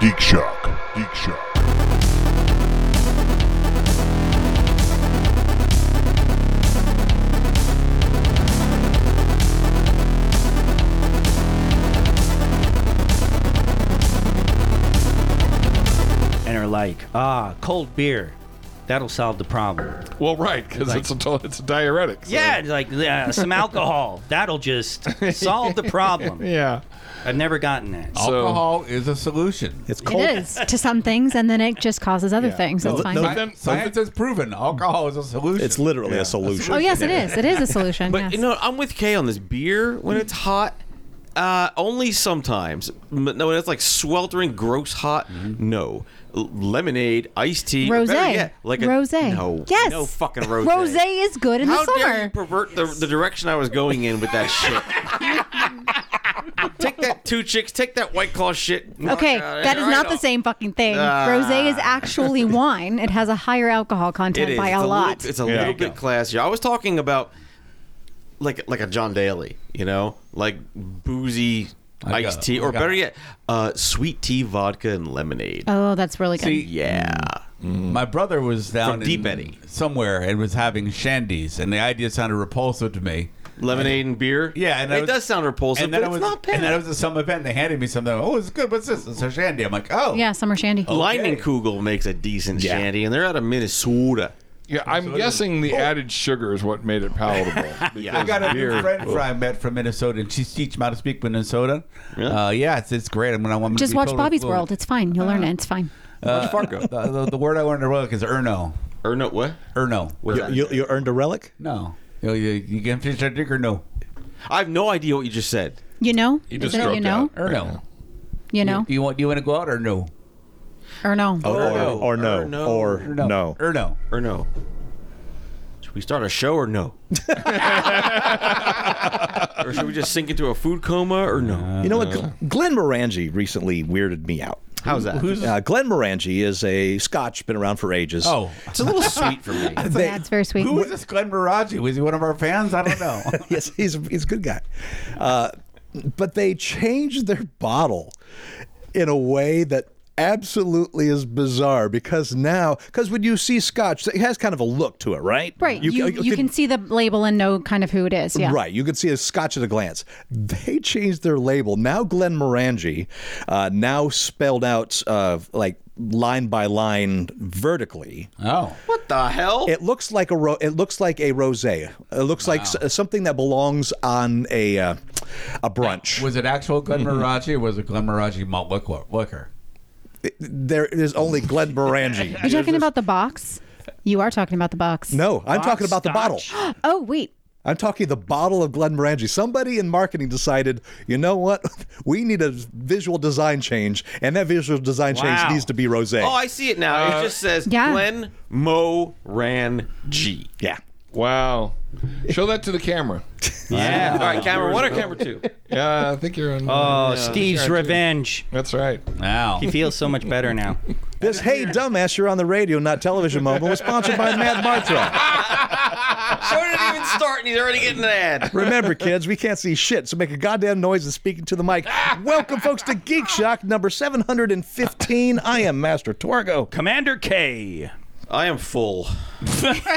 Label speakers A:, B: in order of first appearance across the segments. A: Geek Shock. Geek Shock.
B: and are like, ah, cold beer, that'll solve the problem.
C: Well, right, because it's a to- it's a diuretic. so-
B: Yeah, it's like yeah, some alcohol, that'll just solve the problem.
C: yeah.
B: I've never gotten that.
C: So-
D: Alcohol is a solution.
E: It's cold.
F: It is to some things, and then it just causes other things. That's
E: No,
F: fine.
E: no,
D: Sci-
C: then-
D: Science has proven alcohol is a solution.
E: It's literally a solution.
F: oh yes, it is. It is a solution.
G: But
F: yes.
G: you know, I'm with Kay on this beer when it's hot. Uh, only sometimes. But no, when it's like sweltering, gross hot. No, L- lemonade, iced tea, or
F: Rosé.
G: better yet, like a
F: Rosé.
G: No,
F: Yes.
G: no fucking rosé.
F: Rosé is good in
G: How
F: the
G: dare you
F: summer.
G: pervert the, the direction I was going in with that shit? take that two chicks, take that white claw shit. Fuck
F: Okay,
G: outta
F: that
G: here.
F: is
G: I
F: not
G: know.
F: the same fucking thing.
G: Ah.
F: Rosé is actually wine. It has a higher alcohol
G: It
F: content
G: is
F: by
G: it's
F: a lot.
G: Little, it's a little bit classier. I was talking about like like a John Daly, you know, like boozy
D: Like
G: iced
D: a-
G: tea, or
D: like a-
G: better yet, uh, sweet tea, vodka, and lemonade.
F: oh, that's really good.
D: See,
G: yeah,
D: Mm. My brother was down
G: From Deep
D: in-
G: Eddy.
D: somewhere and was having shandies, and the idea sounded repulsive to me.
G: lemonade and beer.
D: Yeah, and I
G: it
D: was-
G: does sound repulsive,
D: and
G: but
D: then
G: it's
D: I was,
G: not
D: And then I
G: bad.
D: was at some event, and they handed me something. Oh, it's good. What's this? It's a shandy. I'm like, oh,
F: yeah, summer shandy.
G: Lightning Kugel makes a decent shandy, and they're out of Minnesota.
C: Yeah, I'm guessing the added sugar is what made it palatable.
D: I
G: Yeah,
D: got a new friend from I met from Minnesota, and she's teaching me how to speak Minnesota. Uh, yeah, it's, it's great. I'm gonna want
F: Just watch Bobby's World. It's fine. You'll learn it. It's fine.
D: Uh, the, the, the word I learned to work is erno.
G: or no, what?
D: Erno.
G: What is that?
E: You, you earned a relic?
D: No, you, you, you can finish that drink or no?
G: I have no idea what you just said.
F: You know?
C: You just
F: Is it
C: dropped
F: you know?
C: out.
D: Erno.
F: You know?
D: Do you want? Do you want to go out or no?
F: or no?
D: Oh,
E: Or,
G: no.
E: or
G: Or
E: no.
G: no.
E: Or
D: Or
E: no.
D: Or no.
G: Or no? Should we start a show or no? or should we just sink into a food coma or no?
E: You know what? Gl- Glenn Morangi recently weirded me out.
G: How's that?
E: Uh, Glenn Morangi is a Scotch, been around for ages.
D: Oh,
G: it's a little sweet for me.
D: They-
F: yeah, it's very sweet.
D: Who was this Glenn Miraji? Was he one of our fans? I don't know.
E: yes, he's he's a good guy. Uh, but they changed their bottle in a way that absolutely is bizarre because now because when you see scotch it has kind of a look to it right
F: Right. You, you, can see the label and know kind of who it is. Yeah.
E: Right, you could see a scotch at a glance. They changed their label. Now Glenn Morangi, uh, now spelled out uh, like line by line vertically.
D: oh.
G: What the hell?
E: It looks like a ro- it looks like a rosé. It looks like s- something that belongs on a uh, a brunch.
D: Was it actual Glenn Miraji or was it Glenn Miraji malt liquor? liquor?
E: There is only Glenn
F: Are you
E: Morangi.
F: talking about the box? You are talking about the box.
E: No, I'm talking about the bottle.
F: Oh, wait.
E: I'm talking the bottle of Glenn Morangi. Somebody in marketing decided, you know what? We need a visual design change, and that visual design
G: Wow.
E: change needs to be rosé.
G: oh, I see it now. it just says
F: Yeah.
G: Glenn Mo Ran G.
E: yeah.
C: Wow. Show that to the camera.
G: Yeah. All right, camera one or camera two?
C: Yeah, I think you're on.
B: Oh,
C: yeah,
B: Steve's
C: you're on two.
B: revenge.
C: That's right.
D: Wow.
B: He feels so much better now.
E: This hey dumbass, you're on the radio, not television moment was sponsored by Mad Martha.
G: Show didn't even start, and he's already getting an ad.
E: Remember, kids, we can't see shit, so make a goddamn noise and speak into the mic. Welcome, folks, to Geek Shock number 715. I am Master Torgo.
B: Commander K.
G: I am full.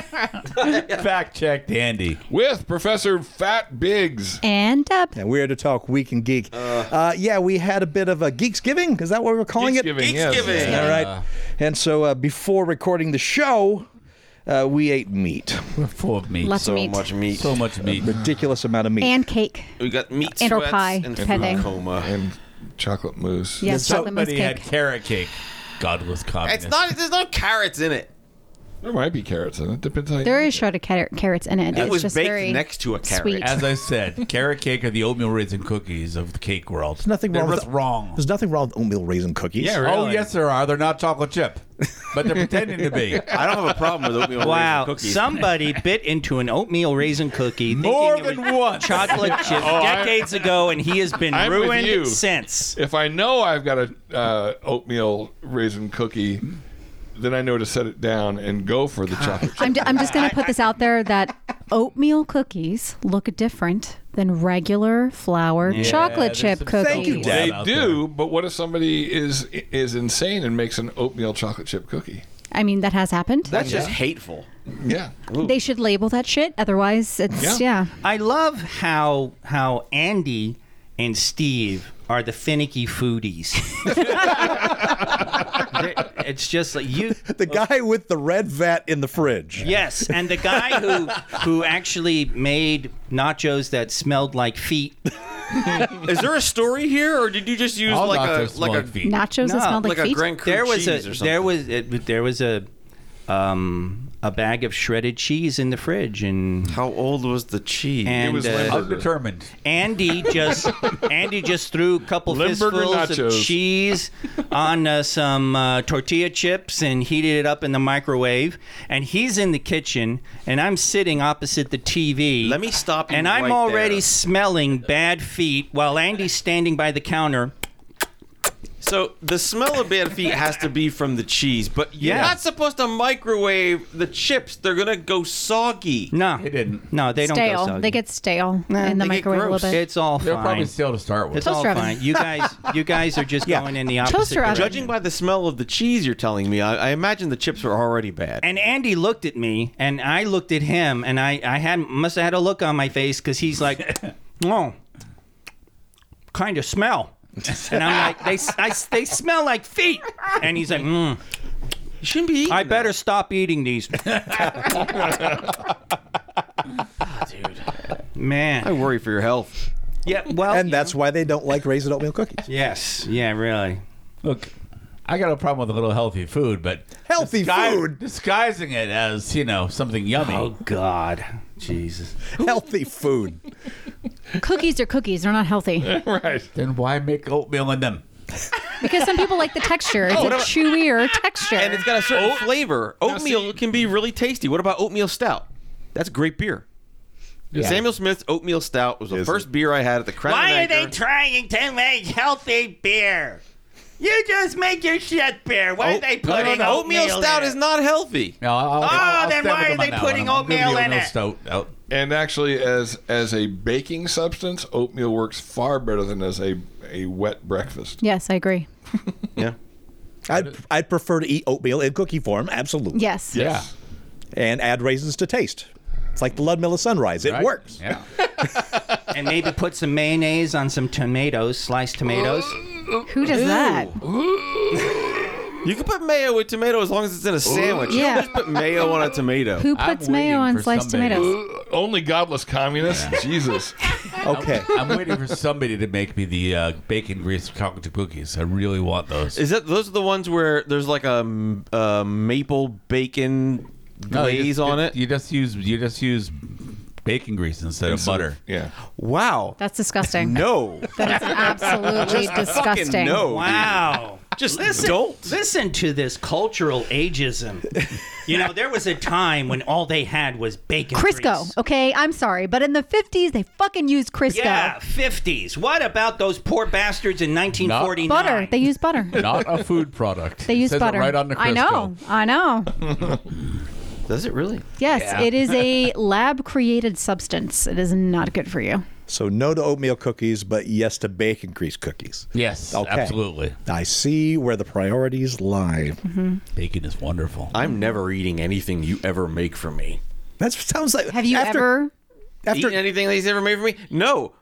D: Fact checked Andy.
C: With Professor Fat Biggs.
F: And up.
E: And we're here to talk week and geek. Uh, yeah, we had a bit of a Geeksgiving. Is that what we're calling it?
C: Geeksgiving, yes.
G: Geeksgiving.
E: All right. and so uh, before recording the show, uh, we ate meat.
D: Full of meat.
F: Lots
G: So
F: of meat.
G: much meat.
D: so much meat.
E: Ridiculous amount of meat.
F: And cake.
G: we got meat
F: And or
G: sweats
F: pie,
G: and
F: depending.
G: food coma.
C: And chocolate mousse.
F: Yes, chocolate mousse
D: Somebody had
F: cake.
D: carrot cake. Godless communist.
G: It's not. There's no carrots in it.
C: There might be carrots in it. Depends how you
F: There is shredded car- carrots in it.
G: It
F: it's
G: was
F: just
G: baked
F: very
G: next to a carrot.
F: Sweet.
D: As I said, carrot cake are the oatmeal raisin cookies of the cake world. There's
E: nothing
D: They're
E: wrong with
D: both wrong.
E: There's nothing wrong with oatmeal raisin cookies.
D: Yeah, Oh, yes, there are. They're not chocolate chip, but they're pretending to be.
G: I don't have a problem with oatmeal raisin
B: Wow.
G: cookies.
B: Somebody bit into an oatmeal raisin cookie thinking
D: More
B: it
D: than
B: was
D: once.
B: chocolate chip
C: I-
B: decades ago, and he has been
C: I'm with you.
B: ruined since.
C: If I know I've got a uh, oatmeal raisin cookie, then I know to set it down and go for the chocolate. chip.
F: I'm, ju- I'm just going to put this out there that oatmeal cookies look different than regular flour chocolate
D: there's
F: chip
D: some-
F: cookies.
D: Thank you, Dad.
C: They
D: out
C: do, but what if somebody is is insane and makes an oatmeal chocolate chip cookie?
F: I mean, that has happened.
G: That's just hateful.
C: Yeah.
F: they should label that shit. Otherwise, it's
C: Yeah.
F: yeah.
B: I love how how Andy and Steve are the finicky foodies. They're- it's just like you.
E: The guy with the red vat in the fridge.
B: Yes, and the guy who who actually made nachos that smelled like feet.
G: Is there a story here, or did you just use
D: All
G: like
D: doctors
G: a like a
D: want feet.
F: Nachos
B: No,
F: that smelled like,
G: like a
F: feet.
G: grand cru
B: There was
G: cheese
B: a
G: or something?
B: there was it, there was a um a bag of shredded cheese in the fridge and
G: How old was the cheese?
B: and
C: was
B: uh,
C: Limburger.
D: Undetermined.
B: Andy just Andy just threw a couple
C: Limburger
B: fistfuls of
C: nachos.
B: cheese on uh, some uh, tortilla chips and heated it up in the microwave. And he's in the kitchen, and I'm sitting opposite the TV.
G: Let me stop you
B: And I'm
G: right
B: already
G: there.
B: smelling bad feet while Andy's standing by the counter.
G: So the smell of bad feet has to be from the cheese, but you're
B: Yeah.
G: not supposed to microwave the chips. They're gonna go soggy.
B: No,
D: They didn't.
B: No, they don't.
F: stale.
B: Go soggy.
F: They get stale in the
G: they get
F: microwave a little
G: gross.
F: bit.
B: It's all
D: They're
B: fine.
D: probably stale to start with.
B: It's all
F: Toaster oven.
B: fine. You guys, you guys are just going in the opposite
F: Toaster oven.
B: direction.
G: Judging by the smell of the cheese, you're telling me, I, I imagine the chips are already bad.
B: And Andy looked at me, and I looked at him, and I, I had must have had a look on my face because he's like, "Oh, kind of smell," and I'm like, "They s- I s- they smell like feet," and he's like, mm,
G: you shouldn't be. Eating
B: "I
G: that.
B: better stop eating these."
G: I
B: man.
G: worry for your health.
B: Yeah. Well.
E: And that's why they don't like raisin oatmeal cookies.
B: yes. Yeah. Really.
D: Look, I got a problem with a little healthy food, but
E: Healthy
D: disguise-
E: food?
D: disguising it as you know something yummy.
B: Oh God. Jesus.
E: Healthy food.
F: cookies are cookies. They're not healthy
C: Right.
D: Then why make oatmeal in them?
F: because some people like the texture. It's a chewier texture.
G: And it's got a certain
B: Oh.
G: flavor. Oatmeal can be really tasty. What about oatmeal stout? That's great beer. Samuel Smith's oatmeal stout was the first beer I had at the Crown. and Anchor.
B: trying to make healthy beer? You just make your shit beer. Why
G: Oh, no, no, no. oatmeal, stout is
B: is
G: not healthy.
D: No, I'll, I'll,
B: Oh,
D: I'll
B: then
D: stand
B: why are
D: with them
B: they
D: on that
B: putting
D: one. I'm gonna
B: oatmeal
D: be
B: in
D: oatmeal
B: it?
D: Stout out.
C: And actually, as as a baking substance, oatmeal works far better than as a a wet breakfast.
F: yes, I agree.
G: Yeah.
E: I'd, I'd prefer to eat oatmeal in cookie form, absolutely.
F: Yes.
D: Yeah,
E: And add raisins to taste. It's like the Ludmilla sunrise. It
D: right?
E: works.
D: Yeah,
B: and maybe put some mayonnaise on some tomatoes, sliced tomatoes.
F: Who does that?
G: You can put mayo with tomato as long as it's in a sandwich. You
F: Yeah.
G: don't just put mayo on a tomato.
F: Who
D: I'm
F: puts mayo
D: waiting
F: on
D: for
F: sliced
D: somebody-
F: tomatoes?
C: Only godless communists. Jesus.
E: Okay.
D: I'm waiting for somebody to make me the uh, bacon grease chocolate cookies. I really want those.
G: Is that those are the ones where there's like a, m- a maple bacon
D: No, you
G: glaze
D: just-
G: on
D: you-
G: it?
D: You just use you just use bacon grease instead of butter.
C: Yeah.
G: wow.
F: That's disgusting.
G: No.
F: That is absolutely disgusting.
G: Fucking no. Oh, dude.
B: Wow.
G: Just
B: Listen,
G: don't.
B: listen to this cultural ageism. You know, there was a time when all they had was bacon.
F: Crisco,
B: grease.
F: okay? I'm sorry, but in the 50s, they fucking used Crisco.
B: Yeah, 50s. What about those poor bastards in 1949?
F: Butter. They use butter.
D: Not a food product.
F: They
D: It
F: use
D: says it
F: butter.
D: right on the Crisco.
F: I know. I know.
G: Does it really?
F: Yes, it is a lab created substance. It is not good for you.
E: So no to oatmeal cookies, but yes to bacon grease cookies.
D: Yes,
E: Okay.
D: absolutely.
E: I see where the priorities lie.
D: Bacon is wonderful.
G: I'm never eating anything you ever make for me.
E: That sounds like.
F: Have you
E: after,
F: ever?
E: After,
G: Eating anything that he's ever made for me? No.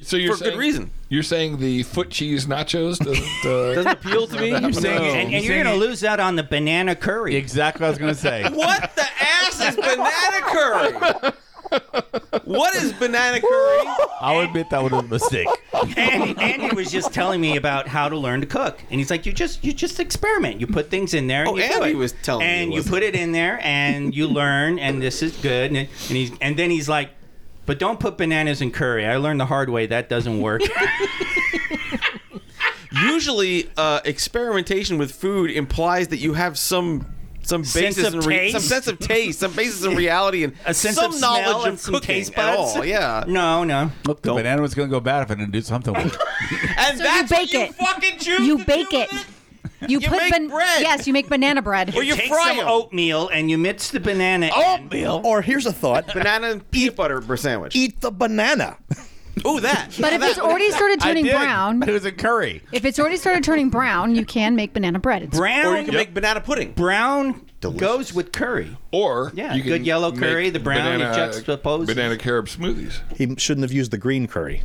C: So you're
G: For good
C: saying-
G: reason.
C: You're saying the foot cheese nachos doesn't. Uh,
G: Doesn't appeal to me.
C: You're saying-
G: No.
B: And, and you're going to lose out on the banana curry.
D: Exactly what I was going to say.
G: What the ass is banana curry? What is banana curry?
D: I'll admit that was a mistake.
B: Andy, Andy was just telling me about how to learn to cook, and he's like, "You just you just experiment. You put things in there." And
G: Oh,
B: you do
G: Andy
B: it.
G: was telling me,
B: and you
G: wasn't
B: put it in there, and you learn, and this is good. And, and he's and then he's like, "But don't put bananas in curry." I learned the hard way that doesn't work.
G: Usually, uh, experimentation with food implies that you have some some
B: Sense
G: basis
B: of
G: in re- some
B: taste?
G: sense of taste, some basis in reality, and
B: A sense
G: some
B: of smell
G: knowledge
B: and
G: of
B: some
G: cooking
B: taste
G: at
B: buds.
G: all. Yeah,
B: No, no.
D: Look, the banana was going to go bad if I didn't do something with it.
G: and
F: So you
G: that's
F: bake
G: what
F: it.
G: you fucking choose.
F: You
G: to
F: bake
G: do with
F: it. You, put
G: make bread.
F: Yes, you make banana bread.
G: Or you
B: Take
G: fry Oh,
B: some
G: 'em.
B: oatmeal and you mix the banana. in.
D: Oatmeal.
E: Or here's a thought:
G: banana and peanut butter for sandwich.
E: eat the banana.
G: Oh, that.
F: but if it's already started
D: I
F: turning
D: did,
F: brown,
D: But it was a curry.
F: if it's already started turning brown, you can make banana bread. It's
B: brown.
G: or you can make banana pudding.
B: brown
G: Delicious.
B: goes with curry.
C: Or
B: Yeah,
C: you can
B: good yellow
C: make
B: curry, the brown, you
C: banana,
B: juxtapose.
C: banana carob smoothies.
E: He shouldn't have used the green curry.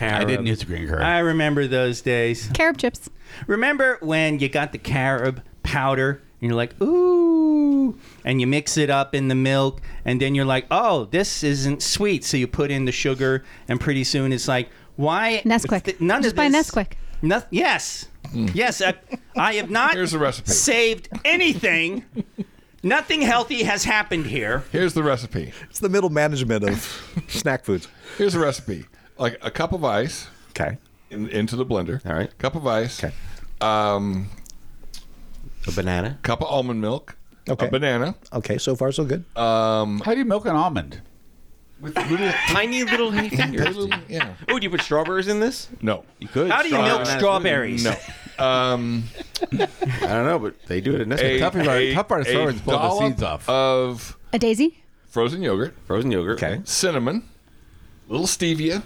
D: I didn't use a green curry.
B: I remember those days.
F: carob chips.
B: Remember when you got the carob powder and you're like, ooh, and you mix it up in the milk, and then you're like, oh, this isn't sweet. So you put in the sugar, and pretty soon it's like, why?
F: Nesquik.
B: th- none
F: Just
B: of
F: buy
B: this.
F: Nesquik.
B: Noth- yes. Yes. I, I have not
C: Mm. Here's the recipe.
B: saved anything. Nothing healthy has happened here.
C: Here's the recipe.
E: It's the middle management of snack foods.
C: Here's the recipe. Like a cup of ice
G: Okay.
C: in, into the blender.
G: All right.
C: Cup of ice.
G: Okay.
C: Um,
G: A banana.
C: cup of almond milk.
E: Okay.
C: A banana.
E: Okay, so far so good.
C: Uh,
D: How do you milk an almond?
C: With little,
G: Tiny little hay fingers.
C: little yeah.
G: Oh, do you put strawberries in this?
C: No.
G: You could.
B: How do you milk
G: Strawberries.
B: strawberries?
C: No. Um,
G: I don't know, but they do it in this.
C: a,
D: tough part-
C: a-
D: tough part is
C: a
D: throwing- pulling the
C: dollop
D: seeds off.
C: of
F: A daisy?
C: frozen yogurt,
G: Frozen yogurt.
E: Okay.
C: cinnamon, little stevia.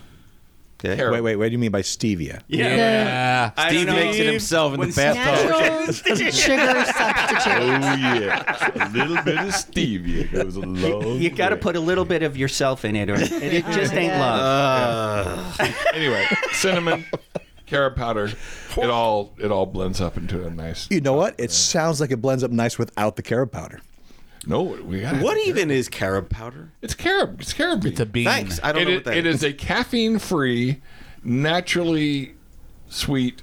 G: Okay.
C: Carob.
E: Wait, wait, what do you mean by stevia?
D: Yeah.
B: I
G: Steve
B: don't know.
G: makes it himself in the
B: When
G: bathtub.
F: Natural sugar substitute.
C: Oh yeah, a little bit of stevia goes a long
B: You got to
C: way.
B: put a little bit of yourself in it, or it it just
F: Oh my
B: ain't
F: God.
B: love.
C: anyway, cinnamon, carob powder. It all it all blends up into a nice.
E: You know what? It sounds like it blends up nice without the carob powder.
C: No, we got
G: What even is carob powder?
C: It's carob. It's carob.
D: It's a bean.
G: Thanks. I don't
C: It
G: know
C: is-
G: what that
C: it
G: is.
C: is a caffeine-free, naturally sweet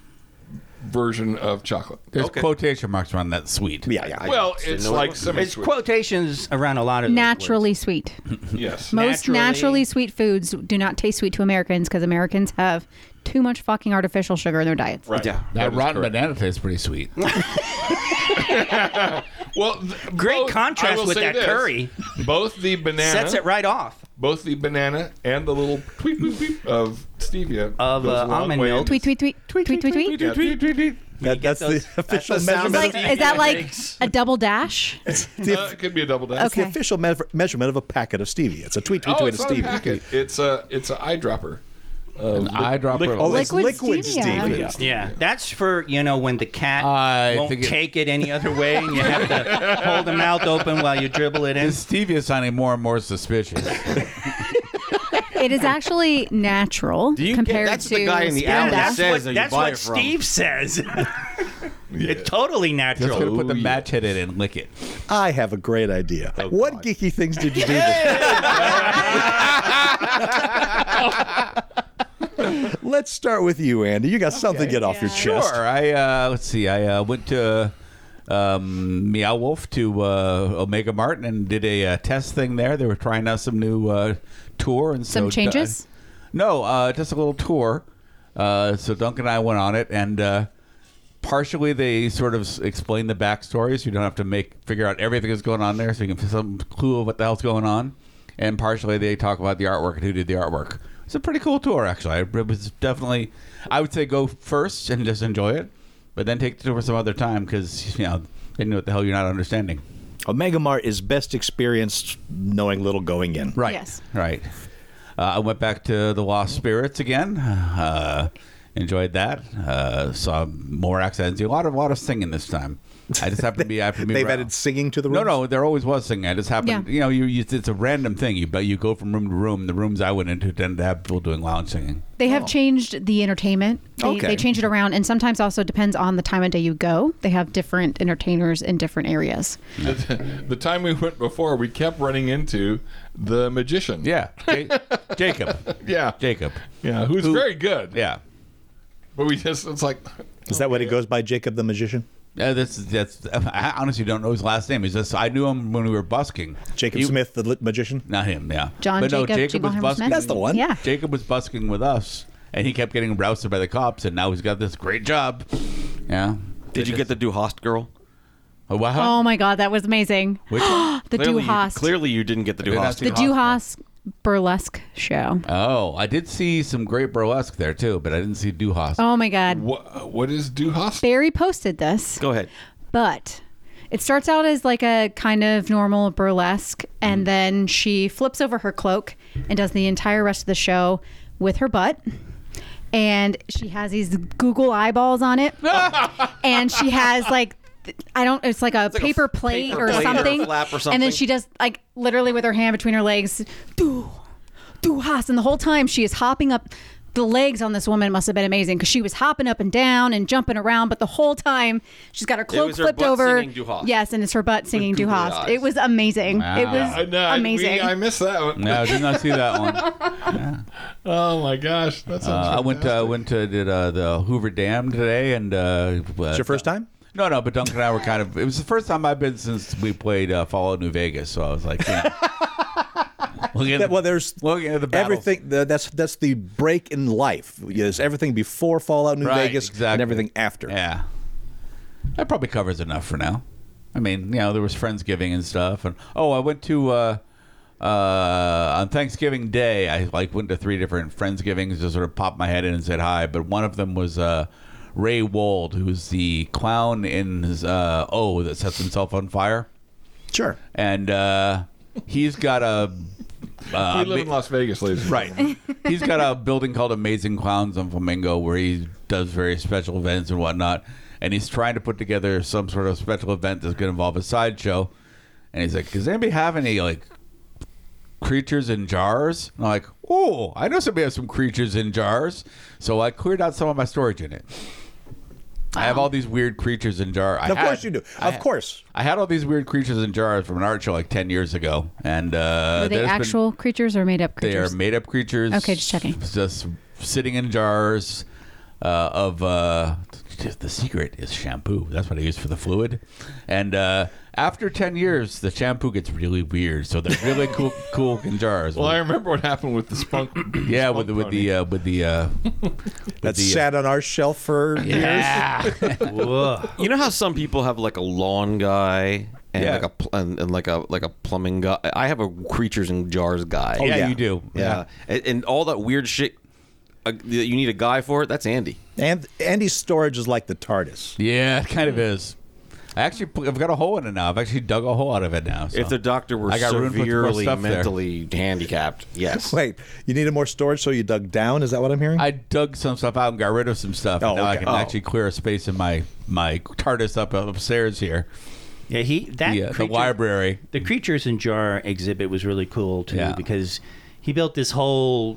C: version of chocolate.
D: There's
G: Okay.
D: quotation marks around that sweet.
E: Yeah, yeah.
C: well,
G: didn't
C: it's
G: know it
C: like
G: was-
B: There's
C: semi-sweet.
B: quotations around a lot of those
F: Naturally
B: words.
F: sweet.
C: yes.
F: Most
B: Naturally.
F: naturally. sweet foods do not taste sweet to Americans because Americans have too much fucking artificial sugar in their diets.
C: Right.
G: Yeah.
D: That,
C: is
D: rotten
C: correct.
D: banana tastes pretty sweet.
C: Well, th-
B: Great
C: both-
B: contrast
C: I will
B: with
C: say
B: that
C: this,
B: curry.
C: Both the banana,
B: Sets it right off.
C: both the banana and the little tweet tweet tweet of stevia
B: Of,
C: goes a
B: uh,
C: long
B: almond
C: way
B: milk.
C: into-
F: Tweet, tweet, tweet, tweet, tweet, tweet.
C: Yeah, tweet, tweet, tweet.
E: That, that's
B: those-
E: the official
G: the sound
E: measurement.
F: It's like,
E: of-
F: is that like a double dash?
C: Uh, it could be a double dash.
E: It's the
F: Okay.
E: official me- measurement of a packet of stevia. It's a tweet, tweet,
C: Oh,
E: tweet
C: it's
E: of
C: not a
E: stevia.
C: packet. It's a it's an eyedropper.
D: An eyedropper.
E: Oh,
D: of
E: it's
F: Liquid
E: liquid
F: stevia.
E: stevia.
B: Yeah, that's for you know when the cat
D: I
B: won't
D: think it-
B: take it any other way, and you have to hold the mouth open while you dribble it in.
D: This stevia is sounding more and more suspicious.
F: It is actually natural
G: you get-
F: compared
G: that's
F: to
G: what the guy in the
F: spring
G: alley
F: dust.
G: said. says
B: what,
G: that you
B: that's
G: buy
B: what
G: it from.
B: Steve says. It's totally
D: Just gonna
B: natural.
D: put the match head in and lick it.
E: I have a great idea.
H: Oh,
E: what geeky things did you do? This? Let's start with you, Andy. You got something to get off your chest.
D: Sure. I uh, let's see. I uh, went to um, Meow Wolf to uh, Omega Mart and did a uh, test thing there. They were trying out some new uh, tour and so
F: Some changes?
D: no, uh, just a little tour. Uh, so Duncan and I went on it, and uh, partially they sort of s- explain the backstory, so you don't have to make figure out everything that's going on there, so you can have some clue of what the hell's going on. And partially they talk about the artwork and who did the artwork. It's a pretty cool tour, actually. I- It was definitely, I would say, go first and just enjoy it, but then take the tour some other time because you know they know what the hell you're not understanding.
H: Omega Mart is best experienced knowing little going in.
D: Right.
F: Yes.
D: Right. Uh, I went back to the Lost Spirits again. Uh, enjoyed that. Uh, saw more accents. A lot of a lot of singing this time. I just happened to be after me.
E: They've added singing to the
D: No,
E: rooms?
D: no, there always was singing. I just happened,
F: Yeah.
D: you know, you, you it's a random thing. You but you go from room to room. The rooms I went into tend to have people doing lounge singing.
F: They
G: Oh.
F: have changed the entertainment. They,
D: Okay.
F: they change it around, and sometimes also depends on the time of day you go. They have different entertainers in different areas.
C: The time we went before, we kept running into the magician.
D: Yeah, Ja- Jacob,
C: yeah,
D: Jacob,
C: yeah. Who's very good.
D: yeah.
C: but we just it's like
E: Is that what it goes by, Jacob the Magician?
D: Uh, this is that's. I honestly don't know his last name. He's just I knew him when we were busking.
E: Jacob
D: He-
E: Smith, the lit magician?
D: Not him, yeah.
F: John
D: but no,
F: Jacob
D: Jacob was
F: Jingleheimer
D: busking.
F: Smith?
E: That's the one.
F: Yeah.
D: Jacob was busking with us, and he kept getting rousted by the cops, and now he's got this great job. Yeah.
G: Did you get to do host girl?
D: Oh, wow.
F: Oh my God, that was amazing.
D: Which one?
F: The
G: Clearly
F: Duhast.
G: You, clearly you didn't get to do
D: did not
G: host.
D: see
F: the
D: Duhast.
F: Duhast burlesque show.
D: Oh, I did see some great burlesque there too, but I didn't see Duhas.
F: Oh my God.
C: What, what is Duhas?
F: Barry posted this.
G: Go ahead.
F: but it starts out as like a kind of normal burlesque
G: Mm.
F: and then she flips over her cloak and does the entire rest of the show with her butt and she has these google eyeballs on it and she has like th- I don't. It's like a
G: like a
F: paper
G: f-
F: plate
G: paper
F: or
G: plate or a
F: something,
G: flap or
F: and
G: something.
F: then she does like literally with her hand between her legs, do, do has, and the whole time she is hopping up. The legs on this woman must have been amazing because she was hopping up and down and jumping around, but the whole time she's got her cloak
G: was her
F: flipped
G: butt
F: over.
G: singing Du Hast.
F: Yes, and it's her butt singing
G: googly
F: Duhast.
G: eyes.
F: It was amazing. It
D: Wow.
F: was amazing.
C: I, we, I missed that one.
D: No, I did not see that one. Uh,
C: Oh my gosh, that sounds.
D: I went to, went to did uh, the Hoover Dam today, and uh,
H: It's your first time?
D: No, no, but Duncan and I were kind of. It was the first time I've been since we played uh, Fallout New Vegas, so I was like, you know, looking at
H: That-
D: the-
H: well, there's
D: looking at the battles.
H: everything. The, that's that's the break in life. There's everything before Fallout New
D: Right,
H: Vegas and
D: exactly.
H: everything after.
D: Yeah, that probably covers enough for now. I mean, you know, there was friendsgiving and stuff, and oh, I went to uh, uh, on Thanksgiving Day. I like went to three different friendsgivings to sort of pop my head in and said hi. But one of them was uh, Ray Wold, who's the clown in his, uh, O that sets himself on fire,
H: Sure.
D: and uh, he's got a. Uh,
C: we live in Las Vegas, ladies. and gentlemen.
D: Right. He's got a building called Amazing Clowns on Flamingo where he does various special events and whatnot. And he's trying to put together some sort of special event that's going to involve a sideshow. And he's like, Does anybody have any, like, creatures in jars? And I'm like, Oh, I know somebody has some creatures in jars. So I cleared out some of my storage unit. I have all these weird creatures in jars.
H: Of course you do. Of course.
D: I had all these weird creatures in jars from an art show like 10 years ago. And uh,
F: Are they
D: there's been-
F: actual creatures or made up
D: they
F: creatures?
D: are made up creatures.
F: Okay, just checking.
D: Just sitting in jars uh, of uh, the secret is shampoo. That's what I use for the fluid. And uh, after ten years, the shampoo gets really weird. So they're really cool, cool in jars.
C: Well, I remember what happened with the spunk.
D: yeah,
C: spunk
D: with the with
C: pony.
D: the uh, with the uh,
H: That's
D: the, uh,
H: sat on our shelf for years.
D: yeah. Uh,
G: You know how some people have like a lawn guy and
D: Yeah.
G: like a pl- and, and like a like a plumbing guy. I have a creatures in jars guy.
D: Oh, yeah,
H: yeah.
D: you do.
G: Oh, yeah, And, and all that weird shit uh, that you need a guy for. That's Andy.
H: And Andy's storage is like the TARDIS.
D: yeah, it kind of is. I actually, pl- I've got a hole in it now. I've actually dug a hole out of it now. so.
G: If the doctor were
D: I got room for more
G: severely
D: stuff there.
G: mentally handicapped, yes.
H: Wait, you needed more storage, so you dug down. Is that what I'm hearing?
D: I dug some stuff out and got rid of some stuff.
H: Oh,
D: and now I
H: okay.
D: can
H: Oh.
D: actually clear a space in my my TARDIS up upstairs here.
B: Yeah, he that
D: The, uh, the
B: creature-
D: library.
B: the creatures in jar exhibit was really cool too
D: Yeah.
B: because he built this whole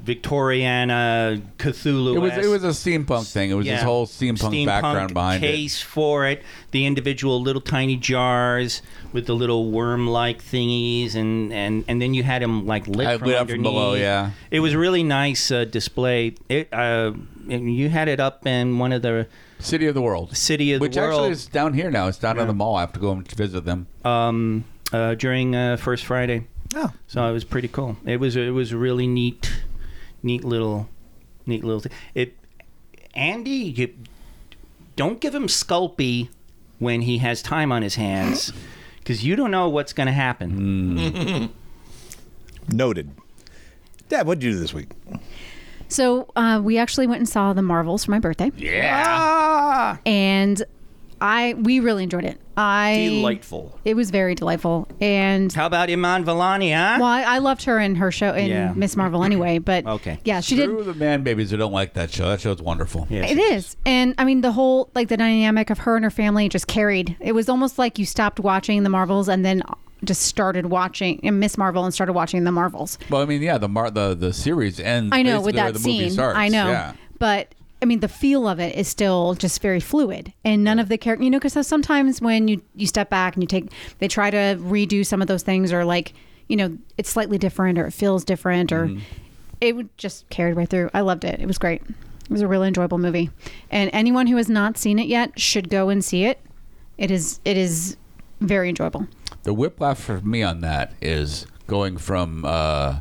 B: Victoriana Cthulhu.
D: It was it was a steampunk thing. It was this whole steampunk, background behind it.
B: case for it. The individual little tiny jars with the little worm-like thingies, and and and then you had him like lit
D: I-
B: from
D: lit up from
B: underneath.
D: below, yeah.
B: it was a really nice uh, display. It uh, and you had it up in one of the
D: City of the World.
B: City of the
D: Which actually
B: World.
D: is down here now. It's down on the mall. I have to go and visit them.
B: um, uh, during uh, First Friday.
H: Oh.
B: So it was pretty cool. It was it was really neat, neat little, neat little. Thing. It, Andy, you don't give him Sculpey when he has time on his hands, because you don't know what's going to
C: Mm-hmm.
B: happen.
H: Noted. Dad, what did you do this week?
F: So uh, we actually went and saw the Marvels for my birthday,
D: Yeah.
F: and I we really enjoyed it. I
G: Delightful.
F: It was very delightful, and
B: How about Iman Vellani, huh?
F: Well, I, I loved her in her show in
B: Yeah.
F: Miss Marvel anyway, but
B: Okay.
F: yeah, she
D: Screw
F: did.
D: the man babies who don't like that show. That show's wonderful.
B: Yeah.
F: It is, and I mean the whole like the dynamic of her and her family just carried. It was almost like you stopped watching the Marvels and then just started watching and Miss Marvel and started watching the Marvels.
D: Well, I mean, yeah, the mar- the the series ends.
F: I know
D: basically
F: with
D: where
F: that
D: the
F: scene.
D: Movie starts.
F: I know,
D: Yeah.
F: but I mean the feel of it is still just very fluid, and none of the character, you know, because sometimes when you you step back and you take, they try to redo some of those things, or like you know it's slightly different, or it feels different, or
D: Mm-hmm.
F: it would just carried right through. I loved it. It was great. It was a really enjoyable movie, and anyone who has not seen it yet should go and see it. It is it is very enjoyable.
D: The whiplash for me on that is going from uh,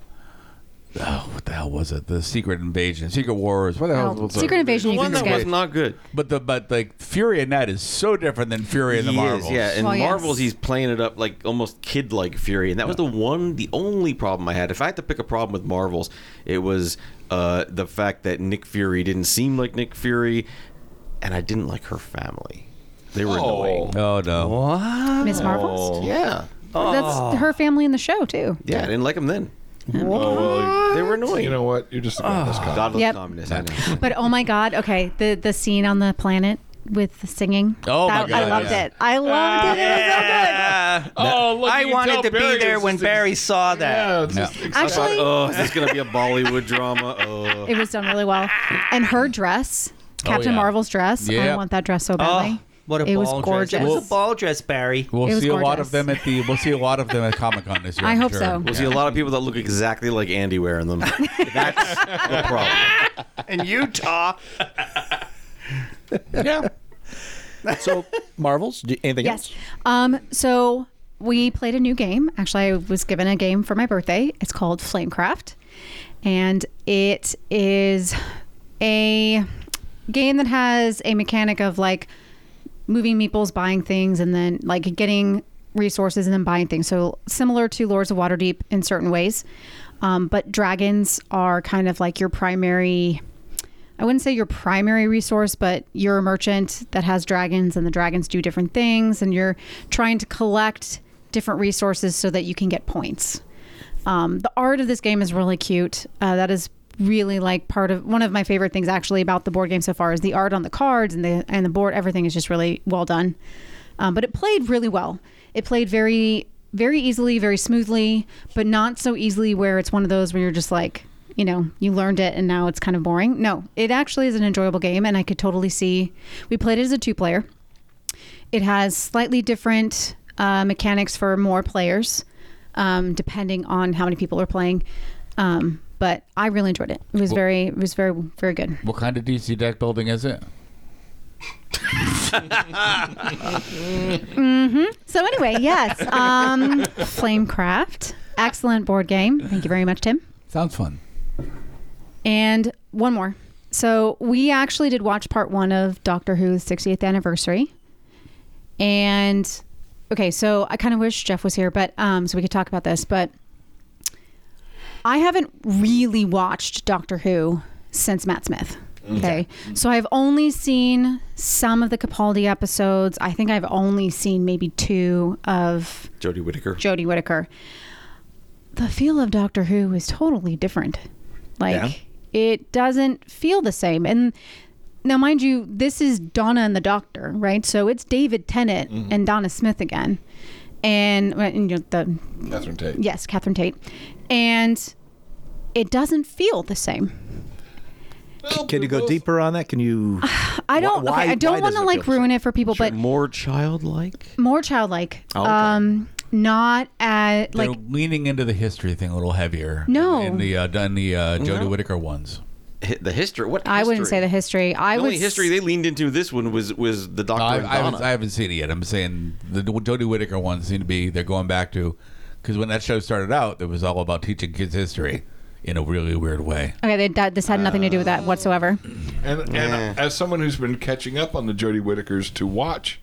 D: oh, what the hell was it? The Secret Invasion, Secret Wars. What the hell?
F: Oh,
D: was it?
F: Secret Invasion,
G: The
F: you
G: one
F: can
G: that was
F: skip.
G: not good.
D: But the but like Fury in that is so different than Fury in the
G: He is,
D: Marvels.
G: yeah. And
F: Well, Oh, yes.
G: Marvels, he's playing it up like almost kid like Fury. And that was the one, the only problem I had. If I had to pick a problem with Marvels, it was uh, the fact that Nick Fury didn't seem like Nick Fury, and I didn't like her family. They were
C: Oh.
G: annoying.
D: Oh no.
F: Miss Marvels.
G: Yeah.
F: That's her family in the show too.
G: Yeah, I didn't like them then.
C: Oh,
G: They were annoying.
C: you know what? You're just a godless cop.
G: Godless
F: Yep.
G: communist. I know.
F: But oh my god, okay, the the scene on the planet with the singing.
D: Oh my
F: That- I
D: God,
F: loved
D: yeah.
F: it. I loved it.
C: Oh, look,
B: I
C: you
B: wanted
C: tell
B: to be
C: Barry
B: there
C: it's
B: when
C: just-
B: Barry saw
D: Oh.
B: that.
C: Yeah, it's just
F: It was so good. Actually,
G: oh, is this gonna be a Bollywood drama? Oh.
F: it was done really well. And her dress, Captain
D: Oh, yeah.
F: Marvel's dress.
D: Yeah.
F: I want that dress so badly.
B: Oh, what a
F: it
B: ball
F: was
B: dress.
F: gorgeous.
B: It was a ball dress, Barry.
D: We'll
F: It was
D: see a lot
F: gorgeous.
D: of them at the. We'll see a lot of them at Comic Con this year.
F: I
D: I'm
F: hope
D: sure.
F: so.
G: We'll see a lot of people that look exactly like Andy wearing them. That's the problem.
B: And Utah.
D: Yeah.
H: So, Marvels, do- anything
F: Yes.
H: else?
F: Um, so we played a new game. Actually, I was given a game for my birthday. It's called Flamecraft, and it is a game that has a mechanic of like moving meeples, buying things, and then like getting resources and then buying things. So similar to Lords of Waterdeep in certain ways, um, but dragons are kind of like your primary. I wouldn't say your primary resource, but you're a merchant that has dragons, and the dragons do different things, and you're trying to collect different resources so that you can get points. Um, the art of this game is really cute. Uh, that is really like part of one of my favorite things actually about the board game so far is the art on the cards and the and the board. Everything is just really well done. Um, but it played really well. It played very very easily, very smoothly, but not so easily where it's one of those where you're just like, you know, you learned it and now it's kind of boring. No, it actually is an enjoyable game, and I could totally see. We played it as a two player. It has slightly different uh, mechanics for more players, um, depending on how many people are playing. Um, but I really enjoyed it. It was very, it was very, very good.
D: What kind of DC deck building is it?
F: So anyway, yes, um, Flamecraft, excellent board game. Thank you very much, Tim.
D: Sounds fun.
F: And one more. So we actually did watch part one of Doctor Who's 60th anniversary. And okay, so I kind of wish Jeff was here, but um, so we could talk about this. But I haven't really watched Doctor Who since Matt Smith. Okay. So I've only seen some of the Capaldi episodes. I think I've only seen maybe two of
G: Jodie Whittaker.
F: Jodie Whittaker. The feel of Doctor Who is totally different. Like it doesn't feel the same. And now, mind you, this is Donna and the Doctor, right? So it's David Tennant and Donna Smith again, and, and you know, the
C: Catherine Tate.
F: yes, Catherine Tate, and it doesn't feel the same.
C: Well,
H: Can you go
C: both-
H: deeper on that? Can you?
F: I don't.
H: why-
F: okay, I don't
H: why
F: want
H: does
F: to
H: it
F: like
H: feel the
F: ruin it for people, but
G: More childlike.
F: more childlike.
H: okay.
F: Um, not at
D: They're
F: like
D: leaning into the history thing a little heavier.
F: No.
D: In the uh, in the uh, Jodie
B: Mm-hmm.
D: Whittaker ones.
G: Hi- The history. What?
F: I wouldn't
G: history?
F: say the history. I
G: The
F: would
G: only history they leaned into this one was was the Doctor
D: I,
G: and
D: I, haven't,
G: Donna.
D: I haven't seen it yet. I'm saying the D- Jodie Whittaker ones seem to be they're going back to because when that show started out, it was all about teaching kids history in a really weird way.
F: Okay, they, that, this had nothing to do with that whatsoever.
C: And, and as someone who's been catching up on the Jodie Whittakers to watch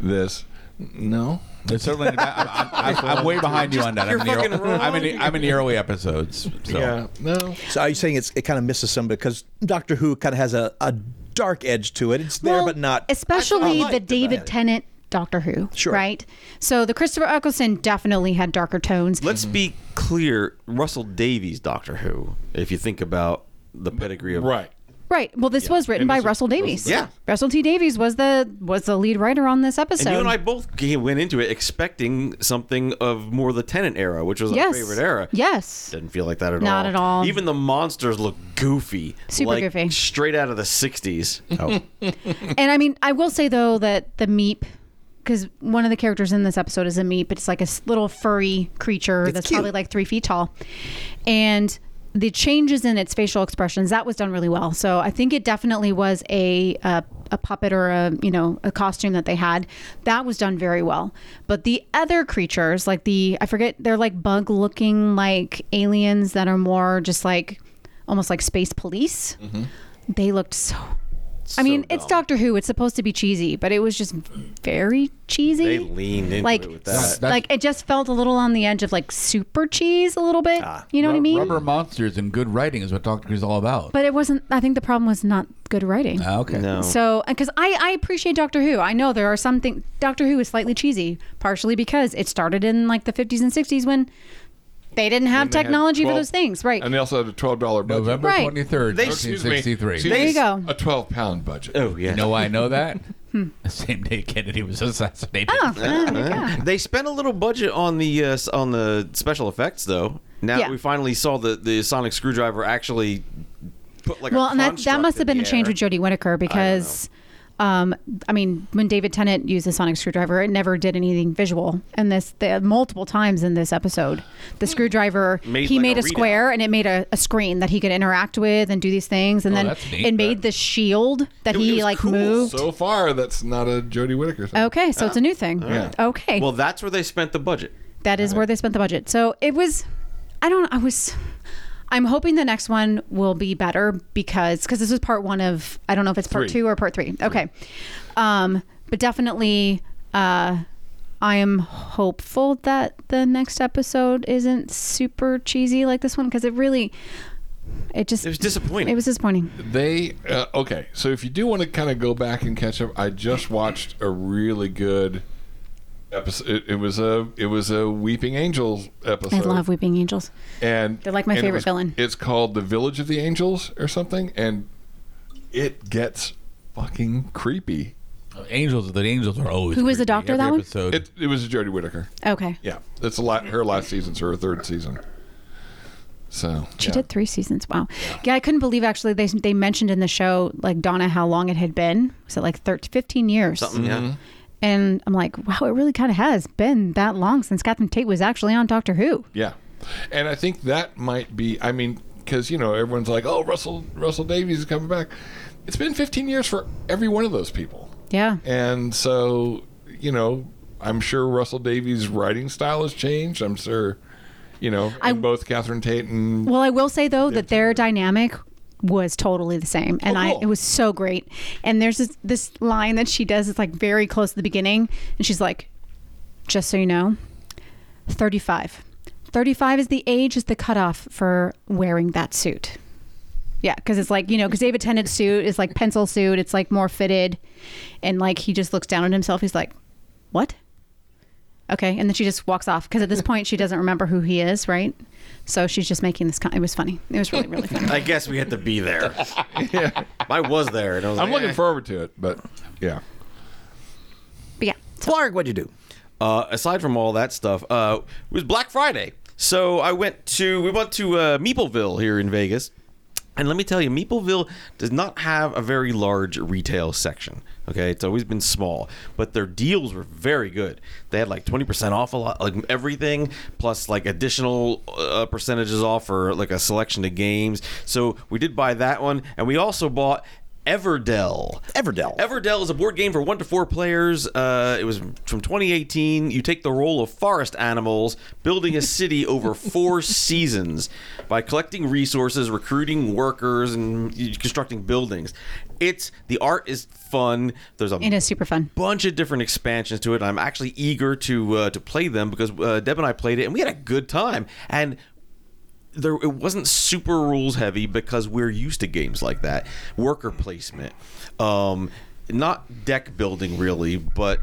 C: this, no.
D: It's certainly. I'm, I'm, I'm, I'm way behind you on that. I'm in, the, ear- I'm, in the, I'm in the early episodes. So.
C: Yeah, Uh, no.
H: So are you saying it's, it kind of misses some because Doctor Who kind of has a, a dark edge to it. It's there,
F: Well,
H: but not.
F: Especially
H: That's what I
F: the
H: liked
F: David
H: about it.
F: Tennant Doctor Who.
H: Sure.
F: Right? So the Christopher Eccleston definitely had darker tones.
G: Let's be clear. Russell Davies Doctor Who. If you think about the pedigree of
C: Right.
F: right. Well, this was written by Russell Davies.
G: Davies. Yeah.
F: Russell T. Davies was the was the lead writer on this episode.
G: And you and I both came, went into it expecting something of more the Tenant era, which was our
F: yes.
G: favorite era.
F: Yes.
G: Didn't feel like that at all.
F: Not at all.
G: Even the monsters look goofy.
F: Super
G: like
F: goofy.
G: Straight out of the 60s. Oh.
F: and I mean, I will say though that the meep because one of the characters in this episode is a meep. It's like a s- little furry creature that's probably like three feet tall, and the changes in its facial expressions that was done really well. So I think it definitely was a a, a puppet or a you know a costume that they had. That was done very well. But the other creatures, like the I forget, they're like bug looking like aliens that are more just like almost like space police. They looked so. I mean, it's Doctor Who. It's supposed to be cheesy, but it was just very cheesy.
G: They leaned into
F: like
G: it with
F: s-
G: that.
D: That's-
F: like it just felt a little on the edge of like super cheese a little bit.
G: Ah,
F: you know what I mean?
D: Rubber monsters and good writing is what Doctor Who's all about.
F: But it wasn't. I think the problem was not good writing.
D: Ah, okay.
G: No.
F: So, because I, I appreciate Doctor Who. I know there are some things. Doctor Who is slightly cheesy, partially because it started in like the 50s and 60s when they didn't have
C: They had
F: technology
C: 12
F: for those things. Right.
C: And they also had a twelve dollar budget.
D: November
F: Right.
D: twenty third,
C: They-
D: nineteen
C: excuse me,
D: sixty three.
C: excuse
F: There
C: me,
F: you go.
C: A twelve pound budget.
G: oh yeah.
D: You know why I know that? the same day Kennedy was assassinated.
F: Hmm. Oh, yeah, yeah.
G: They spent a little budget on the uh, s- on the special effects though. Now
F: Yeah.
G: that we finally saw the the sonic screwdriver actually put like
F: well,
G: a
F: and that that
G: construct
F: must have
G: in
F: been a
G: the
F: change
G: air.
F: with Jodie Whittaker because, um, I mean, when David Tennant used the sonic screwdriver, it never did anything visual. And this the, multiple times in this episode, the screwdriver
G: Hmm. Made
F: he
G: like
F: made
G: a
F: a, square and it made a, a screen that he could interact with and do these things, and
D: Oh,
F: then
D: that's neat.
F: it made the shield that
G: It- it
F: he
G: was
F: like
G: cool.
F: moved.
C: So far, that's not a Jodie Whittaker. Thing.
F: okay, so it's a new thing. Okay,
G: Well, that's where they spent the budget.
F: that is where they spent the budget. So it was, I don't, I was, I'm hoping the next one will be better because, because this was part one of, I don't know if it's part
C: Three.
F: two or part three. Okay. Um, but definitely, uh, I am hopeful that the next episode isn't super cheesy like this one because it really, it just,
G: It was disappointing.
F: it was disappointing.
C: They uh, okay. So if you do want to kind of go back and catch up, I just watched a really good episode. It, it was a it was a Weeping Angels episode.
F: I love Weeping Angels.
C: and
F: They're like my
C: and it
F: favorite
C: was-
F: villain.
C: It's called the Village of the Angels or something, and it gets fucking creepy.
D: Angels, the angels are always.
F: Who was the
D: creepy.
F: doctor,
D: Every
F: that one?
D: episode.
C: It it was a Jodie Whittaker.
F: Okay.
C: Yeah, it's a lot. Her last season's her third season. So
F: She
C: yeah.
F: did three seasons. Wow. Yeah, I couldn't believe actually they they mentioned in the show like Donna how long it had been. Was it like 13, 15 years?
G: Something, yeah.
F: And I'm like, wow, it really kind of has been that long since Catherine Tate was actually on Doctor Who.
C: Yeah, and I think that might be. I mean, because you know everyone's like, "Oh, Russell Russell Davies is coming back." It's been 15 years for every one of those people,
F: Yeah.
C: and so you know, I'm sure Russell Davies' writing style has changed. I'm sure, you know, and
F: I-
C: both Catherine Tate and
F: Well, I will say though that their dynamic was totally the same, and I
C: Oh, cool.
F: it was so great. And there's this, this line that she does. It's like very close to the beginning, and she's like, "Just so you know, 35. 35 is the age is the cutoff for wearing that suit." Yeah, because it's like you know, because David Tennant's suit is like pencil suit. It's like more fitted, and like he just looks down at himself. He's like, "What?" Okay, and then she just walks off because at this point she doesn't remember who he is, right? So she's just making this. Con- it was funny. It was really, really funny.
G: I guess we had to be there. I was there, and I was
C: I'm
G: like,
C: looking
G: eh.
C: forward to it, but yeah.
F: But yeah, so
H: Clark, what'd you do?
G: uh, aside from all that stuff, uh, it was Black Friday. So I went to we went to uh, Meepleville here in Vegas, and let me tell you, Meepleville does not have a very large retail section. Okay, it's always been small, but their deals were very good. They had like twenty percent off a lot, like everything, plus like additional uh, percentages off for like a selection of games. So we did buy that one, and we also bought. Everdell.
H: Everdell.
G: Everdell is a board game for one to four players. Uh, it was from 2018. You take the role of forest animals, building a city over four seasons by collecting resources, recruiting workers, and constructing buildings. It's the art is fun. There's a
F: it is super fun.
G: bunch of different expansions to it. and I'm actually eager to uh, to play them because uh, Deb and I played it and we had a good time. And there it wasn't super rules heavy because we're used to games like that. Worker placement, um, not deck building really, but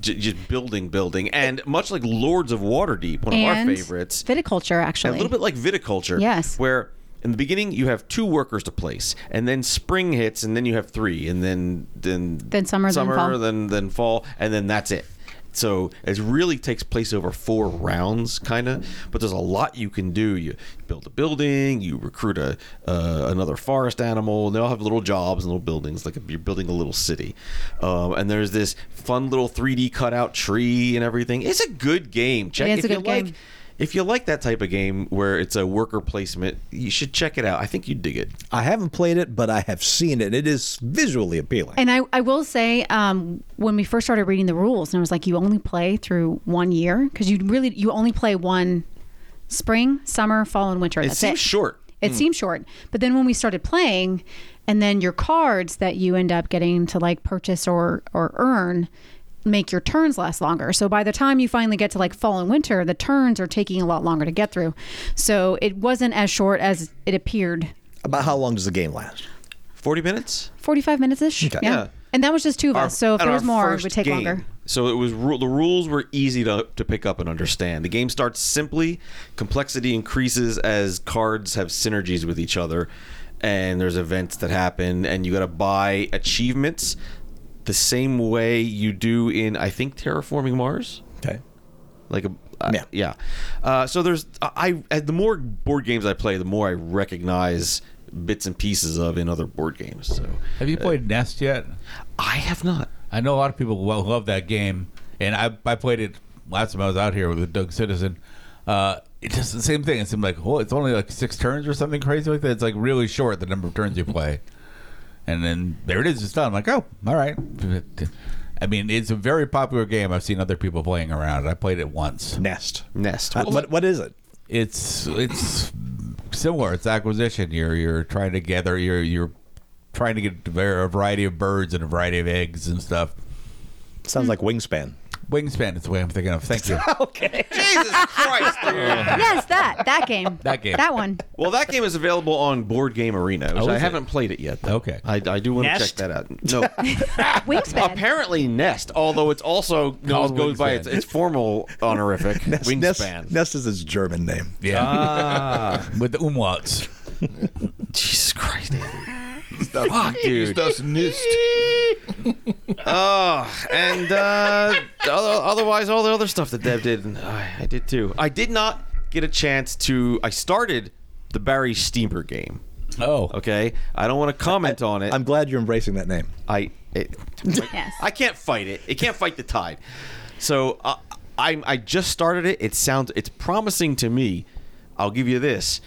G: j- just building, building, and much like Lords of Waterdeep, one
F: and
G: of our favorites.
F: Viticulture, actually.
G: A little bit like viticulture.
F: Yes.
G: Where in the beginning you have two workers to place, and then spring hits, and then you have three, and then then
F: Then summer, then fall.
G: then then fall, and then that's it. So it really takes place over four rounds, kind of. But there's a lot you can do. You build a building, you recruit a uh, another forest animal. And they all have little jobs and little buildings, like you're building a little city. Um, and there's this fun little 3D cutout tree and everything. It's a good game. Check
F: is
G: if
F: a
G: you
F: good
G: like
F: game.
G: if you like that type of game where it's a worker placement, you should check it out. I think you'd dig it.
H: I haven't played it, but I have seen it. It is visually appealing.
F: And I, I will say, um, when we first started reading the rules, and I was like, you only play through one year because you really you only play one spring, summer, fall, and winter.
G: It
F: That's
G: seems
F: it.
G: short.
F: It seems short, but then when we started playing, and then your cards that you end up getting to like purchase or or earn make your turns last longer. So by the time you finally get to like fall and winter, the turns are taking a lot longer to get through. So it wasn't as short as it appeared.
H: About how long does the game last?
G: 40 minutes?
F: 45 minutes ish. Yeah.
G: Yeah.
F: And that was just two of us. So if
G: at
F: there was
G: our
F: more, it
G: first
F: would take
G: game.
F: longer.
G: So it was ru- the rules were easy to, to pick up and understand. The game starts simply, complexity increases as cards have synergies with each other, and there's events that happen, and you got to buy achievements the same way you do in I think terraforming Mars.
H: Okay.
G: like a uh,
H: Yeah.
G: yeah. Uh, so there's I, I the more board games I play, the more I recognize bits and pieces of in other board games. So
D: Have you played Nest yet?
G: I have not.
D: I know a lot of people well love that game, and I, I played it last time I was out here with Doug Citizen. Uh, it's just the same thing. It seemed like oh, it's only like six turns or something crazy like that. It's like really short the number of turns you play, and then there it is. It's done. I'm like oh, all right. I mean, it's a very popular game. I've seen other people playing around. it. I played it once.
H: Nest.
G: Nest.
H: Uh, what, what is it?
D: It's it's similar. It's acquisition. You're you're trying to gather. You're you're trying to get a variety of birds and a variety of eggs and stuff.
G: Hmm.
H: Sounds like Wingspan.
D: Wingspan is the way I'm thinking of. Thank you.
G: Jesus Christ! dude.
F: yes, that that game.
D: That game.
F: That one.
G: well, that game is available on Board Game Arena, which
D: Oh, is
G: I
D: it?
G: haven't played it yet. Though.
D: Okay.
G: I, I do want to check
B: Nest?
G: that out. No,
F: Wingspan.
G: apparently Nest, although it's also known,
D: Called
G: goes by
D: Wingspan.
G: its, its formal honorific Wingspan.
H: Nest, Nest is its German name.
D: Yeah.
B: Ah.
D: With the umlauts.
G: Jesus Christ!
C: Das,
G: Fuck,
C: ist
G: dude.
C: das Nist?
G: Oh, and uh, other, otherwise, all the other stuff that Dev did, I, I did too. I did not get a chance to. I started the Barry Steamer game.
D: Oh.
G: Okay, I don't want to comment on it.
H: I'm glad you're embracing that name.
G: I it,
F: Yes.
G: I can't fight it. It can't fight the tide. So uh, I I just started it. It sounds it's promising to me. I'll give you this.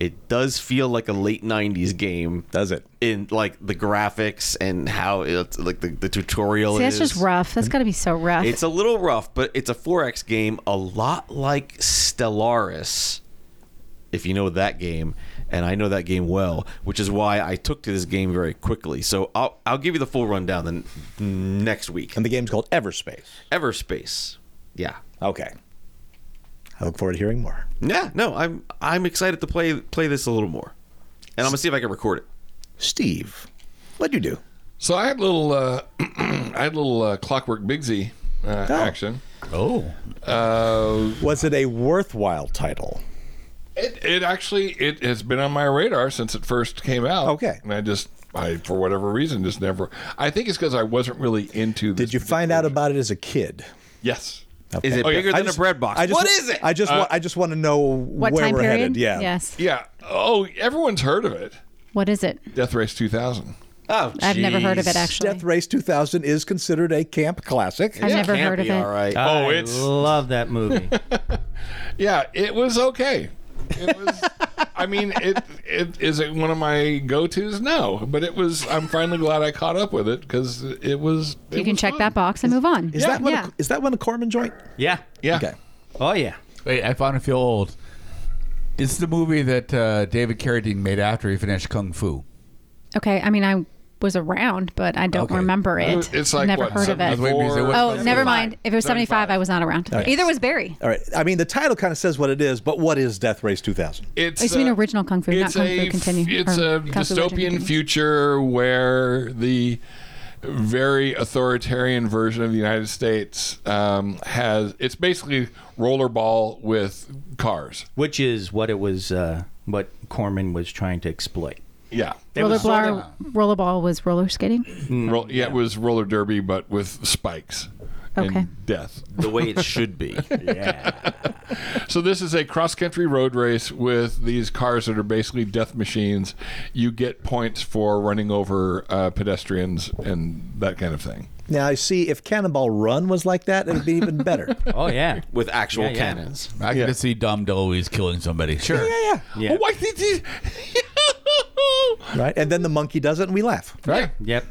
G: It does feel like a late '90s game.
H: Does it?
G: In like the graphics and how it's like the, the tutorial.
F: See,
G: it
F: that's just
G: is.
F: rough. That's got to be so rough.
G: It's a little rough, but it's a 4X game, a lot like Stellaris, if you know that game, and I know that game well, which is why I took to this game very quickly. So I'll, I'll give you the full rundown then next week.
H: And the game's called Everspace.
G: Everspace. Yeah.
H: Okay. I look forward to hearing more.
G: Yeah, no, I'm I'm excited to play play this a little more. And I'm gonna see if I can record it.
H: Steve, what'd you do?
C: So I had little, uh, I had little uh, Clockwork Bigsy uh, action.
D: Oh.
H: Was it a worthwhile title?
C: It, it actually it has been on my radar since it first came out.
H: Okay.
C: and I just I for whatever reason just never. I think it's because I wasn't really into. This
H: Did you find out about it as a kid?
C: Yes.
G: Is it
C: Oh, you're
G: bigger
C: good.
G: than
C: I just-
G: a bread box?
H: I just,
G: what is it? Uh,
H: I just, wa- I just want to know
F: what
H: where
F: time
H: we're
F: period?
H: headed. Yeah.
F: Yes.
C: Yeah. Oh, everyone's heard of it.
F: What is it?
C: Death Race 2000.
G: oh,
F: I've never heard of
G: jeez.
F: it actually.
H: Death Race 2000 is considered a camp classic.
F: I've
G: It
F: never
G: can't
F: heard of
G: be,
F: it.
G: All right.
C: Oh,
B: I
C: it's-
B: love that movie.
C: Yeah, it was okay. It was. I mean, it, it is it one of my go tos? No, but it was. I'm finally glad I caught up with it because it was. it
F: You can
C: was
F: check
C: fun.
F: that box and move on.
H: Is that one?
F: yeah.
H: A, is that one a Corman joint?
B: yeah.
C: Yeah.
H: Okay.
B: Oh yeah.
D: Wait, I found a feel old. It's the movie that uh, David Carradine made after he finished Kung Fu.
F: Okay. I mean, I was around, but I don't
D: Okay.
F: remember it.
C: Uh, It's like
F: never
C: what,
F: heard of it.
C: 74?
F: Oh, never mind. If it was 75,
C: 75.
F: I was not around. Either was Barry.
H: All right. I mean, the title kind of says what it is, but what is Death Race 2000?
C: It's
F: I just mean
C: uh,
F: original Kung Fu, not
C: it's
F: Kung
C: a,
F: Fu Continue.
C: It's
F: or
C: a
F: Kung Fu Legend
C: dystopian
F: Continues.
C: future where the very authoritarian version of the United States um, has. It's basically rollerball with cars.
B: Which is what it was. Uh, what Corman was trying to exploit.
C: Yeah.
B: It was sort
F: Rollerball, rollerball was roller skating.
C: Roll, yeah, it was roller derby, but with spikes
F: Okay.
C: and death.
G: The way it should be.
C: So this is a cross-country road race with these cars that are basically death machines. You get points for running over uh, pedestrians and that kind of thing.
H: Now, I see if Cannonball Run was like that, it would be even better.
B: Oh yeah.
G: with actual
B: Yeah, yeah.
G: cannons.
D: I can just see Dom DeLuise killing somebody. Sure.
H: yeah,
B: Yeah.
C: Oh, why did you?
H: Right? And then the monkey does it and we laugh.
C: right.
B: Yep.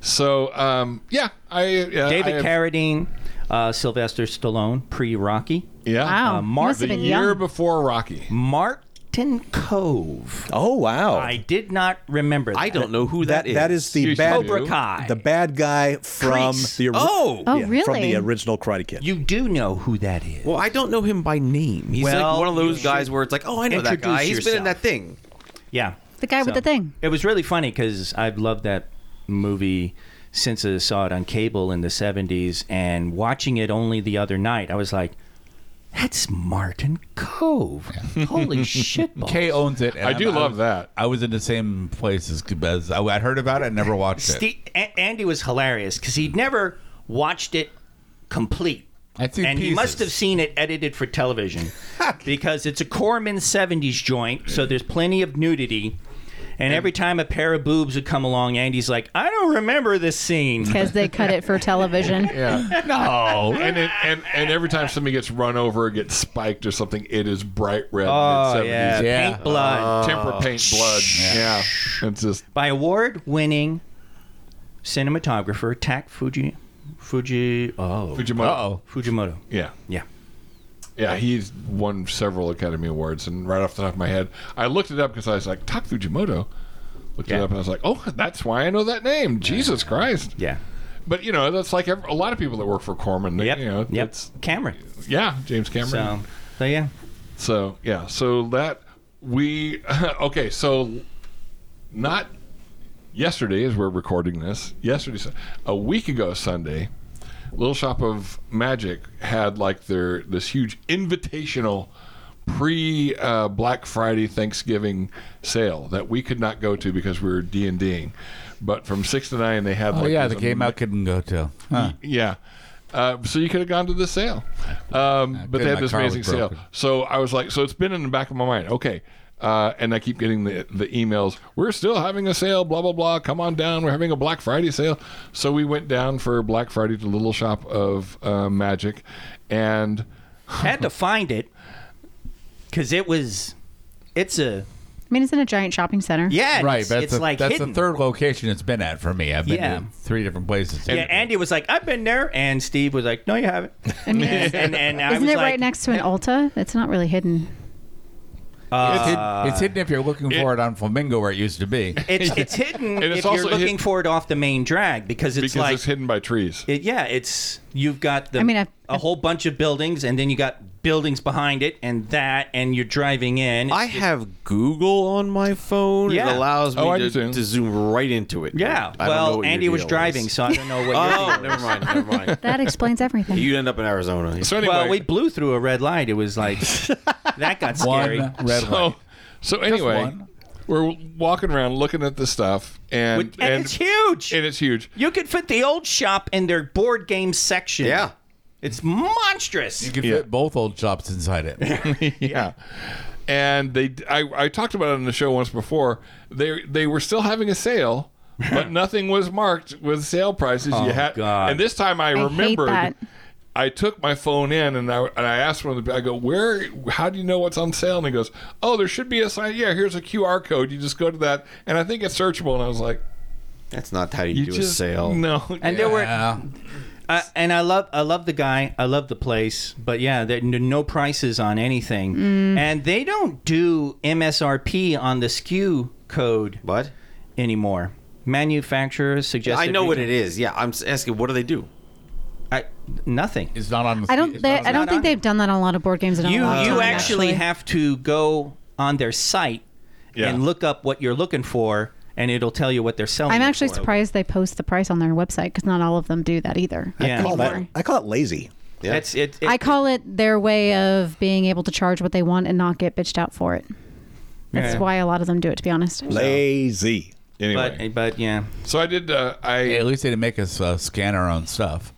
C: So, um, yeah, I uh,
B: David
C: I have-
B: Carradine, uh, Sylvester Stallone, pre-Rocky.
C: Yeah.
F: Wow.
B: Uh, Mark
F: must
C: The
F: have been
C: year
F: young.
C: before Rocky.
B: Martin Cove.
H: Oh, wow.
B: I did not remember. That.
G: I don't know who
H: that,
G: is.
H: that is the
C: You
H: bad
B: Cobra Kai.
H: the bad guy from
B: Kreese.
H: the ori-
G: Oh!
F: Oh,
H: from
F: really?
H: the original Karate Kid.
B: You do know who that is.
G: Well, I don't know him by name. He's
B: Well,
G: like one of those
B: you
G: guys
B: should
G: where it's like, oh, I know that
B: introduce
G: guy. He's been in
B: yourself.
G: that thing.
B: Yeah.
F: The guy with the thing.
B: It was really funny because I've loved that movie since I saw it on cable in the 70s and watching it only the other night, I was like, that's Martin Cove. Holy shit. balls.
D: Kay owns it. and
C: I
D: I'm-
C: do love
D: was-
C: that.
D: I was in the same place as Kubez. I, I heard about it and never watched it.
B: Ste- A- Andy was hilarious because he'd never watched it complete.
D: I'd seen
B: and he must
D: pieces.
B: have seen it edited for television because it's a Corman 70s joint, so there's plenty of nudity. And every time a pair of boobs would come along, Andy's like, I don't remember this scene.
F: Because they cut it for television.
C: Yeah.
D: No.
C: and, it, and and every time somebody gets run over or gets spiked or something, it is bright red.
B: Oh,
C: mid-seventies.
B: yeah. Oh,
C: Uh,
D: Yeah.
B: Paint Blood
C: Temper paint blood. Yeah. It's just
B: by award winning cinematographer Tak Fuji. Fuji. Oh.
C: Fujimoto.
D: Uh-oh.
B: Fujimoto.
C: Yeah.
B: Yeah.
C: Yeah, he's won several Academy Awards, and right off the top of my head, I looked it up because I was like, "Tak Fujimoto." Looked it
B: Yeah.
C: up, and I was like, "Oh, that's why I know that name." Jesus Christ!
B: Yeah.
C: But you know, that's like ev a lot of people that work for Corman. they-
B: Yep.
C: You know,
B: yep.
C: it's-
B: Cameron.
C: yeah, James
B: So,
C: Cameron.
B: so yeah.
C: So, yeah, so that we okay. So not yesterday, as we're recording this, yesterday, Sun- a week ago Sunday, Little Shop of Magic had like their this huge invitational pre uh, Black Friday Thanksgiving sale that we could not go to because we were D and Ding. But from six to nine, they had.
D: Oh
C: like,
D: yeah,
C: this
D: the game I couldn't go to. Huh.
C: yeah. Uh, so you could have gone to the sale, um, but
D: good,
C: they
D: my
C: had this
D: car was
C: amazing sale.
D: broken.
C: So I was like, so it's been in the back of my mind. Okay, uh, and I keep getting the the emails. We're still having a sale. Blah blah blah. Come on down. We're having a Black Friday sale. So we went down for Black Friday to Little Shop of uh, Magic, and
B: Had to find it because it was. It's a.
F: I mean, it's in a giant shopping center.
B: Yeah. and
D: Right,
B: It's,
D: but
B: it's
D: that's, a-
B: like
D: that's
B: hidden.
D: the third location it's been at for me. I've been
B: Yeah.
D: to three different places.
B: Yeah, Andy was like, "I've been there," and Steve was like, "No, you haven't." and and, I
F: Isn't
B: was
F: it
B: like,
F: right next to an Ulta? It's not really hidden.
D: it's, hid- it's hidden if you're looking for it on Flamingo where it used to be.
B: It's it's hidden
C: And it's
B: if you're
C: also hid-
B: looking for it off the main drag because it's
C: because
B: like
C: it's hidden by trees.
B: it, yeah, it's you've got the
F: I mean,
B: a
F: I-
B: whole bunch of buildings, and then you got buildings behind it, and that, and you're driving in.
G: I have Google on my phone.
B: Yeah.
G: It allows me
C: Oh, I do
G: to,
C: too.
G: to zoom right into it.
B: yeah.
G: I don't know
B: Well,
G: what your
B: Andy was
G: deal
B: driving,
G: is.
B: so I don't know what. your
G: oh,
B: deal
G: never
B: is.
G: mind. Never mind.
F: That explains everything.
G: You'd end up in Arizona.
C: So anyway,
B: Well, we blew through a red light. It was like that got scary.
D: One red
C: so,
D: light.
C: oh, so anyway,
D: one.
C: we're walking around looking at the stuff, and
B: With- and, it's huge.
C: And it's huge.
B: you could fit the old shop in their board game section.
G: Yeah.
B: It's monstrous.
D: You could
C: Yeah.
D: fit both old shops inside it.
C: yeah. And they, I, I talked about it on the show once before. They, they were still having a sale, but nothing was marked with sale prices.
G: Oh,
C: you had,
B: God.
C: and this time I,
F: hate
C: remembered.
F: that.
C: I tope my phone in and I and I asked one of the I go where how do you know what's on sale and he goes oh there should be a sign yeah here's a QR code you just go to that and I think it's searchable and I was like
G: That's not how you,
C: you
G: do
C: just
G: a sale.
C: no
B: and there were
D: Yeah.
B: I and I love I love the guy. I love the place. But yeah, there n- no prices on anything,
F: Mm.
B: and they don't do MSRP on the SKU code
G: What?
B: anymore. Manufacturers suggest.
G: I know what it is. Yeah, I'm s- asking. What do they do?
B: I, nothing.
D: It's not on.
F: I don't.
D: it's
F: They,
D: not on-
F: I don't think
B: on-
F: they've done that on a lot of board games. In a
B: You
F: long
B: you
F: time,
B: actually, have to go on their site
C: Yeah.
B: and look up what you're looking for, and it'll tell you what they're selling.
F: I'm
B: it
F: actually
B: for.
F: surprised they post the price on their website because not all of them do that either.
B: Yeah.
H: I call that,
F: Anymore.
H: I call it lazy.
G: Yeah.
B: It's it. it
F: I call it their way of being able to charge what they want and not get bitched out for it. That's
B: Yeah.
F: why a lot of them do it. To be honest,
H: Lazy.
C: Anyway,
B: But but yeah,
C: so I did. Uh, I
D: Hey, at least they didn't make us uh, scan our own stuff.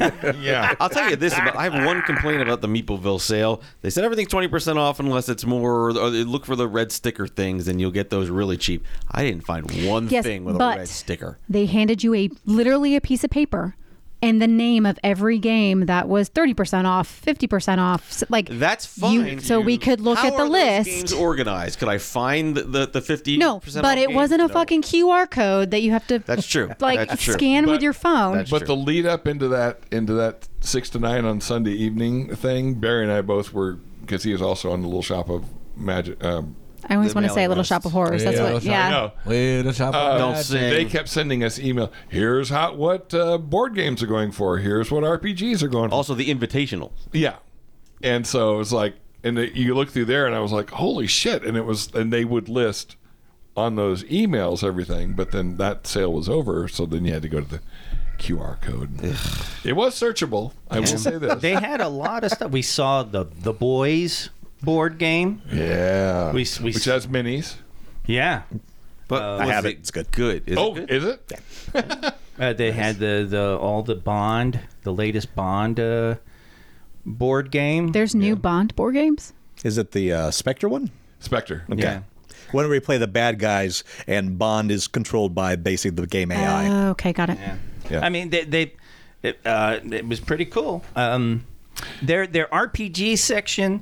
C: yeah.
G: I'll tell you this: about, I have one complaint about the Meepleville sale. They said everything's twenty percent off unless it's more. Or they look for the red sticker things, and you'll get those really cheap. I didn't find one
F: Yes,
G: thing with
F: but
G: a red sticker.
F: They handed you a literally a piece of paper and the name of every game that was 30% off, 50% off. s- Like
G: That's
F: you-
G: fine.
F: so we could look
G: How
F: at the
G: are those
F: list.
G: games organized? Could I find the the, the fifty?
F: no, but it wasn't a fucking QR code that you have to
G: That's true.
F: like
G: That's true.
F: scan with
C: But-
F: your phone.
G: That's
C: But
G: true.
C: the lead up into that into that six to nine on Sunday evening thing, Barry and I both were because he was also on the little shop of magic. Um,
F: I always
G: the
F: want to say
G: mailing
F: Little
G: list.
F: Shop of Horrors. That's
D: Yeah,
F: what
D: Little Shop-
F: yeah.
C: no,
D: Little shop.
G: Don't sing.
C: they kept sending us email. Here's how what uh, board games are going for. Here's what RPGs are going for.
G: also the invitational.
C: Yeah. And so it was like, and it- you look through there, and I was like, holy shit. And it was, and they would list on those emails everything, but then that sale was over. So then you had to go to the QR code. it was searchable. I will say this.
B: they had a lot of stuff. We saw the the boys board game.
C: yeah.
B: We- we-
C: Which has minis.
B: Yeah,
G: But
E: I
G: was
E: have it. It's good.
G: Good. Is
C: Oh,
G: it good?
C: is it?
B: uh, they had the the all the Bond, the latest Bond uh, board game.
F: There's new Bond board games.
E: Is it the uh, Spectre one?
C: Spectre.
B: yeah.
E: When we play the bad guys and Bond is controlled by basically the game AI.
F: Oh, okay, got it.
E: Yeah.
B: I mean, they, they it, uh, it was pretty cool. Um, their their RPG section,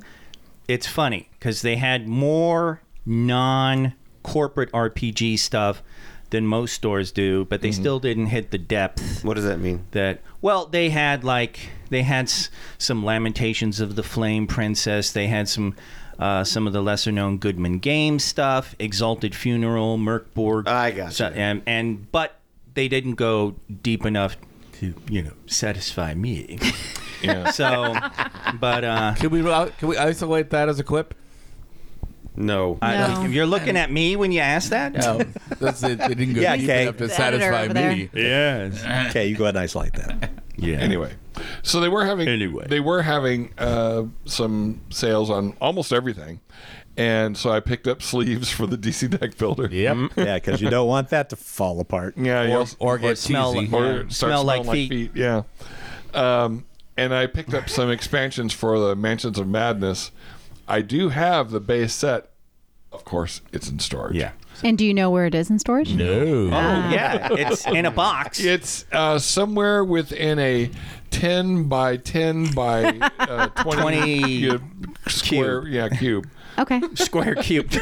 B: it's funny because they had more non corporate RPG stuff than most stores do, but they still didn't hit the depth
G: What does that mean?
B: that well they had like they had s- some lamentations of the flame princess they had some uh, some of the lesser known goodman game stuff exalted funeral merkborg
G: I got
B: so-
G: you.
B: and, and but they didn't go deep enough to you know satisfy me
C: Yeah.
B: so but uh
D: Can we can we isolate that as a quip?
G: No.
B: I,
F: No.
B: you're looking at me when you ask that
D: No, that's it. They didn't go
E: Yeah,
D: deep
E: okay.
D: enough to
F: The editor
D: satisfy
F: over there.
D: me.
B: yes
E: Okay, you go ahead and isolate that.
B: yeah
C: Anyway, so they were having
B: Anyway.
C: they were having uh, some sales on almost everything, and so I picked up sleeves for the DC deck builder.
D: Yep.
E: yeah, because you don't want that to fall apart.
C: Yeah, you
D: Or,
C: also-
D: or get
B: smell
D: cheesy.
B: like-
C: or
B: Yeah.
C: start
B: Smell
C: smelling
B: like
C: like,
B: feet.
C: feet. Yeah. Um, and I picked up some expansions for the Mansions of Madness. I do have the base set. Of course, it's in storage.
B: yeah
F: And do you know where it is in storage?
D: Ooh.
B: oh yeah it's in a box
C: It's uh, somewhere within a 10 by 10 by uh, 20,
B: 20
C: yeah, square. Yeah, cube.
F: Okay.
B: square cubed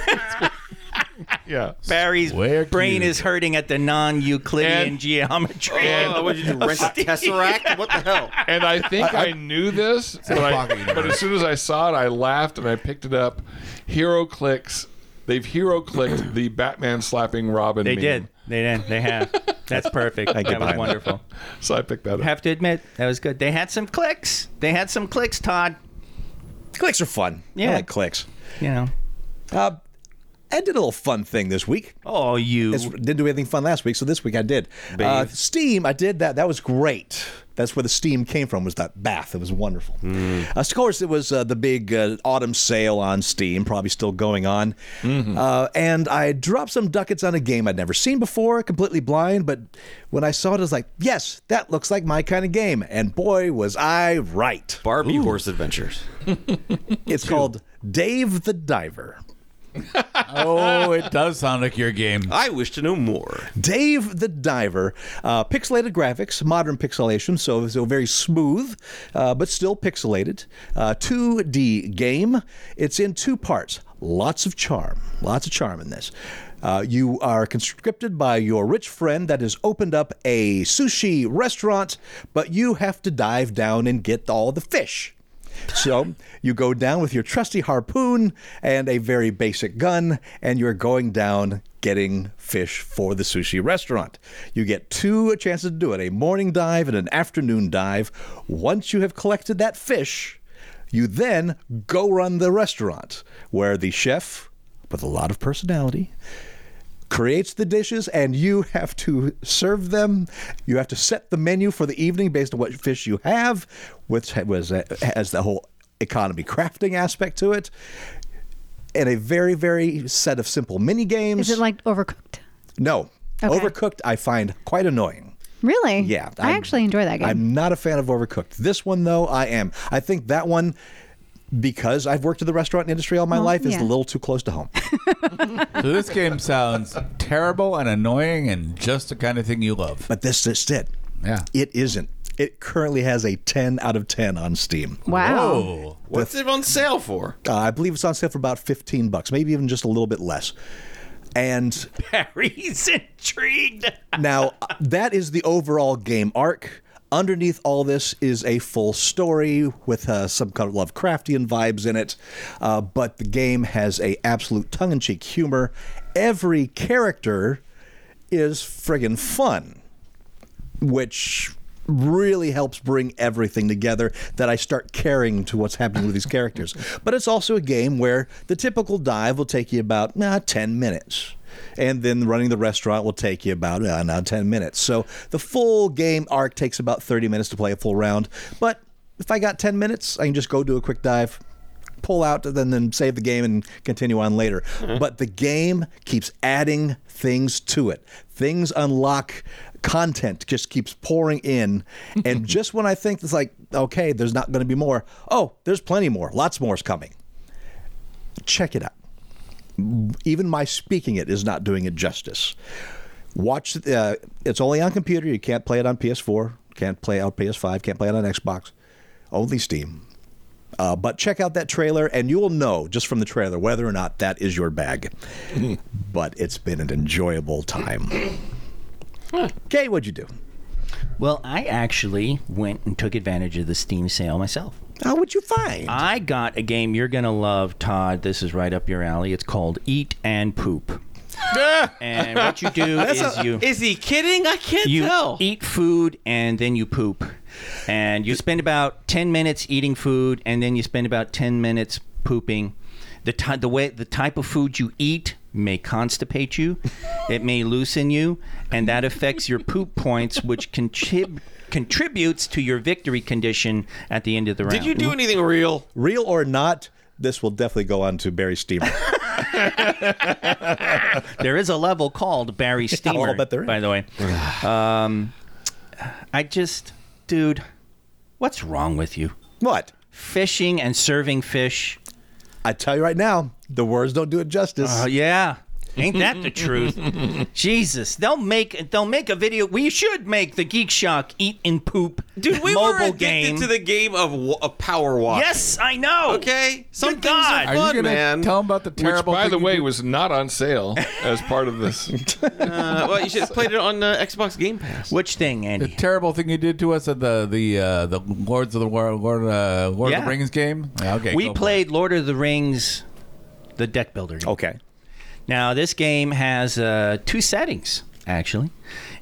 C: Yeah.
B: Barry's
D: Where
B: brain
D: cute.
B: is hurting at the non-Euclidean
C: And-
B: geometry.
G: Oh, what did you do, rent a tesseract? What the hell?
C: And I think I, knew this, but, I,
D: pocket universe.
C: but as soon as I saw it, I laughed and I picked it up. Hero clicks. They've hero clicked the Batman slapping Robin.
B: they
C: meme.
B: did. They did. They have. That's perfect. that was
E: Brian.
B: wonderful.
C: So I picked that up.
B: Have to admit, that was good. They had some clicks. They had some clicks, Todd.
E: Clicks are fun.
B: Yeah.
E: I like clicks.
B: You know.
E: Uh, I did a little fun thing this week.
B: Oh, you.
E: It's, didn't do anything fun last week, so this week I did. Uh, Steam, I did that. That was great. That's where the Steam came from. Was that bath? It was wonderful. Uh, of course, it was uh, the big uh, autumn sale on Steam, probably still going on. Uh, and I dropped some ducats on a game I'd never seen before, completely blind. But when I saw it, I was like, "Yes, that looks like my kind of game." And boy, was I right!
G: Barbie Horse Adventures.
E: It's called Dave the Diver.
D: oh, it does sound like your game.
G: I wish to know more.
E: Dave the Diver. Uh, pixelated graphics, modern pixelation, so, so very smooth, uh, but still pixelated. Uh, 2D game. It's in two parts. Lots of charm. Lots of charm in this. Uh, you are conscripted by your rich friend that has opened up a sushi restaurant, but you have to dive down and get all the fish. So you go down with your trusty harpoon and a very basic gun, and you're going down getting fish for the sushi restaurant. You get two chances to do it a morning dive and an afternoon dive. Once you have collected that fish, you then go run the restaurant where the chef, with a lot of personality, creates the dishes and you have to serve them. You have to set the menu for the evening based on what fish you have, which ha- was uh, has the whole economy crafting aspect to it. And a very, very set of simple mini games.
F: Is it like overcooked?
E: No.
F: Okay.
E: Overcooked, I find quite annoying.
F: Really?
E: Yeah,
F: i
E: I'm-
F: actually enjoy that game.
E: I'm not a fan of Overcooked. This one, though, I am. I think that one, because I've worked in the restaurant industry all my
F: Well,
E: life, is
F: yeah.
E: a little too close to home.
D: So this game sounds terrible and annoying and just the kind of thing you love.
E: but this is it.
D: Yeah.
E: It isn't. It currently has a 10 out of 10 on Steam.
F: wow.
D: Oh.
I: What's it on sale for?
E: Uh, I believe it's on sale for about 15 bucks, maybe even just a little bit less. And
B: Harry's intrigued.
E: now that is the overall game arc. Underneath all this is a full story with uh, some kind of Lovecraftian vibes in it, uh, but the game has a absolute tongue-in-cheek humor. Every character is friggin' fun, which really helps bring everything together that I start caring to what's happening with these characters. But it's also a game where the typical dive will take you about nah, 10 minutes. And then running the restaurant will take you about uh, now 10 minutes. So the full game arc takes about 30 minutes to play a full round. But if I got 10 minutes, I can just go do a quick dive, pull out, and then, then save the game and continue on later. But the game keeps adding things to it. Things unlock content just keeps pouring in. And just when I think it's like, okay, there's not going to be more, oh, there's plenty more. Lots more is coming. Check it out. Even my speaking it is not doing it justice. Watch, uh, it's only on computer. You can't play it on PS4, can't play it on PS5, can't play it on Xbox, only Steam. Uh, but check out that trailer, and you will know just from the trailer whether or not that is your bag.
H: Hmm.
E: but it's been an enjoyable time. Okay, what'd you do?
B: Well, I actually went and took advantage of the Steam sale myself.
E: How would you find?
H: Uh,
B: I got a game you're gonna love, Todd. This is right up your alley. It's called Eat and Poop. and what you do is you
G: Is he kidding? I can't
B: you
G: tell.
B: eat food and then you poop, and you spend about ten minutes eating food, and then you spend about ten minutes pooping. The ty- the way the type of food you eat may constipate you, it may loosen you, and that affects your poop points, which contrib- contributes to your victory condition at the end of the round.
I: Did you do anything real?
E: Real or not, this will definitely go on to Barry Steamer.
B: There is a level called Barry Steamer.
E: I'll bet there is.
B: By the way, um, I just, dude, what's wrong with you?
E: what?
B: Fishing and serving fish.
E: I tell you right now, the words don't do it justice.
G: Uh-huh.
H: Uh,
B: Oh yeah, ain't that the truth? Jesus, they'll make they'll make a video. We should make the Geek Shock eat and poop
G: Dude, we were
B: mobile
G: addicted
B: game.
G: to the game of, wa- of Power Walk.
B: yes, I know.
G: Okay. Some
B: Good
G: things are
B: God.
D: Are
G: fun,
D: you gonna
G: man.
D: tell them about the
C: Which,
D: terrible?
C: by
D: thing
C: the
D: you
C: way,
D: do?
C: was not on sale as part of this.
I: Uh, well, you should have played it on uh, Xbox Game Pass.
B: Which thing,
D: the
B: Andy?
D: terrible thing you did to us at the the uh, the Lords of the War, Lord uh, Lord of
B: Yeah.
D: the Rings game. Yeah, Okay,
B: We
D: go for
B: played Lord of the Rings, the deck builder. game.
E: Okay.
B: Now, this game has uh, two settings, actually.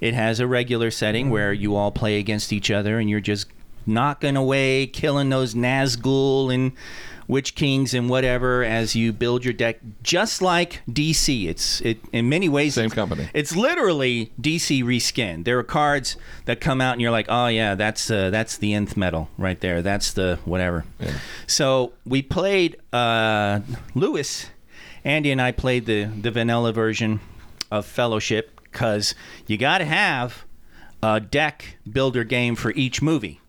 B: It has a regular
C: Mm-hmm.
B: setting where you all play against each other and you're just knocking away, killing those Nazgul and Witch Kings and whatever as you build your deck, just like DC. It's it in many ways
C: Same
B: it's-
C: company.
B: It's literally DC reskinned. There are cards that come out and you're like, oh yeah, that's uh, that's the nth metal right there. That's the whatever. So we played uh, Lewis. Andy and I played the, the vanilla version of Fellowship because you got to have a deck builder game for each movie.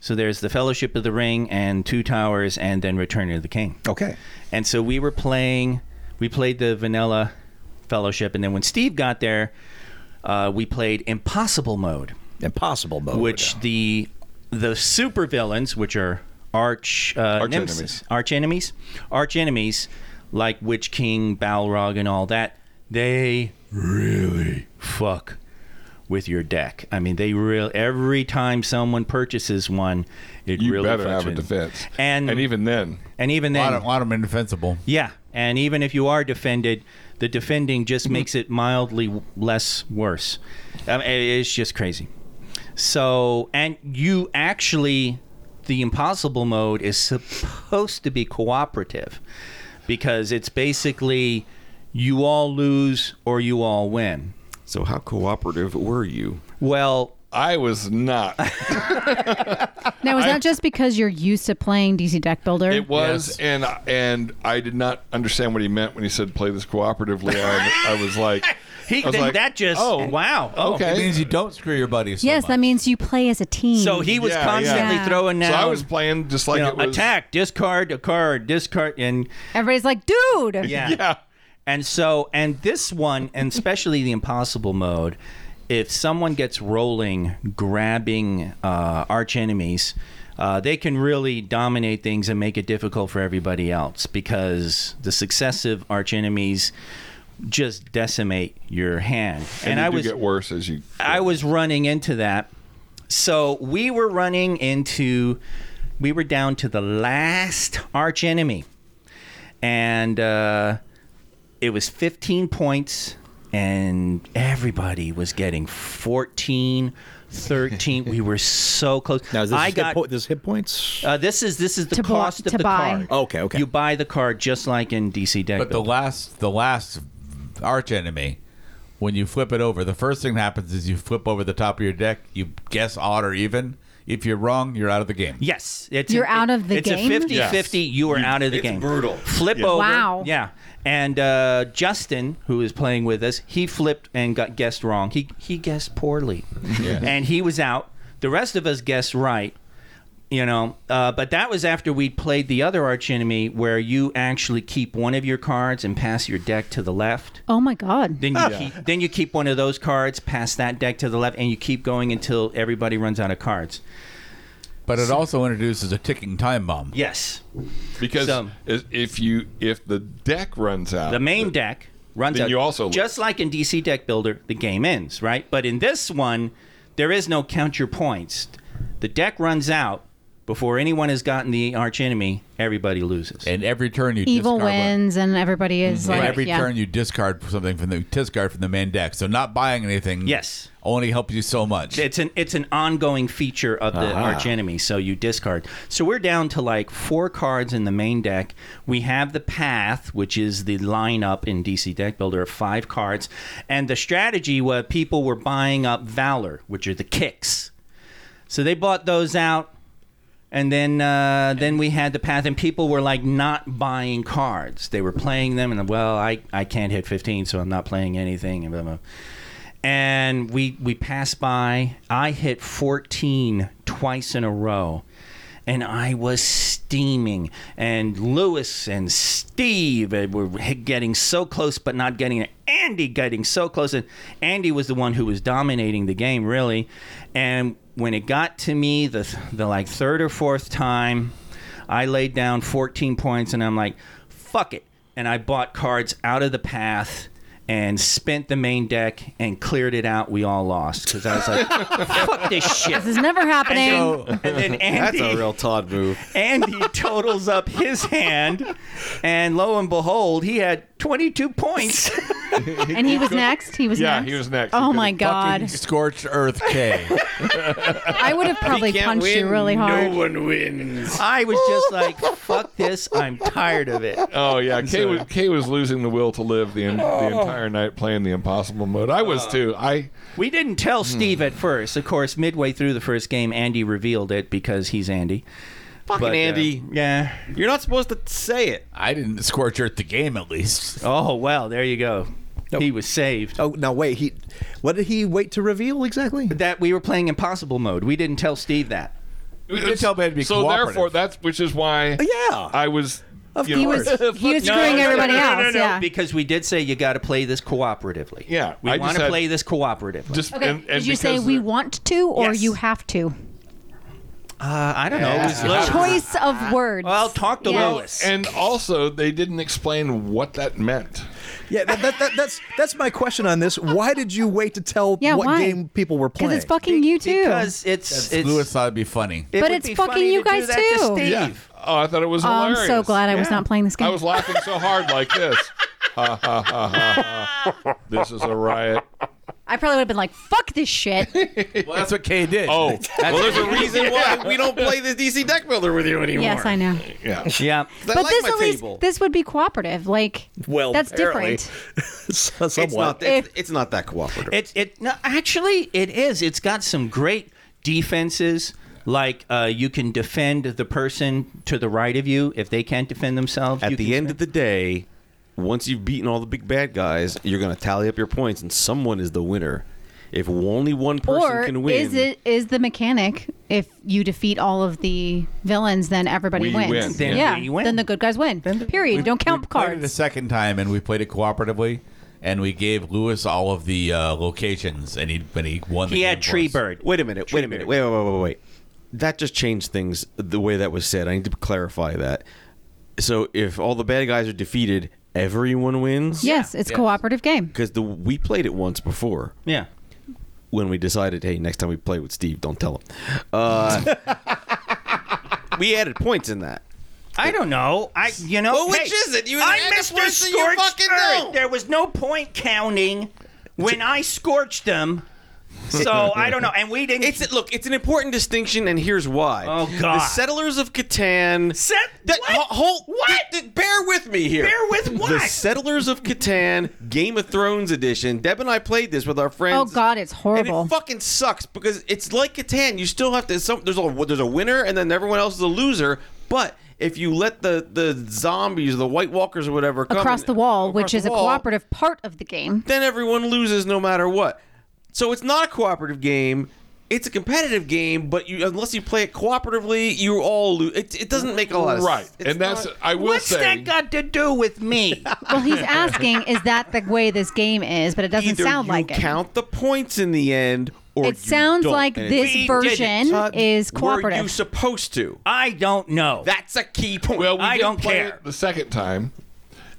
B: So there's the Fellowship of the Ring and Two Towers and then Return of the King.
E: Okay.
B: And so we were playing, we played the vanilla Fellowship. And then when Steve got there, uh, we played Impossible Mode
E: Impossible
C: Oh,
E: mode.
B: which the the super villains, which are arch uh,
C: Arch
B: nemesis-
C: enemies.
B: arch enemies, arch enemies, like Witch King, Balrog, and all that, they really fuck with your deck. I mean, they real every time someone purchases one, it
C: You
B: really
C: better
B: fucks
C: have a
B: with-
C: defense.
B: and
C: and even then,
B: and even
D: it. a
B: then
D: lot of, lot of them indefensible.
B: yeah, and even if you are defended, the defending just makes it mildly w- less worse. Um, I mean, it- it's just crazy. So, and you actually, the impossible mode is supposed to be cooperative because it's basically you all lose or you all win.
I: So how cooperative were you?
B: Well,
C: I was not.
F: Now, is that just because you're used to playing DC Deck Builder?
C: It was, and and I did not understand what he meant when he said play this cooperatively. I, I was like,
B: He,
C: I was
B: then
C: like,
B: that just
C: oh,
B: wow. Oh.
C: okay.
D: It means you don't screw your buddies. So
F: yes,
D: much.
F: that means you play as a team.
B: So he was
C: Yeah, yeah.
B: constantly
F: Yeah.
B: throwing
C: So
B: down.
C: I was playing just like
B: you know,
C: it was
B: attack, discard, a card, discard, and
F: everybody's like, dude.
B: yeah.
C: Yeah.
B: And so, and this one, and especially the impossible mode, if someone gets rolling, grabbing uh, arch enemies, uh, they can really dominate things and make it difficult for everybody else because the successive arch enemies just decimate your hand.
C: And, you
B: I
C: do
B: was
C: get worse as you.
B: I was running into that. So we were running into, we were down to the last arch enemy. And uh, it was 15 points, and everybody was getting 14, 13. we were so close.
H: Now, is this,
B: I
H: hit,
B: got.
H: po- this hit points?
B: Uh, this is this is the
F: To bu-
B: cost of
F: to
B: the
F: buy.
B: card.
H: Okay, okay.
B: You buy the card just like in DC deck.
D: But the last, the last arch enemy, when you flip it over, the first thing that happens is you flip over the top of your deck. You guess odd or even. If you're wrong, you're out of the game.
B: Yes, it's
F: You're
B: a-
F: out of the
B: it's
F: game?
B: a 50 50. You are out of the
G: it's
B: game.
G: brutal.
B: Flip over.
F: Wow.
B: Yeah. And uh, Justin, who is playing with us, he flipped and got guessed wrong. He he guessed poorly, and he was out. The rest of us guessed right. You know, uh, but that was after we played the other archenemy, where you actually keep one of your cards and pass your deck to the left.
F: Oh my god.
B: Then you keep, then you keep one of those cards, pass that deck to the left, and you keep going until everybody runs out of cards.
D: But it also introduces a ticking time bomb.
B: Yes,
C: because
B: So-
C: is- if you if the deck runs out,
B: the main deck runs
C: Then
B: out.
C: you also lose.
B: just like in DC Deck Builder, the game ends, right? But in this one, there is no count your points. The deck runs out before anyone has gotten the arch enemy. Everybody loses.
D: And every turn you
F: Evil
D: discard one.
F: wins, and everybody is
D: And
F: like,
D: Mhm. every
F: yeah.
D: turn you discard something from the discard from the main deck. So not buying anything.
B: Yes.
D: Only helps you so much.
B: it's an it's an ongoing feature of the arch enemy so you discard so we're down to like four cards in the main deck we have the path which is the lineup in dc deck builder of five cards and the strategy where people were buying up valor which are the kicks so they bought those out and then uh, then we had the path, and people were like not buying cards. They were playing them, and well, I, I can't hit 15, so I'm not playing anything. And, blah, blah. and we we passed by. I hit 14 twice in a row, and I was steaming. And Lewis and Steve uh, were getting so close, but not getting it. Andy getting so close, and Andy was the one who was dominating the game really. And when it got to me the the like third or fourth time, I laid down 14 points and I'm like, fuck it. And I bought cards out of the path and spent the main deck and cleared it out. We all lost because I was like, fuck this shit.
F: This is never happening.
B: And then Andy,
G: That's a real Todd move.
B: Andy totals up his hand, and lo and behold, he had 22 points.
F: and he was next. He was
C: Yeah,
F: next.
C: he was next. He
F: Oh
C: could've
F: my
C: fucking
F: god.
D: Scorched Earth K.
F: I would have probably punched you really hard.
J: No one wins.
B: I was just like, fuck this. I'm tired of it.
C: Oh yeah, Kay was, Kay was losing the will to live the, en- the
B: Oh.
C: entire night playing the impossible mode. I was too. I
B: We didn't tell Steve at first. Of course, midway through the first game, Andy revealed it because he's Andy.
G: Fucking
B: But, uh,
G: Andy,
B: yeah.
G: you're not supposed to say it.
D: I didn't scorch Earth the game at least.
B: Oh, well, there you go. He was saved.
H: Oh, now wait. He, what did he wait to reveal exactly?
B: That we were playing impossible mode. We didn't tell Steve that.
C: you
D: could tell Bad to be
C: so
D: cooperative.
C: therefore that's which is why
H: Yeah.
C: I was
H: Of
C: you
F: He
C: know,
F: was he was
B: No,
F: screwing
B: no, no,
F: everybody
B: no, no,
F: else.
B: no, no,
F: yeah.
B: Because we did say you got to play this cooperatively.
C: Yeah,
B: We
C: I
B: want
C: just
B: to
C: had-
B: play this cooperatively.
C: just
F: okay.
C: and, and
F: Did you say
C: because
F: we
C: the-
F: want to or
B: Yes.
F: you have to?
B: uh, I don't know. It was Lois.
F: Choice of words.
B: Well, talk to
F: Yeah.
B: Lois.
C: and also they didn't explain what that meant.
H: Yeah, that, that, that, that's that's my question on this. Why did you wait to tell
F: Yeah,
H: what
F: why?
H: game people were
F: Because
H: playing?
F: it's fucking you too.
B: Because it's. it's
D: Lewis thought it'd be funny.
B: it
F: But
B: would
F: it's
B: be
F: fucking
B: funny
F: you
B: to do
F: guys
B: that to
F: too.
B: Steve.
C: Yeah. Oh, I thought it was
F: Oh, I'm
C: hilarious.
F: so glad I was not playing this game.
C: I was laughing so hard like this. Ha, ha, ha, ha, ha. This is a riot.
F: I probably would have been like, "Fuck this shit."
D: Well, that's what Kay did.
C: Oh,
G: Well, there's a reason why we don't play this DC deck builder with you anymore.
F: yes, I know.
C: yeah.
B: Yeah.
G: I
F: but
G: like
F: this
G: my
F: at least
G: table.
F: this would be cooperative. Like,
H: Well,
F: that's
H: apparently.
F: different.
H: It's
G: It's
H: somewhat.
G: not, it's, it's not that cooperative.
B: It it no, actually it is. It's got some great defenses. Like uh, you can defend the person to the right of you if they can't defend themselves.
G: At
B: you
G: the
B: can
G: end of the day, once you've beaten all the big bad guys, you're going to tally up your points, and someone is the winner. If only one person
F: or
G: can win,
F: is it is the mechanic if you defeat all of the villains then everybody
C: We
F: wins
C: win,
B: Then
F: yeah
B: we win.
F: then the good guys win period
D: We-
F: don't count
D: we Played it a
F: cards
D: second time, and we played it cooperatively, and we gave Lewis all of the uh, locations, and he when he won.
B: He
D: the
B: had
D: game for
B: Tree
D: us.
B: Bird.
G: Wait a minute. Wait a minute. Wait, wait, wait, wait, wait. That just changed things the way that was said. I need to clarify that. So if all the bad guys are defeated, everyone wins.
F: yes it's cooperative game
G: Because the we played it once before
B: Yeah.
G: when we decided, hey, next time we play with Steve, don't tell him. Uh, we added points in that.
B: I don't know. I you know
G: Well, which
B: hey,
G: is it? You
B: I'm
G: had the
B: Mr.
G: worst thing you
B: Scorched
G: fucking
B: Earth.
G: know.
B: There was no point counting when I scorched them. So I don't know. And we didn't
G: It's look, it's an important distinction, and here's why.
B: Oh, God.
G: the settlers of Catan.
B: Set-
G: that,
B: what?
G: ho- Hold,
B: What?
G: th- th- bear with me here.
B: Bear with
G: The
B: what?
G: settlers of Catan, Game of Thrones edition. Deb and I played this with our
F: oh
G: friends.
F: god it's horrible
G: And it fucking sucks because it's like Catan. You still have to. Some, there's a there's a winner, and then everyone else is a loser. But if you let the the zombies, the White Walkers, or whatever, come
F: across
G: and-
F: the wall
G: across
F: which
G: the
F: is a
G: wall,
F: cooperative part of the game
G: then everyone loses no matter what. So it's not a cooperative game. It's a competitive game, but you unless you play it cooperatively, you all lose. It, it doesn't make a lot of
C: Right,
G: sense. It's
C: and that's
G: not-
C: I will
B: What's
C: say
B: that got to do with me?
F: well he's asking is that the way this game is but it doesn't
G: either
F: sound
G: you
F: like it
G: count the points in the end, or you
F: it sounds
G: don't.
F: like
G: And
F: this
B: We
F: version
B: didn't.
G: it's-
F: is
G: Were you
F: cooperative
G: supposed to?
B: I don't know.
G: That's a key point.
C: Well, we
B: I
C: did
B: don't
C: play
B: care.
C: it the second time,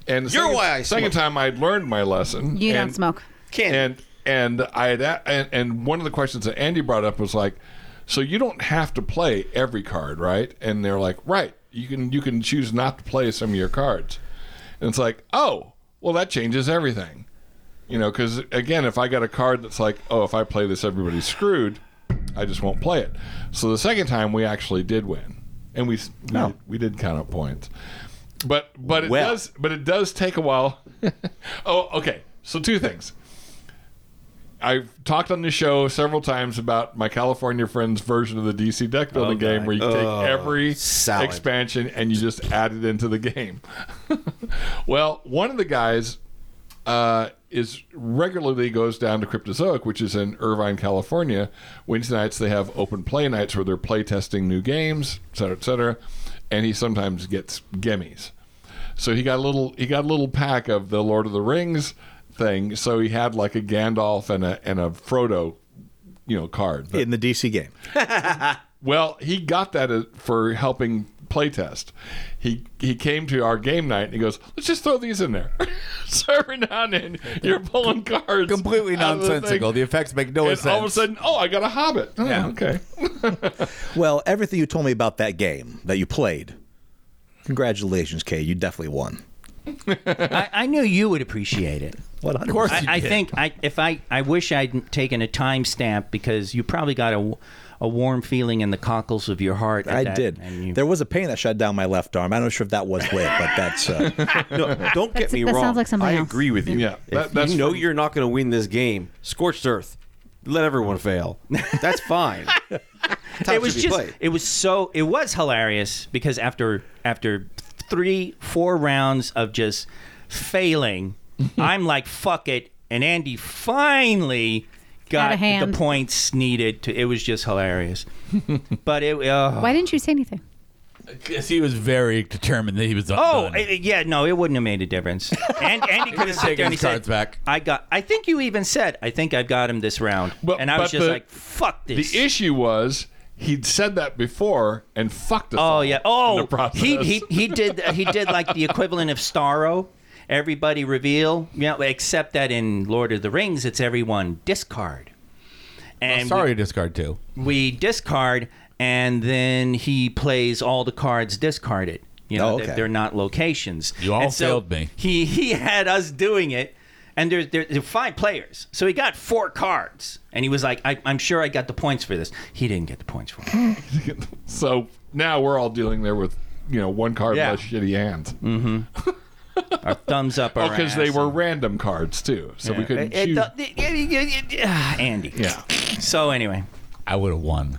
C: and the
G: You're
C: second,
G: why I
C: second
G: smoke.
C: time I'd learned my lesson.
F: You don't
C: and-
F: smoke.
G: Can't.
C: And and I had a- and, and one of the questions that Andy brought up was like, so you don't have to play every card, right? And they're like, right, you can you can choose not to play some of your cards, and it's like, oh, well that changes everything, you know? Because again, if I got a card that's like, oh, if I play this, everybody's screwed. I just won't play it. So the second time we actually did win, and we s- we, did, we did count up points. But but it
G: Well.
C: does but it does take a while. oh, okay. So two things. I've talked on this show several times about my California friends version of the DC deck building game where you take every
G: salad.
C: expansion and you just add it into the game. well, one of the guys uh, is regularly goes down to Cryptozoic, which is in Irvine, California. Wednesday nights they have open play nights where they're play testing new games, et cetera, et cetera. And he sometimes gets gimmies. So he got a little he got a little pack of the Lord of the Rings thing. So he had like a Gandalf and a and a Frodo, you know, card. But-
H: in the DC game.
C: well, he got that uh, for helping playtest. He he came to our game night and he goes, "Let's just throw these in there." so every now and then you're pulling cards,
D: Completely
C: out of the thing.
D: nonsensical. The, effects make no
C: and
D: sense.
C: all of a sudden, oh, I got a Hobbit. Oh,
D: Yeah.
C: okay.
H: Well, everything you told me about that game that you played, congratulations, Kay. You definitely won.
B: I, I knew you would appreciate it.
H: What of
D: course.
B: I, I think I, if I, I wish I'd taken a timestamp because you probably got a, a warm feeling in the cockles of your heart. at
H: I
B: that,
H: did.
B: and you-
H: There was a pain that shot down my left arm. I'm not sure if that was lit, but that's. Uh,
G: No, don't get me
F: that
G: wrong.
F: sounds like something
G: I
F: else.
G: agree with you.
C: Yeah,
G: If
C: that- that's
G: you know
C: from-
G: you're not going to win this game. Scorched Earth. Let everyone fail. That's fine. That's how
B: it was
G: should be
B: just
G: played.
B: it was so it was hilarious because after after three four rounds of just failing i'm like fuck it and andy finally
F: Had a
B: got the
F: hand.
B: points needed to it was just hilarious but it uh,
F: why didn't you say anything
D: Because he was very determined that he was
B: Oh
D: undone.
B: it- it- yeah, no, it wouldn't have made a difference. And Andy could have
D: taken
B: taken
D: his
B: his
D: cards back.
B: I got. I think you even said. I think I've got him this round.
C: But-
B: and I was
C: but
B: just
C: the-
B: like, "Fuck this."
C: The issue was he'd said that before and fucked us.
B: Oh
C: all
B: yeah.
C: in the
B: Oh,
C: process.
B: he he he did he did like the equivalent of Starro. Everybody reveal, you know, except that in Lord of the Rings, it's everyone discard. And
D: sorry, discard too.
B: we, we discard, and then he plays all the cards discarded. You know,
H: Oh,
B: that
H: okay.
B: they're not locations.
D: You all
B: And so
D: failed me.
B: He he had us doing it, and there's there, there are five players, so he got four cards, and he was like, I, "I'm sure I got the points for this." He didn't get the points for it.
C: So now we're all dealing there with you know one card
B: Yeah.
C: less shitty hands.
B: Our thumbs up. our
C: because Oh, they
B: ass.
C: were random cards too, so we couldn't
B: It-
C: choose.
B: it- it- it- it- it- ah, Andy.
C: yeah.
B: So anyway,
D: I would have won.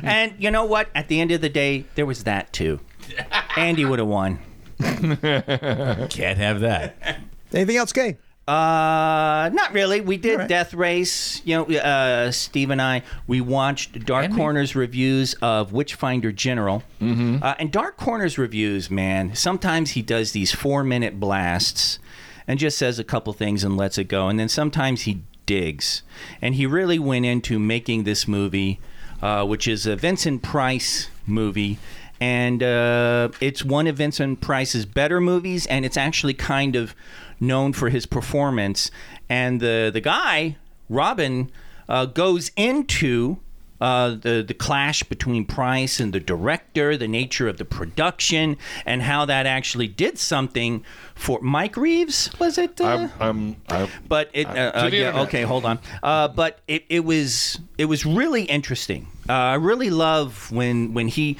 B: and you know what? At the end of the day, there was that too. Andy would have won.
D: Can't have that.
E: Anything else, Kay?
B: Uh, not really. We did Death Race. You know, uh, Steve and I we watched Dark Corners reviews of Witchfinder General. Mm-hmm. Uh, and Dark Corners reviews, man. Sometimes he does these four-minute blasts and just says a couple things and lets it go. And then sometimes he digs, and he really went into making this movie, uh, which is a Vincent Price movie and uh, it's one of Vincent Price's better movies, and it's actually kind of known for his performance. And the the guy Robin uh, goes into. Uh, the the clash between Price and the director, the nature of the production, and how that actually did something for Mike Reeves. Was it? Uh,
C: I'm, I'm, I'm,
B: but it uh,
C: to
B: uh,
C: the
B: yeah,
C: internet.
B: okay hold on uh, but it, it was it was really interesting uh, i really love when when he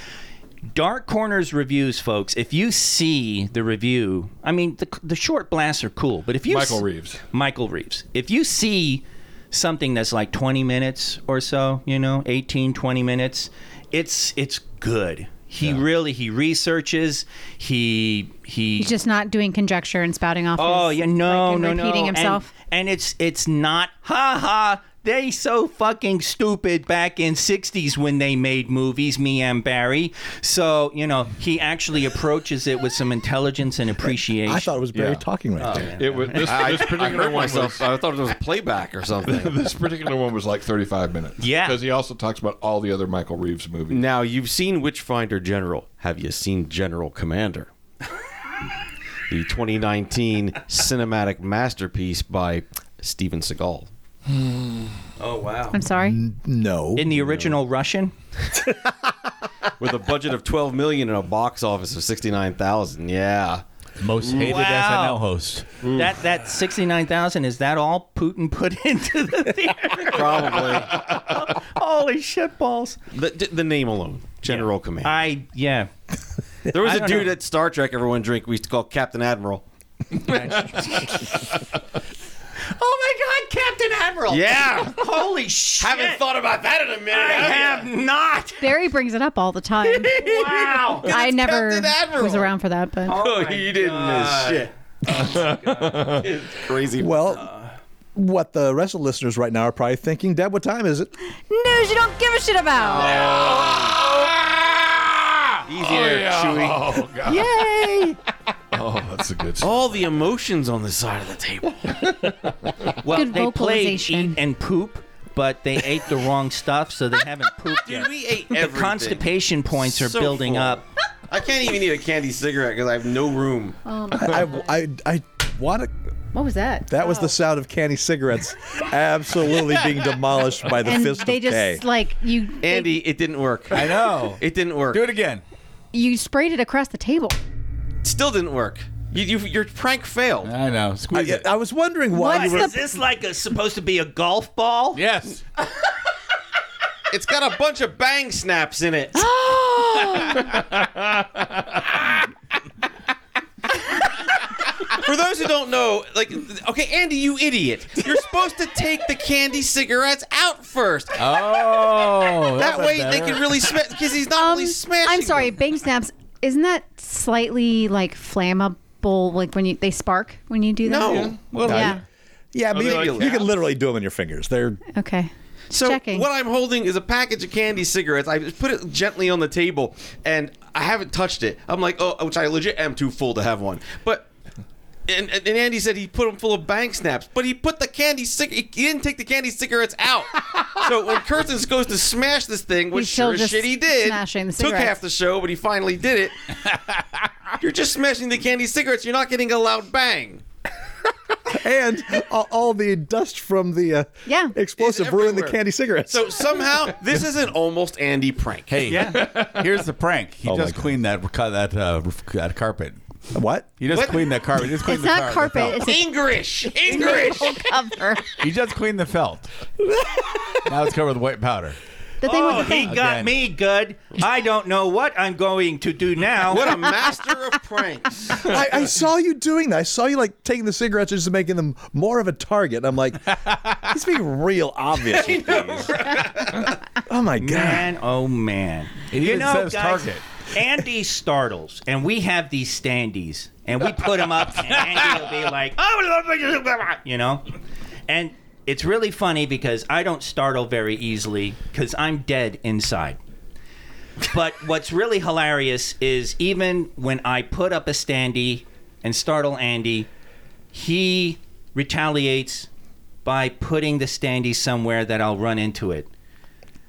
B: dark corners reviews folks if you see the review i mean the, the short blasts are cool but if you
C: Michael
B: s-
C: Reeves.
B: michael reeves if you see something that's like 20 minutes or so you know 18 20 minutes it's it's good he really he researches he he
F: He's just not doing conjecture and spouting off.
B: Oh
F: his-
B: yeah, no,
F: like, and
B: no, no.
F: repeating
B: And-
F: himself.
B: And, it's it's not. Ha ha. They so fucking stupid back in '60s when they made movies, me and Barry. So you know he actually approaches it with some intelligence and appreciation.
E: I thought it was Barry talking right there.
C: it was this,
G: I,
C: this
G: I
C: particular
G: hurt
C: one was,
G: myself. I thought it was a playback or something.
C: this particular one was like 35 minutes.
B: Yeah.
C: because he also talks about all the other Michael Reeves movies.
G: now you've seen Witchfinder General. Have you seen General Commander? the 2019 cinematic masterpiece by Steven Seagal. oh.
F: I'm sorry.
E: No.
B: in the original Russian.
G: with a budget of 12 million and a box office of 69,000. Yeah.
D: Most hated
B: Wow.
D: SNL host.
E: Mm.
B: That that sixty nine thousand is that all Putin put into the theater?
G: Probably.
B: Holy shit balls!
G: the, the name alone. General Command.
B: I yeah.
G: there was
B: I
G: a
B: don't
G: dude
B: know.
G: at Star Trek everyone drink we used to call Captain Admiral.
B: Oh my God, Captain Admiral!
G: Yeah.
B: Holy shit!
G: Haven't thought about that in a minute.
B: I
G: have
B: have not.
F: Barry brings it up all the time.
B: Wow.
F: I never
G: Captain Admiral.
F: was around for that, but
G: Oh, you didn't miss shit. It's crazy.
E: Well, what the rest of the listeners right now are probably thinking, Deb, what time is it?
F: news you don't give a shit about.
B: Oh,
G: Easier, Chewy.
C: Oh god!
F: Yay!
C: Oh, that's a good.
G: All the emotions on the side of the table.
B: Well,
F: Good
B: they played
F: vocalization.
B: eat and poop, but they ate the wrong stuff, so they haven't pooped yet.
G: we ate
B: the
G: everything.
B: constipation points are
G: So
B: building
G: full.
B: up.
G: I can't even eat a candy cigarette because I have no room.
B: Oh.
E: I, I, I want to.
F: What was that?
E: That was the sound of candy cigarettes absolutely being demolished by the
F: and
E: fist
F: they
E: of
F: just
E: Kay.
F: like you. they-
G: Andy, it didn't work.
D: I know.
G: It didn't work.
D: Do it again.
F: you sprayed it across the table.
G: Still didn't work. You, you, your prank failed.
D: I know. Squeeze
E: I,
D: it.
E: I was wondering why
B: Is
E: you were.
B: this like a, supposed to be a golf ball?
D: yes.
G: It's got a bunch of bang snaps in it. Oh! For those who don't know, like, okay, Andy, you idiot. You're supposed to take the candy cigarettes out first.
D: Oh.
G: that way
D: better.
G: they can really smash, because he's not only
F: Um,
G: really smashing.
F: I'm sorry,
G: them.
F: Bang Snaps. Isn't that slightly like flammable? Like when you they spark when you do that.
G: No.
F: Well, yeah.
E: Yeah, but you,
C: like
E: you can literally do them on your fingers. They're
F: Okay. Just
G: So
F: checking.
G: what I'm holding is a package of candy cigarettes. I just put it gently on the table, and I haven't touched it. I'm like, oh, which I legit am too full to have one. But and, and Andy said he put them full of bank snaps, but he put the candy cig. He didn't take the candy cigarettes out. so when Curtis goes to smash this thing, which
F: He's still
G: sure as
F: just
G: shit he did,
F: smashing the
G: took half
F: cigarettes.
G: the show, but he finally did it. You're just smashing the candy cigarettes. You're not getting a loud bang.
E: and all, all the dust from the uh,
F: Yeah.
E: explosive
G: It's
E: ruined the
G: everywhere.
E: candy cigarettes.
G: So somehow this is an almost Andy prank.
D: Hey, here's the prank. He
E: my
D: just
E: God.
D: cleaned that ca- that uh, that carpet.
E: what?
D: He just
G: What?
D: cleaned that carpet. He just cleaned
F: it's
D: the
F: not
D: car- the
F: carpet.
D: felt.
F: It's
G: English, English.
F: a cover
D: He just cleaned the felt. now it's covered with white powder.
F: the thing
B: Oh,
F: with the
B: he
F: thing.
B: got
D: Again.
B: me good. I don't know what I'm going to do now.
G: What a master of pranks.
E: I, I saw you doing that. I saw you like taking the cigarettes and just making them more of a target. And I'm like, he's being real obvious with these. oh my god!
B: man, oh man.
D: It
B: you
D: even
B: know,
D: says
B: guys,
D: Target.
B: Andy startles, and we have these standees, and we put him up, and Andy will be like, "Oh, you know," and it's really funny because I don't startle very easily because I'm dead inside. But what's really hilarious is even when I put up a standee and startle Andy, he retaliates by putting the standee somewhere that I'll run into it.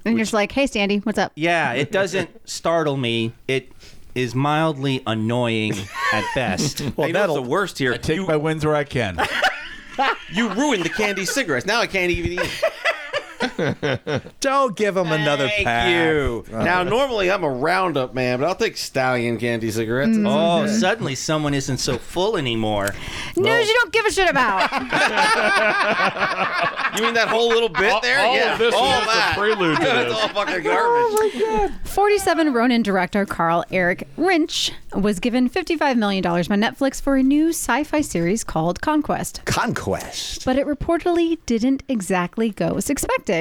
F: And you're just like, hey, Sandy, what's up?
B: Yeah, it doesn't startle me. It is mildly annoying at best.
G: Well, that's the worst here.
D: Take
G: you,
D: my wins where I can.
G: you ruined the candy cigarettes. Now I can't even eat.
E: Don't give him another
G: Thank
E: pack.
G: you. Now normally I'm a roundup man, but I'll take stallion candy cigarettes.
B: oh, suddenly someone isn't so full anymore.
F: News you don't give a shit about.
G: Oh. You mean that whole little bit
C: All,
G: there?
C: all
G: yeah.
C: of this
G: all
C: is just
G: that.
C: a prelude to
G: That's
C: this.
G: all fucking garbage.
F: 47 Ronin director Carl Eric Rynch was given $55 million by Netflix for a new sci fi series called Conquest.
E: Conquest.
F: but it reportedly didn't exactly go as expected.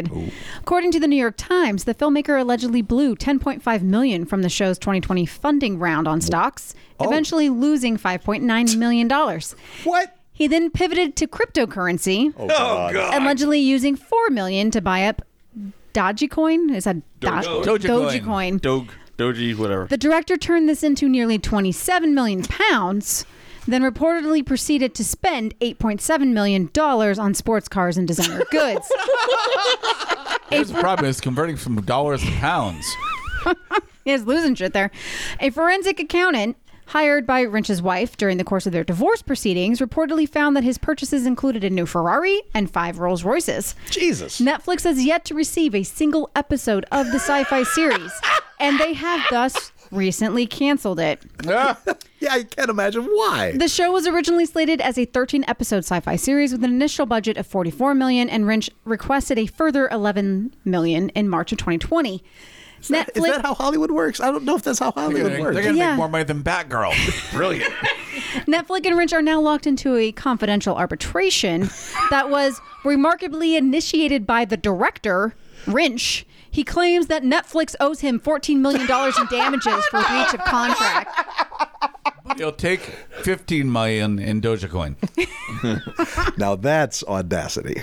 F: According to the New York Times, the filmmaker allegedly blew 10.5 million from the show's 2020 funding round on stocks,
G: Oh.
F: eventually losing 5.9 million dollars.
E: What?
F: He then pivoted to cryptocurrency,
G: oh god.
F: allegedly using 4 million to buy up Dogecoin. Is that Do-
D: Dogecoin.
F: Dogecoin?
G: Doge, Doji, whatever.
F: The director turned this into nearly 27 million pounds, then reportedly proceeded to spend 8.7 million dollars on sports cars and designer goods.
D: Here's the problem is converting from dollars to pounds.
F: He's losing shit there. A forensic accountant hired by Wrench's wife during the course of their divorce proceedings reportedly found that his purchases included a new Ferrari and five Rolls Royces.
E: Jesus.
F: Netflix has yet to receive a single episode of the sci fi series, and they have thus recently canceled it.
E: Yeah, I can't imagine why.
F: The show was originally slated as a 13 episode sci-fi series with an initial budget of 44 million and Rynch requested a further 11 million in March of 2020. Netflix
E: Is that how Hollywood works? I don't know if that's how
D: They're
E: Hollywood
D: gonna,
E: works.
D: they're gonna
F: Yeah.
D: make more money than Batgirl. Brilliant.
F: Netflix and Rynch are now locked into a confidential arbitration that was remarkably initiated by the director, Rynch. He claims that Netflix owes him $14 million in damages for breach of contract.
D: He'll take 15 million in Dogecoin.
E: Now that's audacity.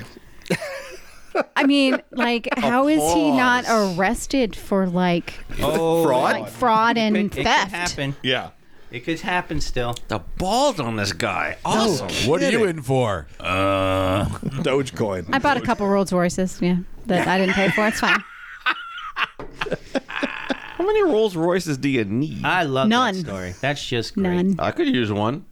F: I mean, like, how is he not arrested for, like,
E: Fraud?
F: like fraud
B: It,
F: and
B: it could
F: theft?
B: happen.
C: Yeah.
B: It could happen still.
G: The balls on this guy. Awesome.
D: What are you in for? Uh,
E: Dogecoin.
F: I bought a couple Rolls Royces, yeah, that I didn't pay for. It's fine.
G: How many Rolls Royces do you need?
B: I love
F: None.
B: that story. That's just great.
F: None.
E: Uh,
G: I could use one.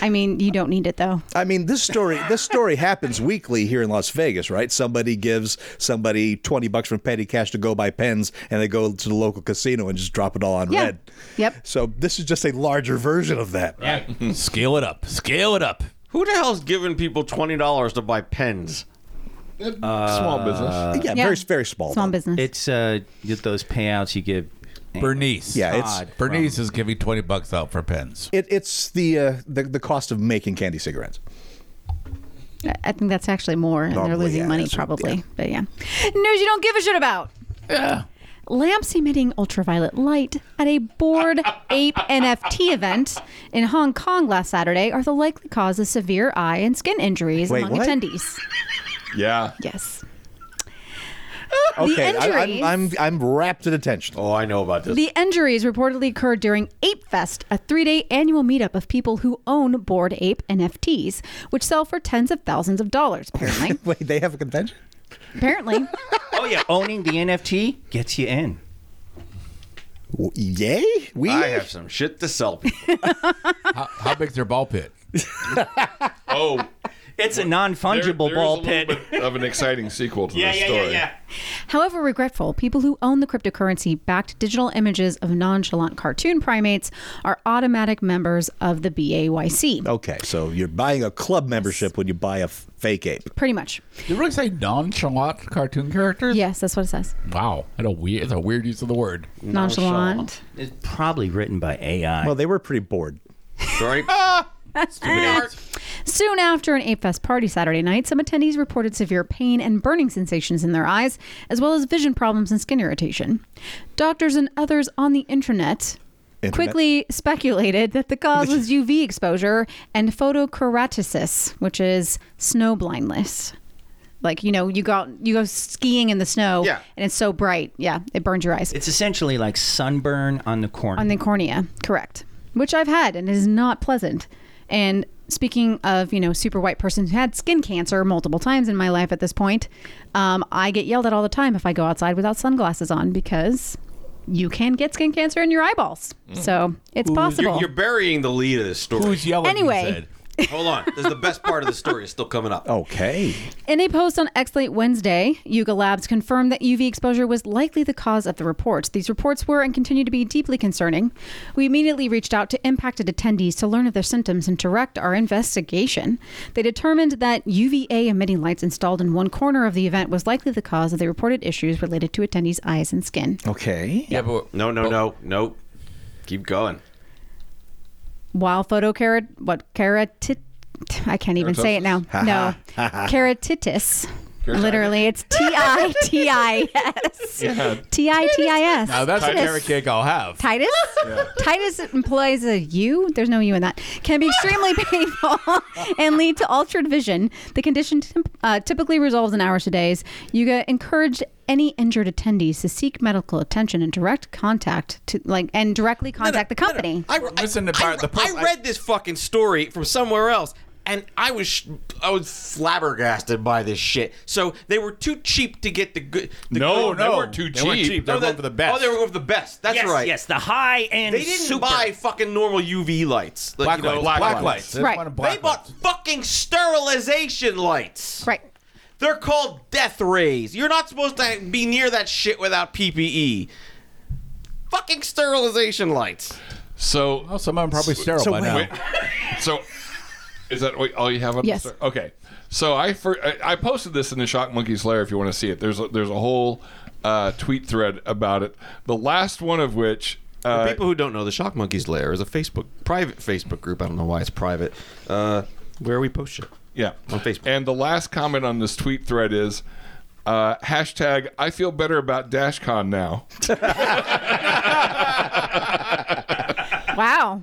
F: I mean, you don't need it though.
E: I mean, this story this story happens weekly here in Las Vegas, right? Somebody gives somebody twenty bucks from petty cash to go buy pens, and they go to the local casino and just drop it all on
F: Yeah.
E: red.
F: Yep.
E: So this is just a larger version of that.
B: Yeah.
D: Uh, scale it up. Scale it up.
G: Who the hell's giving people twenty dollars to buy pens?
C: Small business.
E: yeah,
F: Yeah.
E: very very small.
F: Small
E: though.
F: business.
B: It's uh you- those payouts you give.
D: Bernice.
E: Yeah, it's
B: Todd from-
D: Bernice is giving 20 bucks out for pens.
E: it, it's the, uh, the the cost of making candy cigarettes.
F: I- I think that's actually more, and they're
E: Probably,
F: losing
E: yeah,
F: money
E: that's what-
F: probably.
E: yeah.
F: But yeah, news you don't give a shit about. Lamps emitting ultraviolet light at a bored ape NFT event in Hong Kong last Saturday are the likely cause of severe eye and skin injuries
E: Wait,
F: among
E: what?
F: attendees.
C: Yeah.
F: Yes.
E: Okay,
F: the
E: I,
F: injuries.
E: I'm, I'm I'm wrapped in attention.
G: Oh, I know about this.
F: The injuries reportedly occurred during Ape Fest, a three day annual meetup of people who own Bored Ape NFTs, which sell for tens of thousands of dollars, apparently.
E: Wait, they have a convention?
F: apparently.
B: Oh yeah, owning the NFT gets you in.
E: W- Yay! We
G: I have some shit to sell people.
D: How, how big's their ball pit?
C: Oh,
B: It's a non-fungible
C: there- there's
B: ball
C: a little
B: pit.
C: bit of an exciting sequel to this story.
F: However regretful, people who own the cryptocurrency backed digital images of nonchalant cartoon primates are automatic members of the BAYC.
E: okay. So you're buying a club membership when you buy a f- fake ape.
F: Pretty much.
D: Did it really say nonchalant cartoon characters?
F: Yes, that's what it says.
D: Wow. That's a weird, it's a weird use of the word.
F: Nonchalant.
B: It's probably written by AI.
E: Well, they were pretty bored.
G: Sorry.
F: Soon after an Ape Fest party Saturday night, some attendees reported severe pain and burning sensations in their eyes, as well as vision problems and skin irritation. Doctors and others on the internet
E: Internet-
F: quickly speculated that the cause was UV exposure and photokeratosis, which is snow blindness. Like you know, you go out, you go skiing in the snow,
G: Yeah.
F: and it's so bright, yeah, it burns your eyes
B: It's essentially like sunburn on the corner.
F: on the cornea. Correct, which I've had, and it is not pleasant. And speaking of you know, super white person who had skin cancer multiple times in my life at this point, um, I get yelled at all the time if I go outside without sunglasses on because you can get skin cancer in your eyeballs. So it's possible.
G: Mm. You're, you're burying the lead of this story.
D: Who's yelling? he
F: Anyway.
D: said.
G: Hold on. There's the best part of the story is still coming
D: Oh.
G: up.
E: Okay.
F: In a post on XLate Wednesday, Yuga Labs confirmed that UV exposure was likely the cause of the reports. These reports were and continue to be deeply concerning. We immediately reached out to impacted attendees to learn of their symptoms and direct our investigation. They determined that UVA emitting lights installed in one corner of the event was likely the cause of the reported issues related to attendees' eyes and skin.
E: Okay.
D: Yeah, but
G: No, no, no, no. Keep going.
F: while photokerat what keratit I can't even say it now. no. Keratitis. Literally it's T I T I S. T I T I S.
D: now that's a carrot cake I'll have.
F: Titus? Titus implies a U. There's no U in that. Can be extremely painful and lead to altered vision. The condition t- uh, typically resolves in hours to days. Yuga encouraged any injured attendees to seek medical attention and direct contact to like and directly contact the company.
G: I,
D: Listen to Bart- the
G: I
D: post-
G: read this fucking story from somewhere else, and I was sh- I was flabbergasted by this shit. So they were too cheap to get the good. The
C: No,
G: good-
C: no,
G: they weren't too
C: they
G: cheap.
C: weren't cheap. They were
G: No, that-
D: going for the best.
G: Oh, they were going for the best. That's
B: yes,
G: right.
B: yes, the high end.
G: They didn't
B: super.
G: buy fucking normal UV lights. Like,
D: Black
G: you know,
D: lights.
G: black
D: Black
G: lights.
D: lights. They
F: Right.
D: wanted
G: They
D: black
G: bought
D: lights.
G: fucking sterilization lights.
F: Right.
G: They're called death rays. You're not supposed to be near that shit without PPE. Fucking sterilization lights.
C: So
G: Oh,
D: Well, some of them probably sterile by now.
C: Wait, so is that what- all you have on
F: Yes.
C: this? Okay. So I, fir- I I posted this in the Shock Monkey's Lair if you want to see it. There's a, there's a whole uh, tweet thread about it. The last one of which
G: For
C: uh,
G: people who don't know, the Shock Monkeys Lair is a Facebook private Facebook group. I don't know why it's private. Uh, where we post shit.
C: yeah
G: On Facebook.
C: And the last comment on this tweet thread is uh, hashtag I feel better about DashCon now.
F: Wow.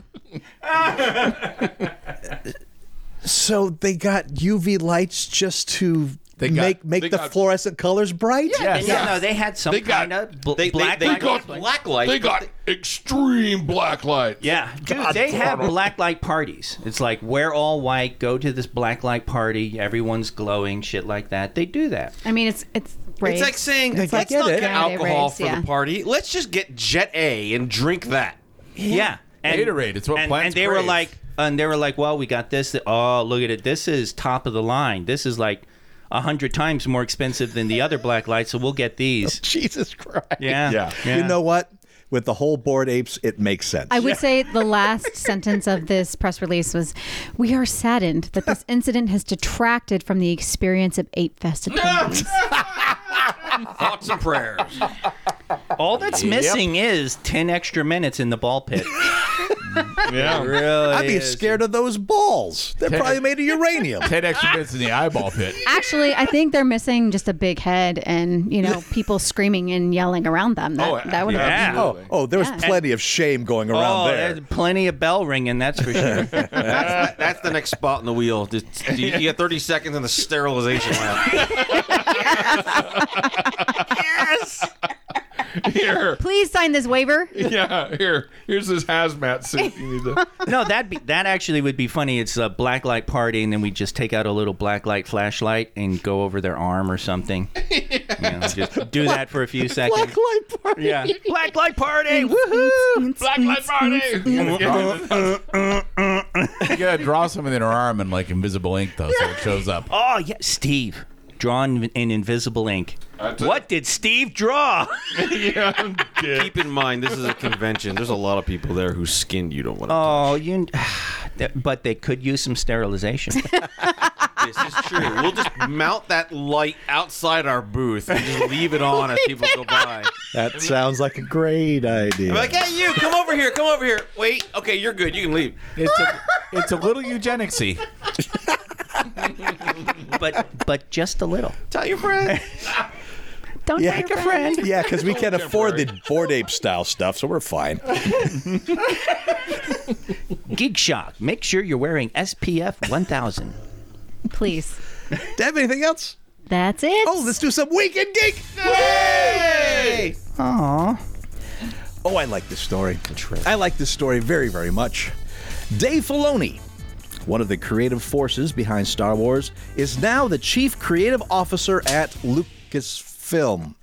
E: So they got UV lights just to
D: They got-
E: make make
C: they
E: the
C: got-
E: fluorescent colors bright.
B: Yeah, no, they had some
C: They got-
B: kind of bl-
G: They,
B: black.
G: they, they
B: light.
G: got black light.
C: They got extreme black light.
B: Yeah, dude, they have black light parties. It's like we're all white, go to this black light party, everyone's glowing, shit like that. They do that.
F: I mean, it's it's brave.
G: It's like saying
E: I
G: let's
E: get
G: not
E: it.
G: get
F: Yeah, they
G: alcohol
F: raise,
G: for
F: yeah.
G: the party. Let's just get Jet A and drink that.
B: Yeah, and,
D: Gatorade, it's what
B: and,
D: plants
B: And they were
D: crave.
B: like, and they were like, well, we got this. Oh, look at it. This is top of the line. This is like a hundred times more expensive than the other black lights, so we'll get these.
E: Jesus Christ.
B: Yeah,
C: Yeah.
E: You know what? With the whole board apes, it makes sense.
F: I would say the last sentence of this press release was, "We are saddened that this incident has detracted from the experience of Ape Fest attendees."
G: Thoughts and prayers.
B: all that's missing is ten extra minutes in the ball pit.
C: Yeah.
B: really?
E: I'd be
B: is.
E: scared of those balls. They're probably made of uranium.
D: Ten extra bits in the eyeball pit.
F: Actually, I think they're missing just a big head and you know people screaming and yelling around them. That,
C: Oh,
F: that would
B: yeah.
E: Oh, oh, there was plenty of shame going around
B: Oh,
E: there.
B: there's plenty of bell ringing. That's for sure.
G: That- that's the next spot in the wheel. Just- You, you get 30 seconds in the sterilization lab.
C: Here.
F: Please sign this waiver.
C: Yeah. Here. Here's this hazmat suit. You need to.
B: No, that be that actually would be funny. It's a black light party, and then we just take out a little black light flashlight and go over their arm or something. You know, just do that for a few seconds. Black light party. Yeah, black light party. Woohoo!
C: Black Lives Friday.
D: You gotta draw something in her arm and like invisible ink though, so it shows up.
B: Oh yeah, Steve. Drawn in invisible ink.
C: That's it.
B: What did Steve draw?
C: yeah, I'm dead.
G: Keep in mind, this is a convention. There's a lot of people there whose skin you don't want to.
B: Oh, you. But they could use some sterilization.
G: This is true. We'll just mount that light outside our booth and just leave it on as people go by.
E: That sounds like a great idea.
G: Be like, hey, you, come over here, come over here. Wait, okay, you're good. You can leave.
D: It's a, it's a little eugenicsy.
B: but but just a little.
G: Tell your friend.
F: Don't
E: Yeah.
F: tell your friend.
E: Yeah, because we can't afford the board ape style stuff, so we're fine.
B: Geek Shock. Make sure you're wearing SPF 1000.
F: Please.
E: Do you have anything else?
F: That's it.
E: Oh, let's do some weekend geek.
B: Aww.
E: Oh, I like this story. I like this story very, very much. Dave Filoni, one of the creative forces behind Star Wars, is now the chief creative officer at Lucasfilm.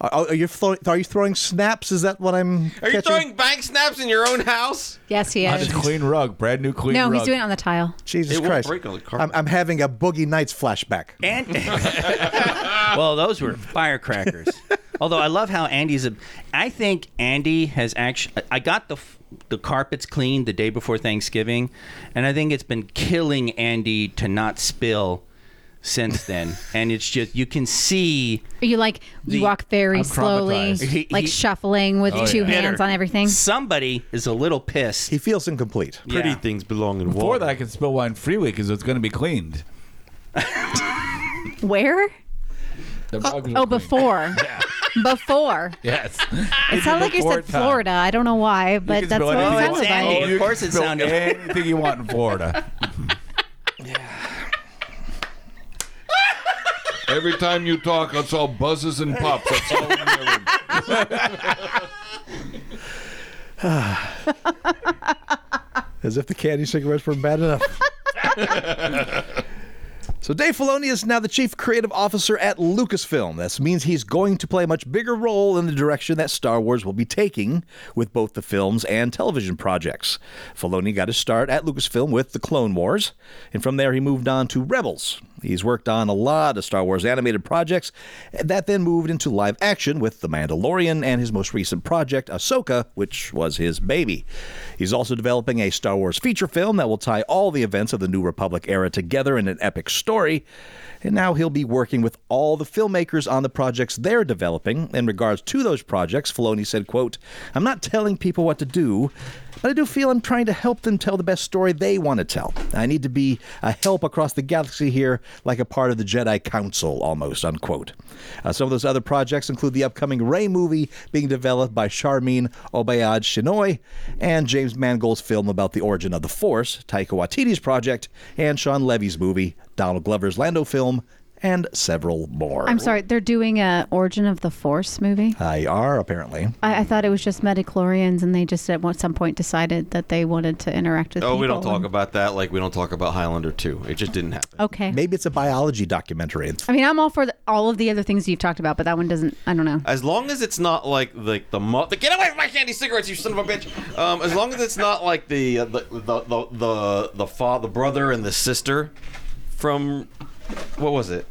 E: Are, are you throw, are you throwing snaps? Is that what I'm?
J: Are you throwing bank snaps in your own house?
F: Yes, he
D: On his
F: is.
D: clean rug, brand new clean
F: No,
D: rug.
F: he's doing it on the tile.
E: Jesus
G: It won't
E: Christ!
G: break on the carpet.
E: I'm, I'm having a Boogie Nights flashback.
B: And well, those were firecrackers. Although I love how Andy's a, I think Andy has actually. I got the f- the carpets cleaned the day before Thanksgiving, and I think it's been killing Andy to not spill since then. and it's just you can see
F: You like you
B: The-
F: walk very
D: I'm
F: slowly,
D: traumatized.
B: He-
F: like
B: he-
F: shuffling with
D: Oh,
F: two
D: yeah.
F: hands
B: Bitter.
F: on everything.
B: somebody is a little pissed.
E: He feels incomplete.
G: Pretty
B: Yeah.
G: things belong in
D: Before
G: water.
D: that, I can spill wine freely because it's going to be cleaned.
F: Where?
D: The rug will
F: Oh,
D: clean.
F: before. Before.
D: Yes.
F: It sounded like you
D: before
F: said
D: time.
F: Florida. I don't know why,
D: You
F: but
D: can
F: that's
D: spill
F: what it
D: anything
B: it's
F: sounded
D: you want.
F: like.
B: Andy.
D: You
B: Of course
D: can
B: it
D: spill
B: sounded-
D: anything you want in Florida.
C: Every time you talk, it's all buzzes and pops. That's all I'm hearing.
E: As if the candy cigarettes were bad enough. so Dave Filoni is now the chief creative officer at Lucasfilm. This means he's going to play a much bigger role in the direction that Star Wars will be taking with both the films and television projects. Filoni got his start at Lucasfilm with The Clone Wars, and from there he moved on to Rebels. He's worked on a lot of Star Wars animated projects that then moved into live action with The Mandalorian and his most recent project, Ahsoka, which was his baby. He's also developing a Star Wars feature film that will tie all the events of the New Republic era together in an epic story. And now he'll be working with all the filmmakers on the projects they're developing. In regards to those projects, Filoni said, quote, I'm not telling people what to do, but I do feel I'm trying to help them tell the best story they want to tell. I need to be a help across the galaxy here, like a part of the Jedi Council, almost, unquote. Uh, some of those other projects include the upcoming Ray movie being developed by Charmin Obayad Shinoy and James Mangold's film about the origin of the Force, Taika Waititi's project, and Sean Levy's movie, Donald Glover's Lando film, and several more.
F: I'm sorry, they're doing a Origin of the Force movie.
E: I are, apparently.
F: I, I thought it was just Metachlorians, and they just at one- some point decided that they wanted to interact with
G: Oh,
F: people.
G: we don't talk
F: and-
G: about that like we don't talk about Highlander 2. It just didn't happen.
F: Okay.
E: Maybe it's a biology documentary. It's
F: I mean, I'm all for the, all of the other things you've talked about, but that one doesn't. I don't know.
G: As long as it's not like like the mo- the get away from my candy cigarettes, you son of a bitch. Um, as long as it's not like the uh, the the the the, the father, the brother, and the sister from what was it?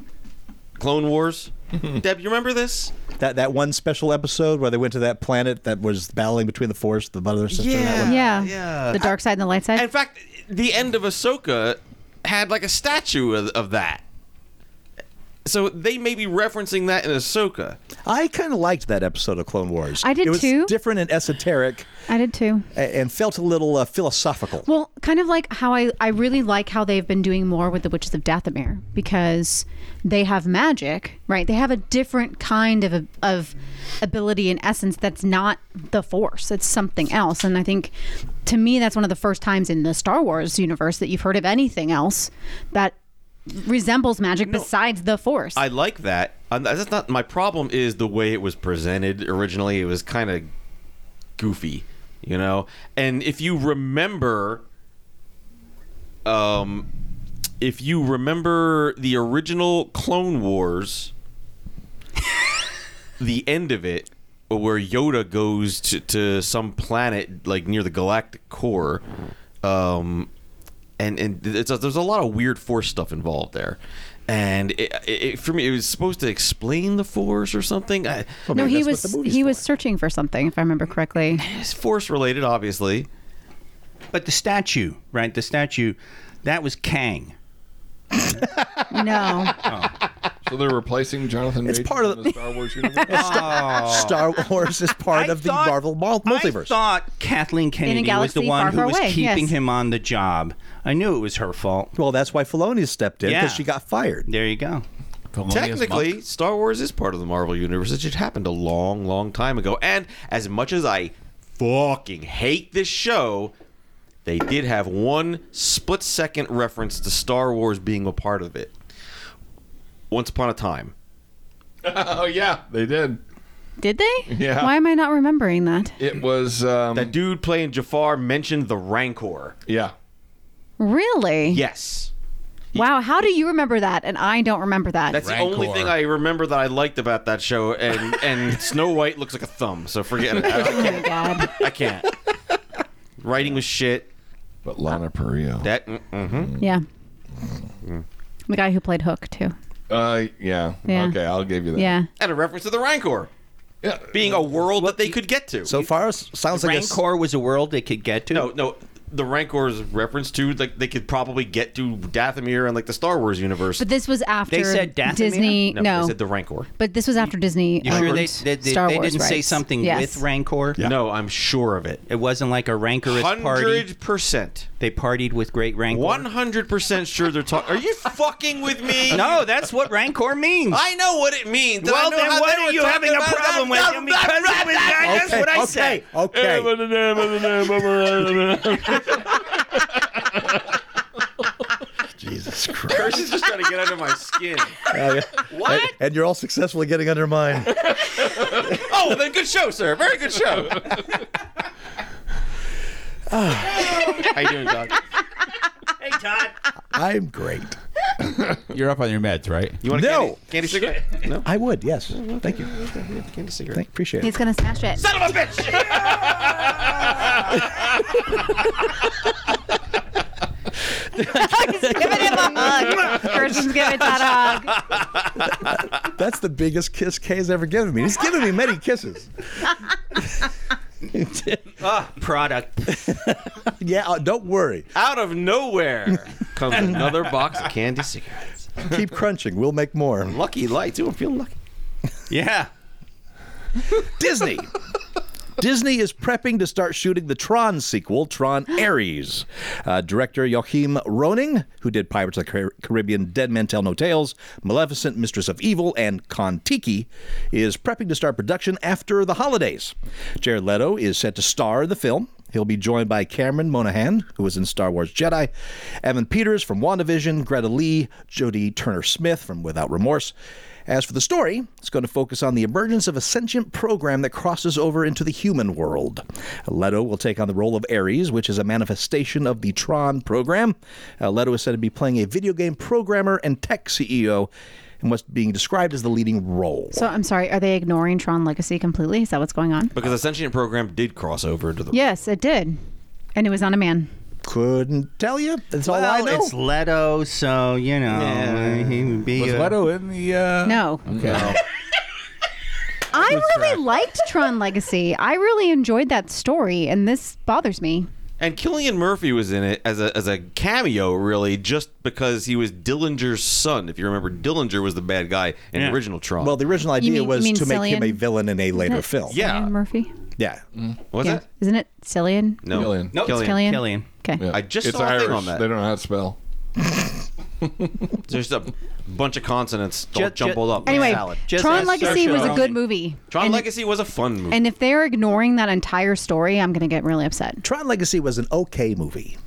G: Clone Wars. Deb, you remember this?
E: that, that one special episode where they went to that planet that was battling between the Force, the mother and sister. and that one.
F: yeah.
G: yeah.
F: The dark side and the light side.
G: In fact, the end of Ahsoka had like a statue of, of that. So they may be referencing that in Ahsoka.
E: I kind of liked that episode of Clone Wars.
F: I did
E: it was
F: too.
E: Different and esoteric,
F: I did too.
E: a- and felt a little uh, philosophical.
F: Well, kind of like how I, I really like how they've been doing more with the Witches of Dathomir because they have magic, right? They have a different kind of of ability and essence that's not the Force. It's something else, and I think to me that's one of the first times in the Star Wars universe that you've heard of anything else that resembles magic besides the Force.
G: I like that. Um, That's not my problem. Is the way it was presented originally? It was kind of goofy, you know. And if you remember, um, if you remember the original Clone Wars, the end of it, where Yoda goes to, to some planet like near the galactic core, um, and and it's there's a lot of weird force stuff involved there, and it, it, it- for me it was supposed to explain the force or something. I,
F: no,
E: maybe
F: he
E: that's what
F: was
E: the movie's
F: he
E: for.
F: was searching for something, if I remember correctly.
G: it's force related, obviously.
B: But the statue, right? The statue, that was Kang.
F: No,
C: So they're replacing Jonathan.
E: It's
C: Majors
E: part of
C: in
E: the-
C: the Star Wars universe.
E: Star Wars is part
B: I
E: of the
B: thought-
E: Marvel
G: Oh,
E: mul-
B: I
E: multiverse.
B: thought Kathleen Kennedy was the
F: galaxy
B: one
F: far,
B: who
F: far
B: was
F: away,
B: keeping
F: yes.
B: him on the job. I knew it was her fault.
E: well, that's why Filoni stepped in
B: Yeah.
E: because she got fired.
B: There you go.
D: Thelonious Monk?
G: Technically, Star Wars is part of the Marvel universe. It just happened a long, long time ago. And as much as I fucking hate this show, they did have one split second reference to Star Wars being a part of it. Once upon a time.
C: Oh yeah, they did.
F: Did they?
C: Yeah.
F: Why am I not remembering that?
C: It was um,
G: That dude playing Jafar mentioned the Rancor.
C: yeah.
F: Really?
G: Yes.
F: Wow. How do you remember that? And I don't remember that.
G: That's the only thing I remember that I liked about that show, and and Snow White looks like a thumb, so forget it. I
F: oh
G: can't.
F: my god.
G: I can't. Writing was shit.
C: But Lana Perillo.
G: That mm-hmm.
F: Yeah.
B: Mm.
F: The guy who played Hook too.
C: uh, yeah.
F: Yeah.
C: Okay, I'll give you that.
F: Yeah.
G: and a reference to the Rancor
C: Yeah.
G: being a world that they could get to.
H: So far, s- sounds like a s-
B: Rancor was a world they could get to.
G: no, Oh, no, the Rancor is reference to like they could probably get to Dathomir and like the Star Wars universe.
F: But this was after
B: They said Dathomir?
F: Disney. No.
G: no, they said the Rancor.
F: but this was after Disney.
B: You sure
F: owned
B: they they, they,
F: Star
B: they
F: Wars
B: didn't say
F: rights.
B: something
F: Yes.
B: with Rancor?
G: No, I'm sure of it.
B: It wasn't like a rancorous party.
G: Hundred percent,
B: They partied with great Rancor.
G: one hundred percent sure they're talking. Are you fucking with me?
B: No, that's what Rancor means.
G: I know what it means. and I
B: well,
G: know
B: then
G: how
B: why
G: they
B: are
G: were
B: you
G: talking
B: having a
G: about it.
B: problem with
G: No,
B: him?
G: no,
B: Because
G: no,
B: it was that's what I say.
E: Okay. Jesus
G: no.
E: Christ.
G: Curse is just trying to get under my skin.
E: What? And, and you're all successfully getting under mine.
G: Oh, well, then good show, sir. Very good show. How you doing, Doc?
B: Hey, Todd.
E: I'm great.
D: You're up on your meds, right?
G: You want a
E: No.
G: candy, candy cigarette? No,
E: I would, yes. Thank you.
G: candy cigarette.
E: Thank, appreciate it.
F: He's gonna smash it.
G: Son of a bitch!
F: He's giving him a hug. Kirsten's giving Todd a hug.
E: That's the biggest kiss Kay's ever given me. He's given me many kisses.
B: Product.
E: Yeah, uh, don't worry.
G: Out of nowhere comes another box of candy cigarettes.
E: Keep crunching. We'll make more.
G: Lucky light, too. I'm feeling lucky.
B: Yeah.
H: Disney. Disney is prepping to start shooting the Tron sequel, Tron Ares. Uh, director Joachim Roning, who did Pirates of the Car- Caribbean, Dead Men Tell No Tales, Maleficent, Mistress of Evil, and Kon-Tiki, is prepping to start production after the holidays. Jared Leto is set to star in the film. He'll be joined by Cameron Monaghan, who was in Star Wars Jedi, Evan Peters from WandaVision, Greta Lee, Jodie Turner Smith from Without Remorse. As for the story, it's going to focus on the emergence of a sentient program that crosses over into the human world. Leto will take on the role of Ares, which is a manifestation of the Tron program. Uh, Leto is said to be playing a video game programmer and tech CEO in what's being described as the leading role.
F: So I'm sorry. Are they ignoring Tron Legacy completely? Is that what's going on?
G: Because the sentient program did cross over into the.
F: Yes, it did, and it was on a man.
E: Couldn't tell you. That's all I
B: Well,
E: know.
B: it's Leto, so you know he would be.
D: Was
B: a-
D: Leto in the? Uh...
F: No.
D: Okay.
F: I really liked Tron Legacy. I really enjoyed that story, and this bothers me.
G: And Killian Murphy was in it as a, as a cameo, really, just because he was Dillinger's son. If you remember, Dillinger was the bad guy in the original Tron.
E: well, the original idea
F: mean-
E: was
F: you mean
E: to make him
F: Cillian?
E: a villain in a later film.
G: Yeah.
F: Cillian Murphy.
E: Yeah.
G: was
F: Yeah.
G: it?
F: Isn't it Cillian?
G: No.
C: Killian.
B: No,
G: Killian.
B: it's
F: Killian.
B: Killian.
F: Okay.
C: Yeah.
G: I just
C: it's
G: saw a
C: Irish.
G: thing on that.
C: They don't know how to spell.
G: There's a bunch of consonants all
B: Ju- ju-
G: jumbled up. like
F: Anyway,
G: salad.
B: Just
F: Tron
B: as
F: Legacy
B: Saoirse
F: was a good
B: Ronan.
F: movie.
G: Tron
F: and,
G: Legacy was a fun movie.
F: And if they're ignoring that entire story, I'm going to get really upset.
E: Tron Legacy was an okay movie.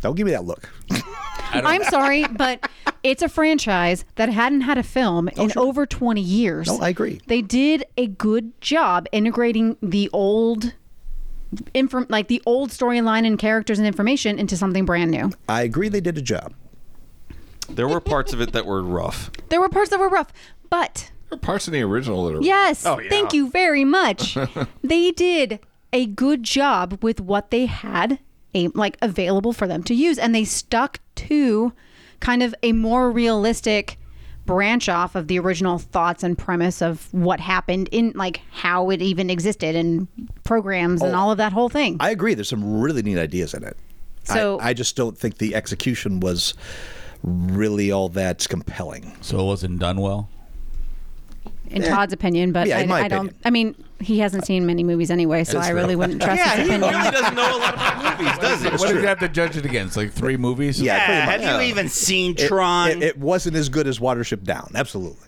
E: Don't give me that look.
F: I'm sorry, but it's a franchise that hadn't had a film in over 20 years.
E: No, I agree.
F: They did a good job integrating the old inform like the old storyline and characters and information into something brand new.
E: I agree they did a job.
G: there were parts of it that were rough.
F: There were parts that were rough, but
C: There are parts in the original that are.
F: yes,
G: yeah.
F: thank you very much. they did a good job with what they had a, like available for them to use and they stuck to kind of a more realistic branch off of the original thoughts and premise of what happened in like how it even existed and programs and all of that whole thing.
E: I agree. There's some really neat ideas in it.
F: So-
E: I, I just don't think the execution was really all that compelling.
D: So it wasn't done well.
F: in Todd's opinion, but
E: eh. Yeah,
F: I,
E: in my
F: I don't.
E: opinion.
F: I mean, he hasn't seen many movies anyway, so I really wouldn't trust his
G: He
F: opinion.
G: really doesn't know a lot about movies, does he?
D: What if you have to judge it against? Like three movies?
E: Yeah, pretty much.
B: have you even seen
E: It-
B: Tron?
E: It, it wasn't as good as Watership Down. Absolutely.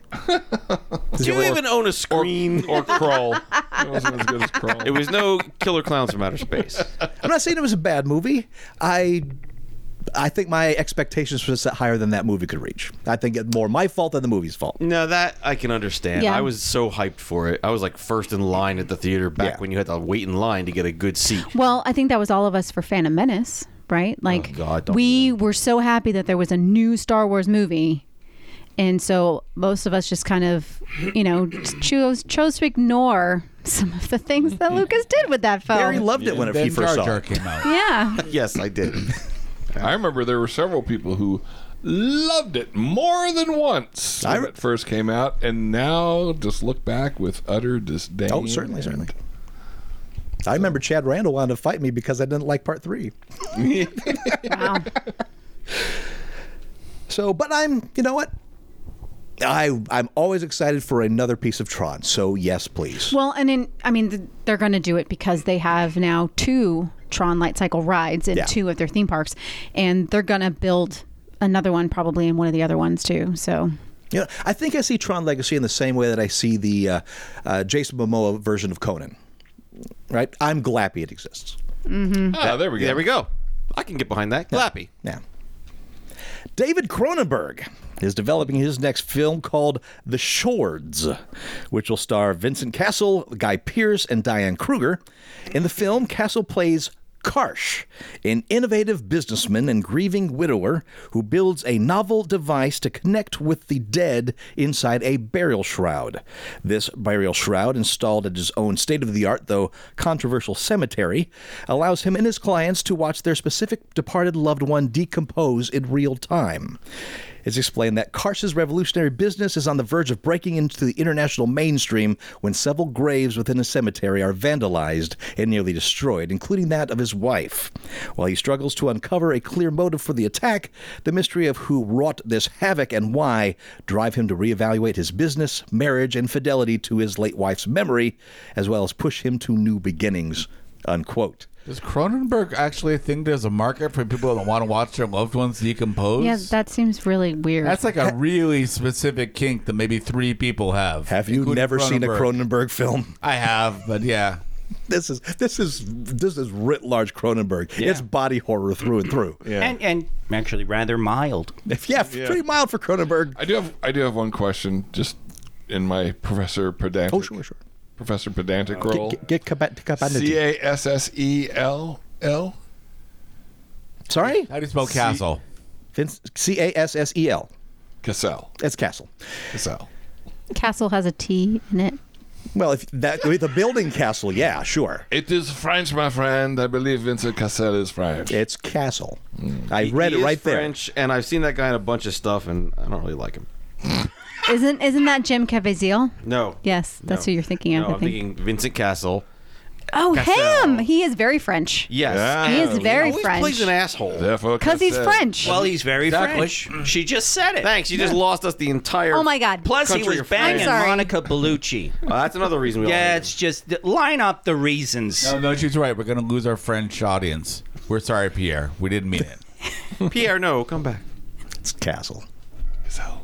G: Do you even own a
C: Or,
G: screen?
C: or crawl. It wasn't as good as crawl.
G: It was no Killer Clowns from Outer Space.
E: I'm not saying it was a bad movie. I I think my expectations were set higher than that movie could reach. I think it's more my fault than the movie's fault.
G: No, that I can understand.
F: Yeah.
G: I was so hyped for it. I was like first in line at the theater back
E: Yeah.
G: when you had to wait in line to get a good seat.
F: Well, I think that was all of us for Phantom Menace,
E: Oh,
F: right? Like
G: God, don't
F: we were so happy that there was a new Star Wars movie. And so most of us just kind of, you know, chose chose to ignore some of the things that Lucas did with that film.
E: Barry loved it when it-
D: Then
E: he
D: Jar
E: first saw
D: Jar
E: it.
D: came out.
F: yeah.
G: Yes, I did.
C: I remember there were several people who loved it more than once when
E: I-
C: it first came out, and now just look back with utter disdain.
E: Oh, certainly, certainly.
C: and-
E: I remember Chad Randall wanted to fight me because I didn't like part three.
F: Wow.
E: So, but I'm, you know what? I I'm always excited for another piece of Tron. So yes, please.
F: Well, and in I mean th- they're going to do it because they have now two Tron Light Cycle rides in
E: Yeah.
F: two of their theme parks and they're going to build another one probably in one of the other ones too. So
E: You know, I think I see Tron Legacy in the same way that I see the uh, uh, Jason Momoa version of Conan. Right? I'm glappy it exists.
C: Ah, there we go.
G: there we go. I can get behind that. Clappy.
E: Yeah. David Cronenberg is developing his next film called The Shords, which will star Vincent Castle, Guy Pearce, and Diane Kruger. In the film, Castle plays Karsh, an innovative businessman and grieving widower who builds a novel device to connect with the dead inside a burial shroud. This burial shroud, installed at his own state of the art, though controversial cemetery, allows him and his clients to watch their specific departed loved one decompose in real time. It's explained that Karsh's revolutionary business is on the verge of breaking into the international mainstream when several graves within a cemetery are vandalized and nearly destroyed, including that of his wife. While he struggles to uncover a clear motive for the attack, the mystery of who wrought this havoc and why drive him to reevaluate his business, marriage, and fidelity to his late wife's memory, as well as push him to new beginnings. Unquote.
D: Does Cronenberg actually think there's a market for people that want to watch their loved ones decompose?
F: yeah, that seems really weird.
D: That's like a really specific kink that maybe three people have.
E: Have you
D: including
E: never seen a Cronenberg film?
D: I have, but yeah.
E: This is this is this is writ large Cronenberg. It's body horror through and through.
B: and and actually rather mild.
E: If- Yeah, f- pretty mild for Cronenberg.
C: I do have I do have one question, just in my Professor Pedantic.
E: Oh, sure, sure.
C: Professor Pedantic role.
E: Get, get Caban- Cabanity.
C: C a s s e l l.
E: Sorry,
D: How do you spell castle?
E: Vince C A S S E L.
C: Cassell.
E: That's Castle.
C: Cassell.
F: Castle has a T in it.
E: Well, if that with a building castle, yeah, sure.
C: It is French, my friend. I believe Vincent Cassell is French.
E: It's castle. I read
G: He
E: it
G: is
E: right
G: French, and I've seen that guy in a bunch of stuff, and I don't really like him.
F: Isn't isn't that Jim Caviezel?
G: No.
F: Yes, that's
G: No.
F: who you're thinking of.
G: No,
F: I
G: I'm
F: think.
G: thinking Vincent Castle.
F: oh,
G: Castell.
F: him! He is very French.
G: Yes.
C: Yeah.
F: He is very
G: always
F: French.
G: plays an asshole.
C: Therefore,
F: Because he's
C: Cassell.
F: French.
B: Well, he's very
D: Exactly.
B: French. She just said it.
G: Thanks. You just lost us the entire.
F: Oh my God.
B: Plus, he
G: country
B: was
G: of France.
B: banging
F: I'm sorry.
B: Monica Bellucci.
G: Well, Uh, that's another reason we all
B: yeah,
G: hate
B: it's just line up the reasons.
D: No, no, she's right. We're going to lose our French audience. We're sorry, Pierre. We didn't mean it.
G: him. Pierre, no, come back.
E: there. It's castle.
C: Cassell.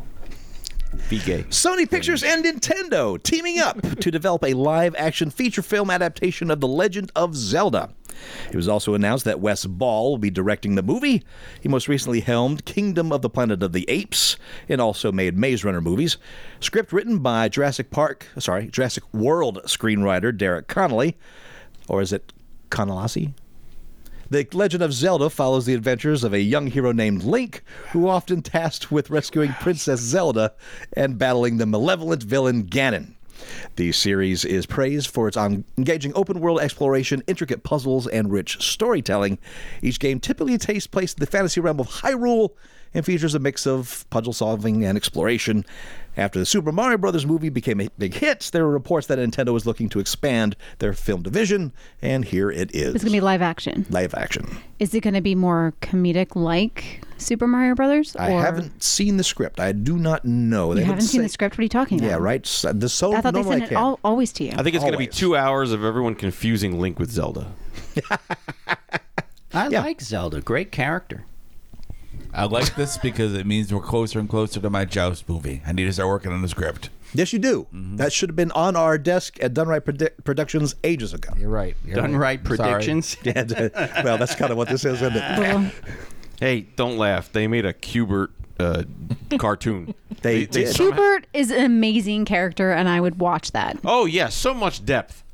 G: Be gay.
E: Sony Pictures and Nintendo teaming up to develop a live action feature film adaptation of The Legend of Zelda. It was also announced that Wes Ball will be directing the movie. He most recently helmed Kingdom of the Planet of the Apes and also made Maze Runner movies. Script written by Jurassic Park, sorry, Jurassic World screenwriter Derek Connolly, or is it Connolly? The Legend of Zelda follows the adventures of a young hero named Link, who often tasked with rescuing Princess Zelda and battling the malevolent villain Ganon. The series is praised for its on- engaging open world exploration, intricate puzzles, and rich storytelling. Each game typically takes place in the fantasy realm of Hyrule and features a mix of puzzle solving and exploration. After the Super Mario Brothers movie became a big hit, there were reports that Nintendo was looking to expand their film division, and here it is.
F: It's gonna be live action.
E: live action.
F: Is it gonna be more comedic like Super Mario Brothers?
E: I
F: or-
E: haven't seen the script. I do not know. They
F: You haven't
E: didn't
F: seen
E: say-
F: the script? What are you talking about?
E: Yeah, right. So- The so
F: I thought they
E: normally
F: sent it
E: I can.
F: all, always to you.
G: I think it's going to be
E: Always.
G: two hours of everyone confusing Link with Zelda.
B: I like Zelda. Great character.
D: I like this because it means we're closer and closer to my Joust movie. I need to start working on the script.
E: Yes, you do. That should have been on our desk at Dunright Produ- Productions ages ago.
D: You're right. You're
B: Done right
D: I'm sorry.
B: predictions.
E: And, uh, well, that's kind of what this is, isn't it?
F: Well,
G: Hey, don't laugh. They made a Cubert uh, cartoon.
E: They did.
F: Hubert is an amazing character, and I would watch that.
G: Oh yeah, so much depth.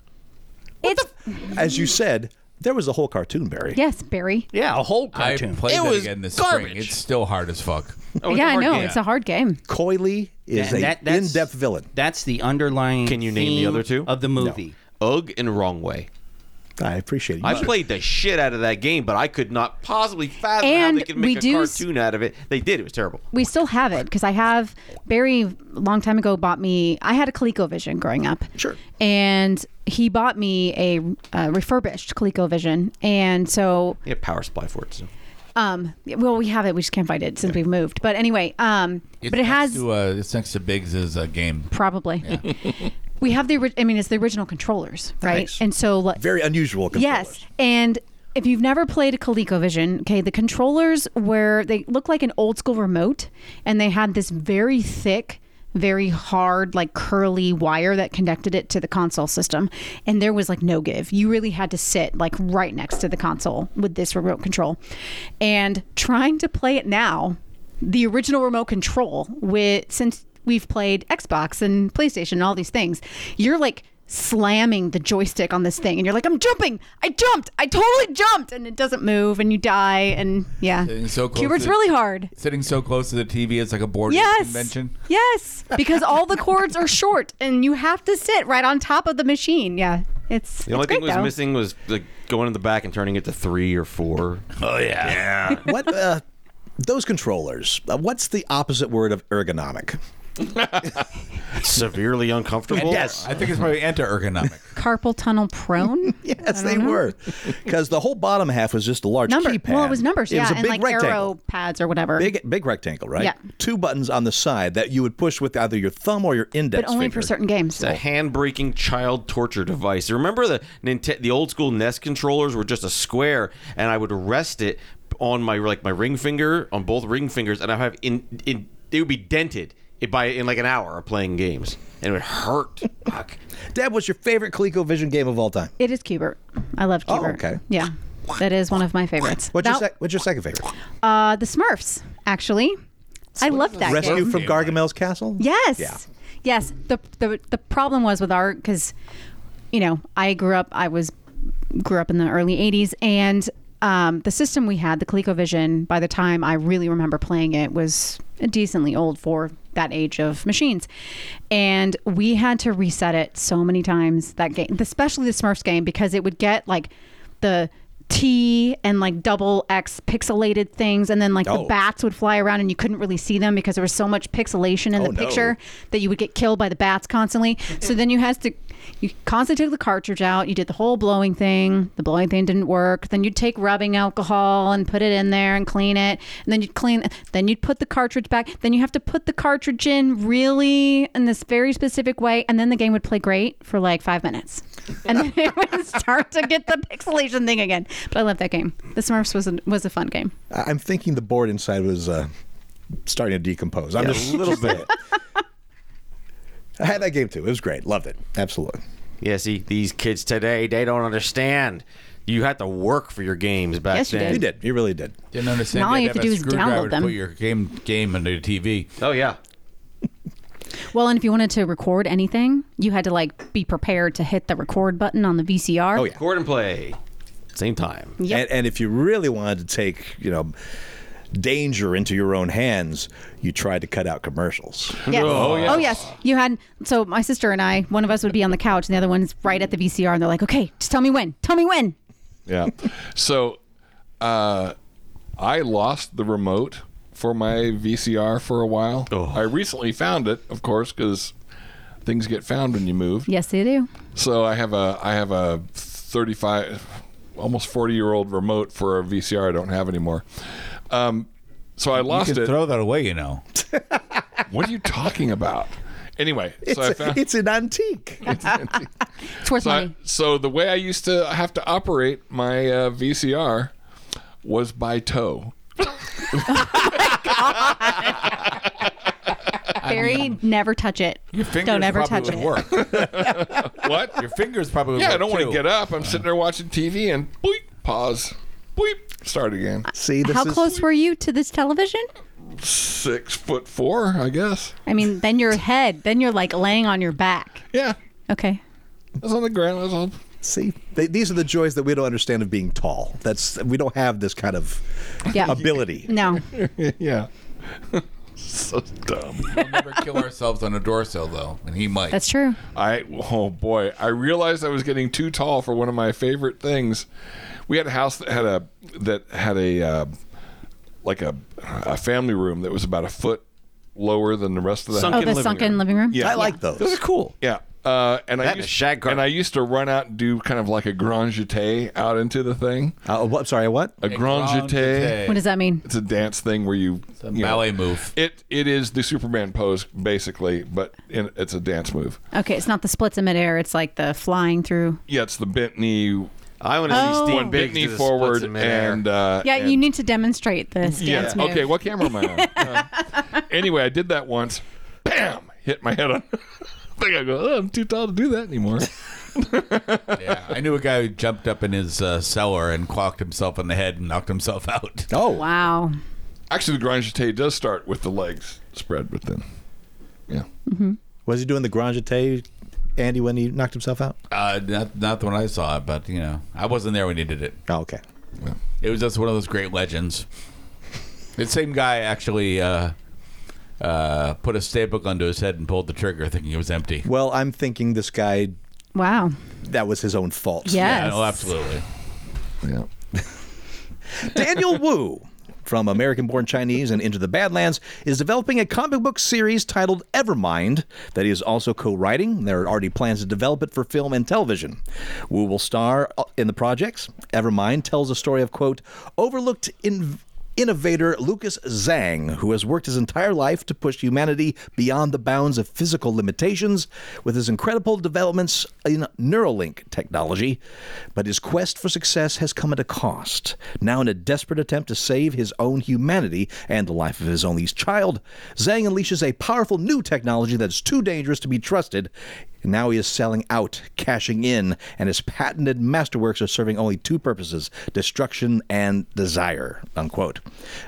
F: it's
E: As you said, there was a whole cartoon, Barry.
F: yes, Barry.
G: Oh,
B: Yeah, a whole
D: I
B: cartoon.
D: played
J: It
D: that
J: was
D: again this
J: garbage.
D: spring. It's still hard as fuck.
G: it's
F: yeah,
G: a
F: I
G: hard
F: know
G: game.
F: it's a hard game.
E: Coily is
B: And
E: an
B: that- that's-
E: in-depth villain.
B: That's the underlying.
G: Can you name the
B: theme
G: other two?
B: of the movie?
G: Ugh and wrong way.
E: I appreciate it.
G: I played the shit out of that game, but I could not possibly fathom how
F: And
G: they could
F: we
G: make a
F: do s-
G: cartoon out of it. They did. It was terrible.
F: We still have it because I have Barry a long time ago bought me. I had a ColecoVision growing up. Sure. And he bought me a uh, refurbished ColecoVision, and so
G: Yeah, power supply for it. So.
F: um, well, we have it. We just can't find it since we've moved. But anyway, um, but it
D: next
F: has
D: To, uh, it's next to Biggs's uh, game.
F: probably. we have the. ori- I mean, it's the original controllers, right? And so like,
E: Very unusual. controllers.
F: Yes, and if you've never played a ColecoVision, okay, the controllers were they look like an old school remote, and they had this very thick, very hard, like curly wire that connected it to the console system, and there was like no give. You really had to sit like right next to the console with this remote control, and trying to play it now, the original remote control with since we've played Xbox and PlayStation and all these things, you're like slamming the joystick on this thing and you're like, I'm jumping. I jumped. I totally jumped. And it doesn't move and you die. And yeah.
D: Sitting so close
F: Cubert's
D: to-
F: really hard.
D: Sitting so close to the TV, it's like a board game
F: Yes.
D: convention.
F: Yes. Because all the cords are short and you have to sit right on top of the machine. Yeah. It's
G: The only
F: it's
G: thing
F: great,
G: was
F: though.
G: missing was like going in the back and turning it to three or four.
D: Oh yeah.
E: what uh, those controllers? Uh, what's the opposite word of ergonomic?
G: Severely uncomfortable.
D: I think it's probably anti-ergonomic.
F: Carpal tunnel prone.
E: Yes, they were, because the whole bottom half was just a large
F: Number.
E: keypad.
F: Well, it was numbers.
E: It
F: yeah.
E: was a
F: and
E: big
F: like
E: rectangle.
F: arrow pads or whatever.
E: Big, big rectangle, right?
F: Yeah.
E: Two buttons on the side that you would push with either your thumb or your index.
F: but only for
E: finger.
F: certain games.
G: It's a hand-breaking child torture device. Remember the Ninte- the old school NES controllers were just a square, and I would rest it on my like my ring finger on both ring fingers, and I have in, in it would be dented by in like an hour of playing games, and it would hurt. Fuck.
E: Deb, what's your favorite ColecoVision game of all time?
F: It is Cubert. I love
E: Oh,
F: Cubert.
E: okay.
F: Yeah. That is one of my favorites.
E: What's your
F: That-
E: sec- What's your second favorite?
F: Uh, the Smurfs, actually. I loved that
E: Rescue
F: game.
E: from Gargamel's Castle.
F: Yes.
E: Yeah.
F: Yes. The, the the problem was with our because, you know, I grew up. I was grew up in the early '80s, and um, the system we had, the ColecoVision, by the time I really remember playing it, was decently old for that age of machines, and we had to reset it so many times that game, especially the Smurfs game, because it would get like the T and like double X pixelated things, and then like the bats would fly around, and you couldn't really see them because there was so much pixelation in the picture that you would get killed by the bats constantly. so then you had to, you constantly took the cartridge out. You did the whole blowing thing. The blowing thing didn't work. Then you'd take rubbing alcohol and put it in there and clean it, and then you'd clean. Then you'd put the cartridge back. Then you have to put the cartridge in really in this very specific way, and then the game would play great for like five minutes and then it would start to get the pixelation thing again. But I love that game. The Smurfs was a, was a fun game.
E: I- I'm thinking the board inside was uh, starting to decompose. I'm just a little bit. I had that game too. It was great. Loved it. Absolutely.
G: Yeah, see, these kids today they don't understand. You had to work for your games back
F: Yes, you
G: then.
E: You did. You really did.
D: Didn't understand.
F: Now all you have to
D: a
F: do is
D: screwdriver
F: download
D: to
F: them.
D: Put your game game into the TV.
G: Oh yeah.
F: Well, and if you wanted to record anything, you had to like be prepared to hit the record button on the VCR.
E: Oh, yeah.
G: Record and play. Same time.
F: Yep.
E: And, and if you really wanted to take, you know, danger into your own hands, you tried to cut out commercials.
F: Yes.
G: Oh,
F: Oh,
G: yes.
F: yes. You had so my sister and I, one of us would be on the couch and the other one's right at the VCR and they're like, "Okay, just tell me when. Tell me when."
C: Yeah. So uh, I lost the remote for my VCR for a while. I recently found it, of course, because things get found when you move.
F: Yes, they do.
C: So I have a I have a 35 almost 40 year old remote for a VCR I don't have anymore. Um, So I
D: You
C: lost
D: can
C: it.
D: throw that away, you know.
C: What are you talking about? Anyway,
E: It's,
C: so I found.
E: it's an antique.
F: It's worth
C: So, I-
F: money.
C: so the way I used to have to operate my uh, VCR was by toe.
F: Barry, never touch it.
D: Your fingers
F: Don't ever touch
D: probably
F: it.
D: would Work.
C: What?
D: Your fingers probably.
C: yeah,
D: work
C: I don't want
D: too.
C: to get up. I'm sitting there watching TV and boop, pause, boop, start again.
E: See, this
F: How
E: is
F: close were you to this television?
C: Six foot four, I guess.
F: I mean, then your head, then you're like laying on your back.
C: Yeah,
F: Okay.
C: I was on the ground. I was on.
E: See, they, these are the joys that we don't understand of being tall. That's we don't have this kind of
F: Yeah.
E: ability.
F: No.
C: Yeah, so dumb.
D: We'll never kill ourselves on a door sill, though, and he might.
F: That's true.
C: I oh boy, I realized I was getting too tall for one of my favorite things. We had a house that had a that had a uh, like a a family room that was about a foot lower than the rest of the
G: Sunk
C: house.
F: Oh,
G: Sunken
F: the
G: living
F: sunken
G: room.
F: living room.
E: I like those.
G: Those are cool.
C: Yeah. Uh, and I
G: That and
C: used,
G: a shag carpet.
C: and I used to run out and do kind of like a grand jeté out into the thing.
E: Uh, what, sorry, what?
C: A, grand, jeté.
F: What does that mean?
C: It's a dance thing where you,
D: a
C: you know,
D: ballet move.
C: It it is the Superman pose basically, but in, it's a dance move.
F: Okay, it's not the splits in midair. It's like the flying through.
C: Yeah, it's the bent knee,
G: I want to
F: Oh.
G: see Steve
F: One
G: Biggs
C: bent
G: do
C: knee
G: the
C: forward
G: splits in midair.
C: and uh,
F: Yeah,
C: and-
F: you need to demonstrate this dance move.
C: Okay, what camera am I on? Uh, anyway, I did that once. Bam! Hit my head on. I think I go, oh, I'm too tall to do that anymore.
D: Yeah, I knew a guy who jumped up in his uh, cellar and clocked himself on the head and knocked himself out.
E: Oh,
F: Wow.
C: Actually, the grand jeté does start with the legs spread, but then, yeah.
E: was he doing the grand jeté, Andy, when he knocked himself out?
D: Uh, not not the one I saw, but you know, I wasn't there when he did it.
E: Oh, okay.
D: It was just one of those great legends. The same guy actually uh, uh, put a staple onto his head and pulled the trigger, thinking it was empty.
E: Well, I'm thinking this guy.
F: Wow.
E: That was his own fault.
F: Yes.
D: Yeah, no, absolutely.
C: Yeah.
E: Daniel Wu from American Born Chinese and Into the Badlands is developing a comic book series titled Evermind that he is also co writing. There are already plans to develop it for film and television. Wu will star in the projects. Evermind tells a story of, quote, overlooked in. Innovator Lucas Zhang, who has worked his entire life to push humanity beyond the bounds of physical limitations with his incredible developments in Neuralink technology. But his quest for success has come at a cost. Now, in a desperate attempt to save his own humanity and the life of his only child, Zhang unleashes a powerful new technology that's too dangerous to be trusted. Now he is selling out, cashing in, and his patented masterworks are serving only two purposes destruction and desire. Unquote.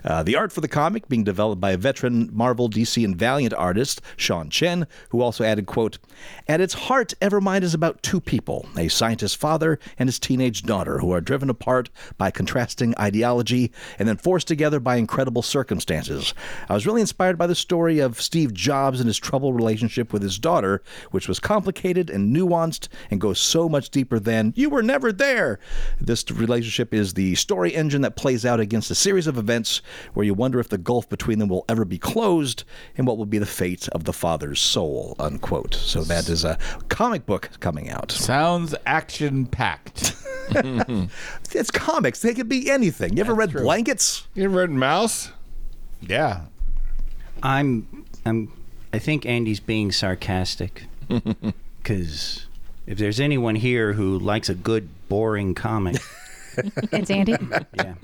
E: Uh, the art for the comic being developed by veteran Marvel, DC, and Valiant artist Sean Chen, who also added, quote, At its heart, Evermind is about two people a scientist's father and his teenage daughter, who are driven apart by contrasting ideology and then forced together by incredible circumstances. I was really inspired by the story of Steve Jobs and his troubled relationship with his daughter, which was complicated and nuanced and goes so much deeper than you were never there. This relationship is the story engine that plays out against a series of events where you wonder if the gulf between them will ever be closed and what will be the fate of the father's soul. Unquote. So that is a comic book coming out.
D: Sounds action packed.
E: It's comics. They could be anything. You ever read blankets?
C: You ever read Mouse?
D: yeah,
B: I'm I'm I think Andy's being sarcastic. Cuz if there's anyone here who likes a good boring comic,
F: It's Andy.
B: yeah.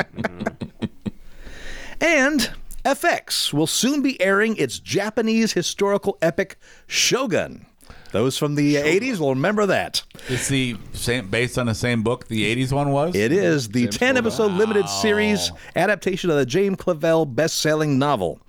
E: And FX will soon be airing its Japanese historical epic Shogun. Those from the 80s will remember that.
D: it's the same based on the same book the '80s one was.
E: It is the 10 episode limited series adaptation of the James Clavell best selling novel.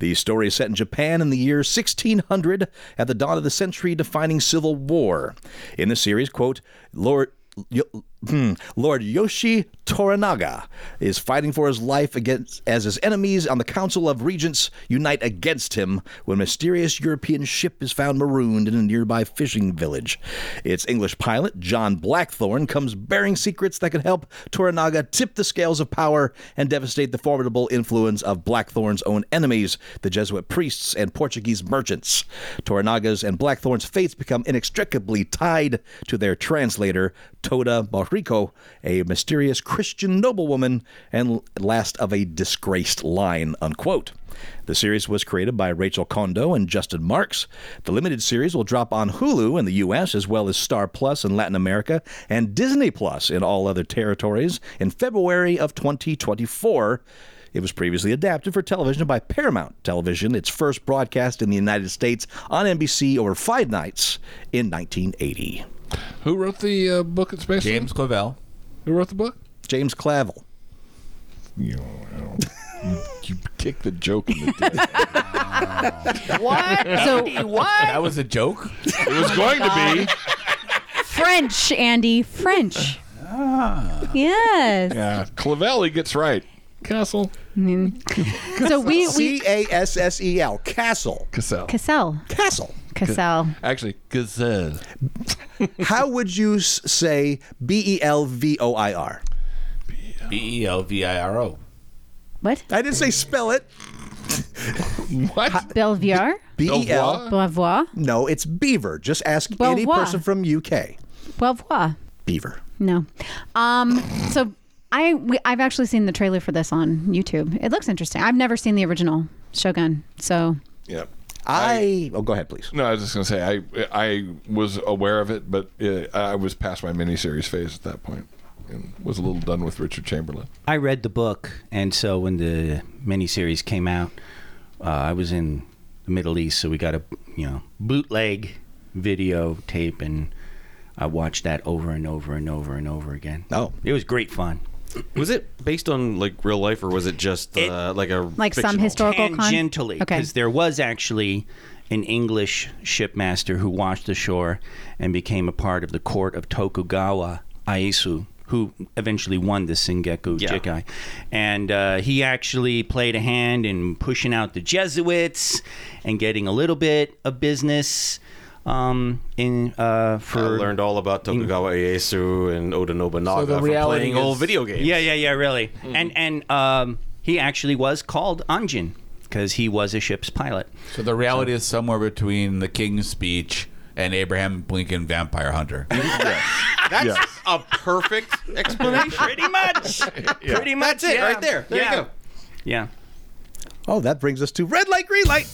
E: The story is set in Japan in the year 1600 at the dawn of the century defining civil war. In the series, quote, Lord. Yo- hmm, Lord Yoshi Toranaga is fighting for his life against as his enemies on the Council of Regents unite against him when a mysterious European ship is found marooned in a nearby fishing village. Its English pilot, John Blackthorne, comes bearing secrets that could help Toranaga tip the scales of power and devastate the formidable influence of Blackthorne's own enemies, the Jesuit priests and Portuguese merchants. Toranaga's and Blackthorne's fates become inextricably tied to their translator, Toda Mahri. Rico, Tota a mysterious Christian noblewoman, and last of a disgraced line, unquote. The series was created by Rachel Kondo and Justin Marks. The limited series will drop on Hulu in the US as well as Star Plus in Latin America and Disney Plus in all other territories in February of 2024. It was previously adapted for television by Paramount Television, its first broadcast in the United States on NBC over five nights in 1980.
C: Who wrote the uh, book in space?
D: James Clavell.
C: Who wrote the book?
E: James Clavel.
C: You, you, you kick the joke in the dick.
B: What?
F: So
D: That was a joke.
C: It was going to be.
F: French, Andy, French.
C: Ah.
F: Yes.
C: Yeah, Clavel he Uh, gets right. Castle
F: So we we
E: C A S S E L. Castle.
C: Cassell.
F: Cassell,
E: Castle.
F: Cassell.
C: Actually, Gazelle.
E: How would you s- say B E L V O I R?
D: B E L V I R O.
F: What?
E: I didn't say spell it.
C: What?
F: Belviar,
E: B E L.
C: Belvoir?
F: Beauvoir,
E: No, it's Beaver. Just ask any
F: Belvoir.
E: person from UK.
F: Beauvoir.
E: Beaver.
F: No. Um. So I we, I've actually seen the trailer for this on YouTube. It looks interesting. I've never seen the original Shogun. So
C: Yeah.
E: I. Oh, go ahead, please.
C: No, I was just gonna say I I was aware of it, but uh, I was past my miniseries phase at that point, and was a little done with Richard Chamberlain.
B: I read the book, and so when the miniseries came out, uh, I was in the Middle East, so we got a you know bootleg videotape, and I watched that over and over and over and over again.
E: Oh.
B: it was great fun.
G: Was it based on like real life or was it just uh, like a
F: like some
G: fictional-
F: historical con-
B: Tangentially,
F: Okay.
B: because there was actually an English shipmaster who washed ashore and became a part of the court of Tokugawa Ieyasu, who eventually won the Sengeku
G: Yeah.
B: Jikai. And uh, he actually played a hand in pushing out the Jesuits and getting a little bit of business um, in uh, for.
G: I learned all about Tokugawa Ieyasu and Oda Nobunaga
D: So the
G: from
D: reality
G: playing old
D: is-
G: video games.
B: Yeah, yeah, yeah, really. And and um, he actually was called Anjin because he was a ship's pilot.
D: So the reality is somewhere between the King's Speech and Abraham Lincoln Vampire Hunter.
G: That's
C: Yeah.
G: a perfect explanation.
B: Pretty much. Pretty much.
G: That's it,
B: yeah.
G: right there. There
B: yeah.
G: you go.
B: Yeah.
E: Oh, that brings us to red light, green light.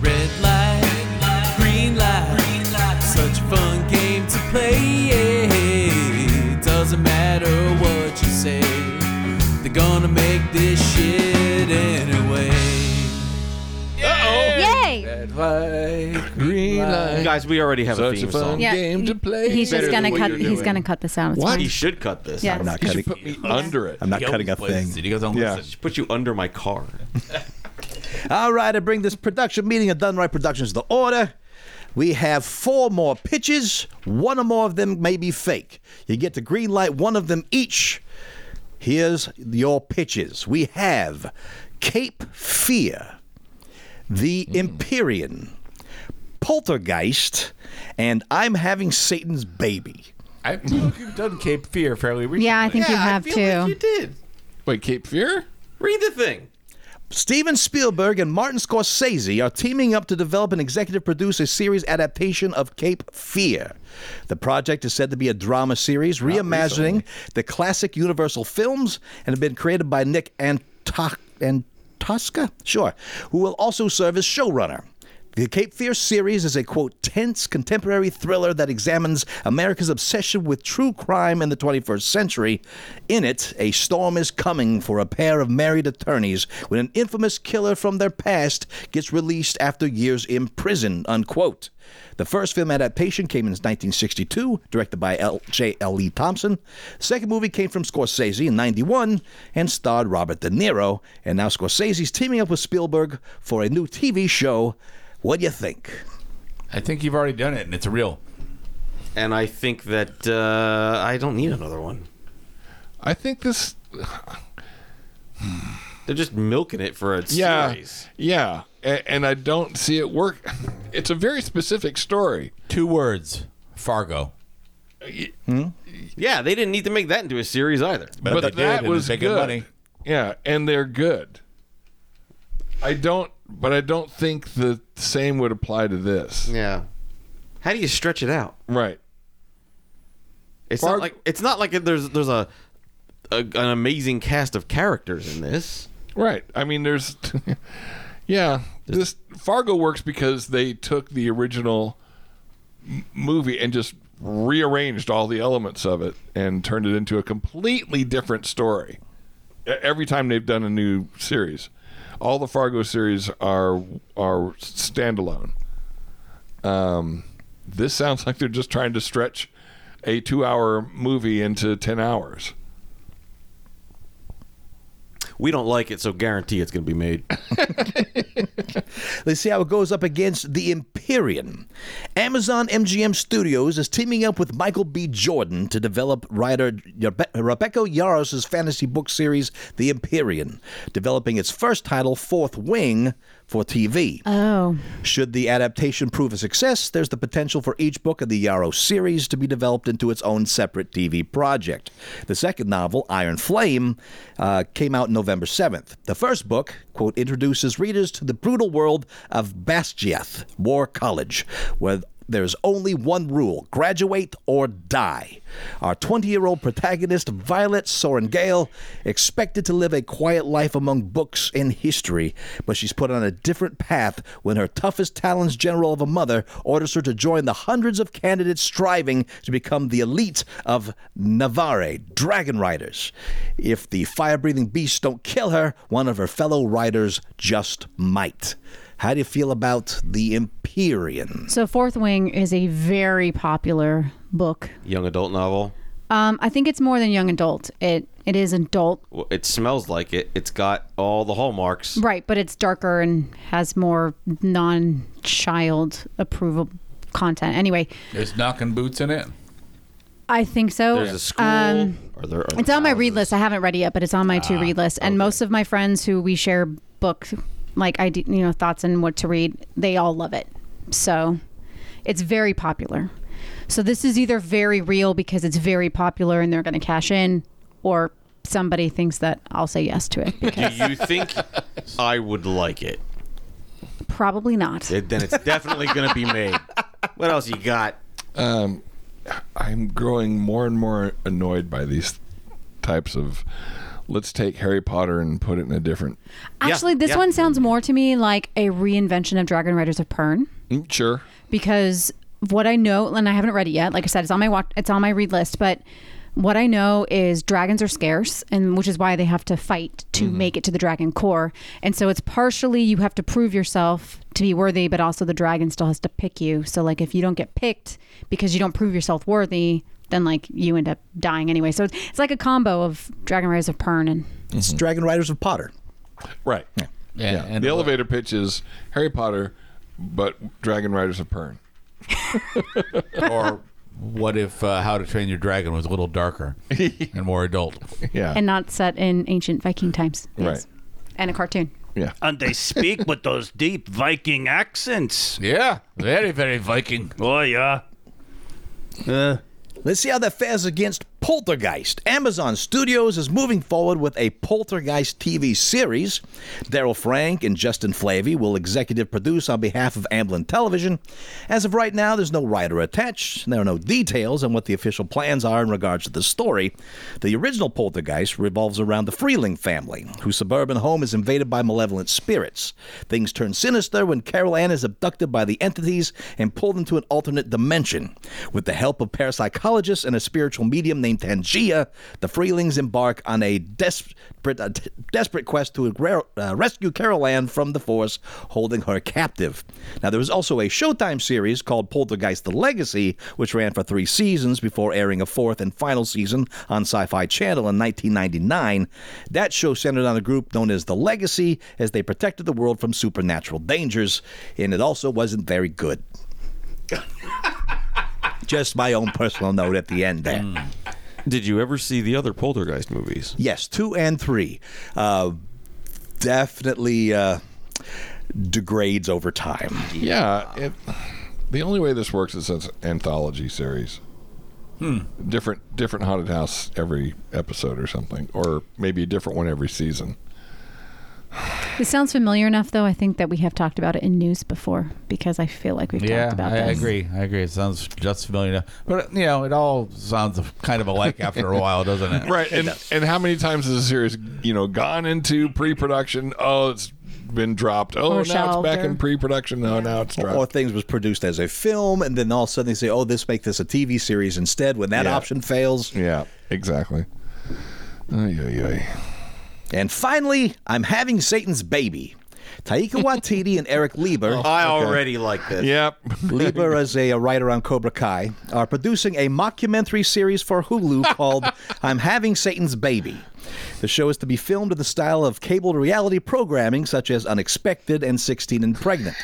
K: Red light, green light, such a fun game to play. Doesn't matter what you say, they're gonna make this shit anyway.
F: Yay!
D: Red light, green light.
G: Guys, we already have a
C: Such a
G: theme
C: fun-
G: song.
F: Yeah.
D: Game to play.
F: He's
D: Better
F: just gonna
D: than what
F: cut.
D: you're
F: He's
D: doing.
F: gonna cut this out. It's
C: What?
F: fine.
G: He should cut this.
F: Yes.
G: I
E: I'm not
C: You
E: cutting.
C: put me under it.
E: I'm not
D: He
E: cutting a
D: always plays
E: thing.
D: it. He goes on
C: Yeah.
D: with such-
G: Put you under my car.
E: All right, I bring this production meeting of Done Right Productions to order. We have four more pitches. One or more of them may be fake. You get to green light one of them each. Here's your pitches. We have Cape Fear, The Empyrean, Poltergeist, and I'm Having Satan's Baby.
D: I feel like you've done Cape Fear fairly recently.
F: Yeah, I think you have
G: I feel
F: too.
G: Like you did.
C: Wait, Cape Fear?
G: Read the thing.
E: Steven Spielberg and Martin Scorsese are teaming up to develop and executive produce a series adaptation of Cape Fear. The project is said to be a drama series reimagining the classic Universal films and have been created by Nick Anto- Antosca, sure, who will also serve as showrunner. The Cape Fear series is a quote tense contemporary thriller that examines America's obsession with true crime in the 21st century. In it, a storm is coming for a pair of married attorneys when an infamous killer from their past gets released after years in prison. Unquote. The first film adaptation came in 1962, directed by L. J. L. E. Thompson. The second movie came from Scorsese in 91 and starred Robert De Niro. And now Scorsese's teaming up with Spielberg for a new TV show. What do you think?
D: I think you've already done it, and it's real.
G: And I think that uh, I don't need another one.
C: I think this.
G: They're just milking it for a
C: Yeah,
G: series.
C: yeah, and, and I don't see it work. It's a very specific story.
D: Two words: Fargo.
G: Yeah, they didn't need to make that into a series either.
C: But
D: they did,
C: that
D: and it's
C: was
D: making
C: good.
D: money.
C: Yeah, and they're good. I don't, but I don't think the same would apply to this.
G: Yeah. How do you stretch it out?
C: Right.
G: It's
C: Barb-
G: not like it's not like there's there's a, a an amazing cast of characters in this.
C: Right. I mean, there's, yeah, this Fargo works because they took the original m- movie and just rearranged all the elements of it and turned it into a completely different story. E- Every time they've done a new series, all the Fargo series are are standalone. Um, this sounds like they're just trying to stretch a two-hour movie into ten hours.
G: We don't like it, so guarantee it's going to be made.
E: Let's see how it goes up against the Empyrean. Amazon MGM Studios is teaming up with Michael B. Jordan to develop writer Rebe- Rebecca Yaros's fantasy book series, The Empyrean, developing its first title, Fourth Wing, for TV.
F: Oh,
E: Should the adaptation prove a success, there's the potential for each book of the Yarrow series to be developed into its own separate TV project. The second novel, Iron Flame, uh, came out November 7th. The first book, quote, introduces readers to the brutal world of Bastiath War College, where there's only one rule graduate or die. Our 20 year old protagonist, Violet Soren Gale, expected to live a quiet life among books and history, but she's put on a different path when her toughest talons general of a mother orders her to join the hundreds of candidates striving to become the elite of Navarre, dragon riders. If the fire breathing beasts don't kill her, one of her fellow riders just might. How do you feel about the Empyrean?
F: so Fourth Wing is a very popular book.
G: Young adult novel.
F: Um, I think it's more than young adult. It it is adult,
G: Well, It smells like it. It's got all the hallmarks.
F: right? But it's darker and has more non-child approvable content. Anyway,
D: There's knocking boots in it.
F: I think so.
G: There's a school.
F: Um,
G: or there, are
F: It's on my read list.
G: houses.
F: I haven't read it yet, but it's on my to
G: Ah,
F: read list. And most of my friends who we share book like I you know thoughts and what to read, they all love it. So it's very popular. So this is either very real because it's very popular and they're going to cash in, or somebody thinks that I'll say yes to it. Because
G: Do you think I would like it?
F: probably not.
G: It- Then it's definitely going to be made. What else you got?
C: um, I'm growing more and more annoyed by these types of let's take Harry Potter and put it in a different.
F: Actually, this
G: yeah.
F: one sounds more to me like a reinvention of Dragon Riders of Pern.
C: mm, Sure.
F: because what I know, and I haven't read it yet. Like I said, it's on my watch, it's on my read list. But what I know is dragons are scarce, and which is why they have to fight to
C: Mm-hmm.
F: make it to the dragon core. And so it's partially you have to prove yourself to be worthy, but also the dragon still has to pick you. So like if you don't get picked because you don't prove yourself worthy, then like you end up dying anyway. So it's, it's like a combo of Dragon Rise of Pern and
E: It's Dragon Riders of Potter.
C: Right. Yeah.
D: Yeah.
C: the elevator pitch is Harry Potter, but Dragon Riders of Pern.
D: or what if uh, How to Train Your Dragon was a little darker and more adult?
C: Yeah.
F: and not set in ancient Viking times.
C: Right.
F: And a cartoon.
C: yeah.
B: And they speak with those deep Viking accents.
D: Yeah, very very Viking.
B: Oh yeah.
G: Uh.
E: Let's see how that fares against Poltergeist. Amazon Studios is moving forward with a Poltergeist TV series. Daryl Frank and Justin Flavey will executive produce on behalf of Amblin Television. As of right now, there's no writer attached. There are no details on what the official plans are in regards to the story. The original Poltergeist revolves around the Freeling family, whose suburban home is invaded by malevolent spirits. Things turn sinister when Carol Ann is abducted by the entities and pulled into an alternate dimension. With the help of parapsychologists and a spiritual medium named Tangia, the Freelings embark on a desperate, uh, d- desperate quest to re- uh, rescue Carol Ann from the force holding her captive. Now, there was also a Showtime series called Poltergeist The Legacy, which ran for three seasons before airing a fourth and final season on Sci Fi Channel in 1999. That show centered on a group known as The Legacy as they protected the world from supernatural dangers, and it also wasn't very good. Just my own personal note at the end
C: Hmm.
E: there.
G: Did you ever see the other Poltergeist movies?
E: Yes, two and three. Uh, definitely uh, degrades over time.
C: Yeah. It, the only way this works is as an anthology series. Hmm. Different different haunted house every episode or something, or maybe a different one every season.
F: This sounds familiar enough, though. I think that we have talked about it in news before because I feel like we've
D: Yeah,
F: talked about
D: I
F: this.
D: agree. I agree. It sounds just familiar, enough. but you know, it all sounds kind of alike after a while, doesn't it?
C: right and and how many times has the series you know gone into pre-production oh it's been dropped oh
F: Or
C: now it's
F: shelved
C: back
F: or-
C: in pre-production no now it's
E: Or,
C: dropped
E: or things was produced as a film, and then all of a sudden they say, "Oh, this make this a TV series instead." When that
C: Yeah.
E: option fails,
C: yeah exactly Ay, ay, ay.
E: and finally, I'm having Satan's baby. Taika Waititi and Eric Lieber.
C: Oh,
G: I already like this.
C: yep
E: Lieber, as a, writer on Cobra Kai, are producing a mockumentary series for Hulu called I'm Having Satan's Baby. The show is to be filmed in the style of cable reality programming such as Unexpected and 16 and Pregnant.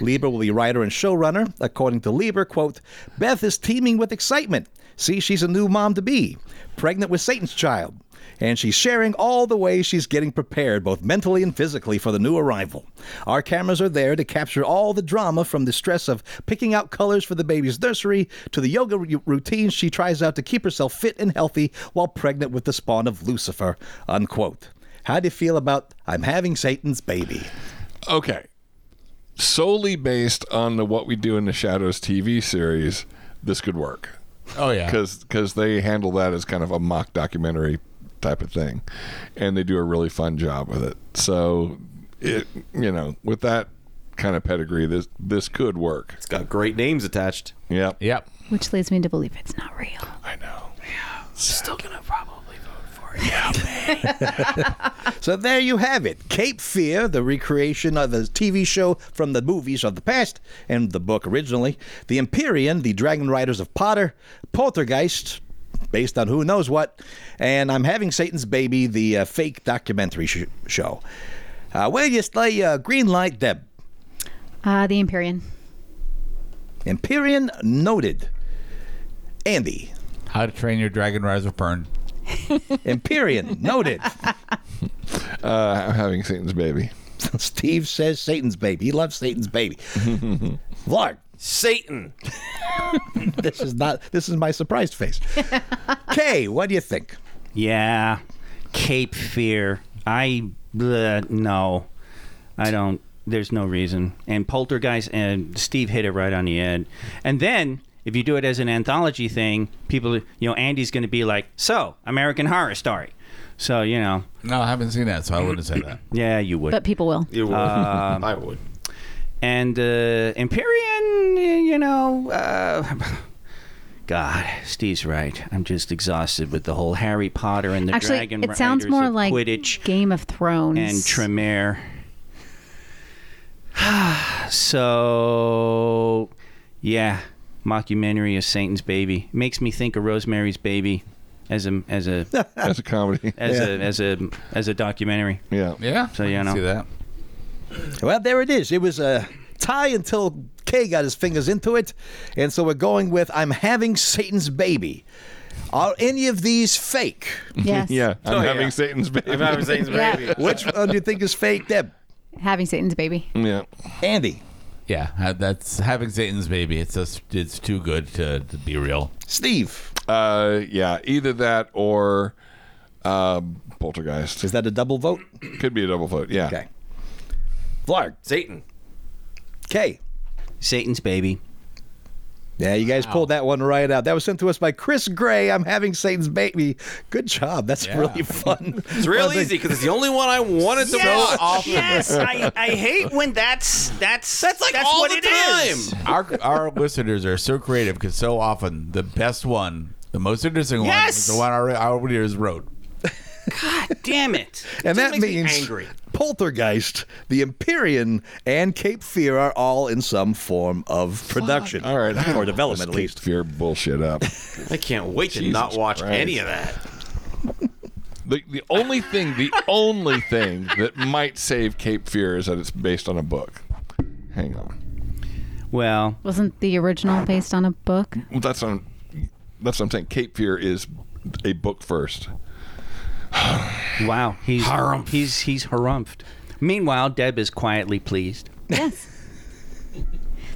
E: Lieber will be writer and showrunner. According to Lieber, quote, Beth is teeming with excitement. See, she's a new mom to be, pregnant with Satan's child. And she's sharing all the ways she's getting prepared, both mentally and physically, for the new arrival. Our cameras are there to capture all the drama from the stress of picking out colors for the baby's nursery to the yoga ru- routines she tries out to keep herself fit and healthy while pregnant with the spawn of Lucifer. Unquote. How do you feel about I'm having Satan's baby?
C: okay solely based on the what we do in the shadows tv series this could work
D: Oh yeah.
C: because they handle that as kind of a mock documentary type of thing, and they do a really fun job with it. So, it you know, with that kind of pedigree, this this could work.
G: It's got great names attached.
C: Yep.
D: Yep.
F: Which leads me to believe it's not real.
C: I know.
L: Still gonna probably vote for it.
E: So there you have it Cape Fear, the recreation of the TV show from the movies of the past and the book originally, The Empyrean, the Dragon Riders of Potter, Poltergeist, based on who knows what, and I'm Having Satan's Baby, the uh, fake documentary sh- show. Uh, where you slay uh, green light, Deb?
F: Uh, the Empyrean.
E: Empyrean noted. Andy,
D: How to Train Your Dragon Riser Burn.
E: Empyrean noted.
C: Uh, I'm having Satan's baby.
E: Steve says Satan's baby. He loves Satan's baby. Vlog.
J: Satan.
E: this is not this is my surprised face kay what do you think
B: Yeah, Cape Fear. I bleh, no, I don't. There's no reason. And Poltergeist and Steve hit it right on the head. And then if you do it as an anthology thing, people, you know, Andy's going to be like, "So, American Horror Story." So you know,
D: No, I haven't seen that, so I wouldn't say that.
B: yeah, you would.
F: But people will.
G: It would. I would.
B: and uh, Empyrean, you know, uh, God, Steve's right. I'm just exhausted with the whole Harry Potter and the
F: Actually,
B: Dragon
F: it sounds
B: Riders
F: more
B: of
F: like
B: Quidditch
F: Game of Thrones.
B: and Tremere. so, yeah, mockumentary of Satan's Baby makes me think of Rosemary's Baby as a as a
C: That's a comedy.
B: as a as a as a documentary.
C: Yeah.
D: Yeah.
B: So, you
D: I can
B: know.
D: See that.
E: well there it is it was a tie until kay got his fingers into it and so we're going with i'm having satan's baby are any of these fake
F: Yes.
C: Yeah. I'm
G: Oh,
C: having
G: yeah.
C: Satan's baby.
G: I'm having Satan's
F: Yeah.
G: baby.
E: which one do you think is fake deb
F: Having Satan's baby.
C: yeah.
E: andy
D: Yeah, ha- that's having Satan's baby. It's just, it's too good to, to be real.
E: steve
C: Uh, yeah. Either that or um, Poltergeist.
E: is that a double vote
C: Could be a double vote. Yeah.
E: okay vlarg
G: Satan.
E: kay
B: Satan's Baby.
E: yeah, you guys pulled that one right out. That was sent to us by Chris Gray. I'm having Satan's baby. Good job. That's really fun.
G: It's real easy because it's the only one I wanted to watch.
B: yes. I, I hate when that's that's
J: That's like all the time.
D: Our our listeners are so creative because so often the best one, the most interesting one,
B: Yes!
D: is the one our, our readers wrote.
B: Damn it.
E: And that
G: makes me
E: means
G: angry.
E: Poltergeist, The Empyrean, and Cape Fear are all in some form of production.
C: All right.
E: Or development, at
C: Let's keep
E: least.
C: Fear bullshit up.
G: I can't wait to not watch any of that.
C: The, the only thing, the only thing that might save Cape Fear is that it's based on a book. Hang on.
B: Well,
F: Wasn't the original based on a book?
C: Well, that's on. That's what I'm saying. Cape Fear is a book first.
B: wow. He's he's he's harumphed. Meanwhile, Deb is quietly pleased.
F: Yes.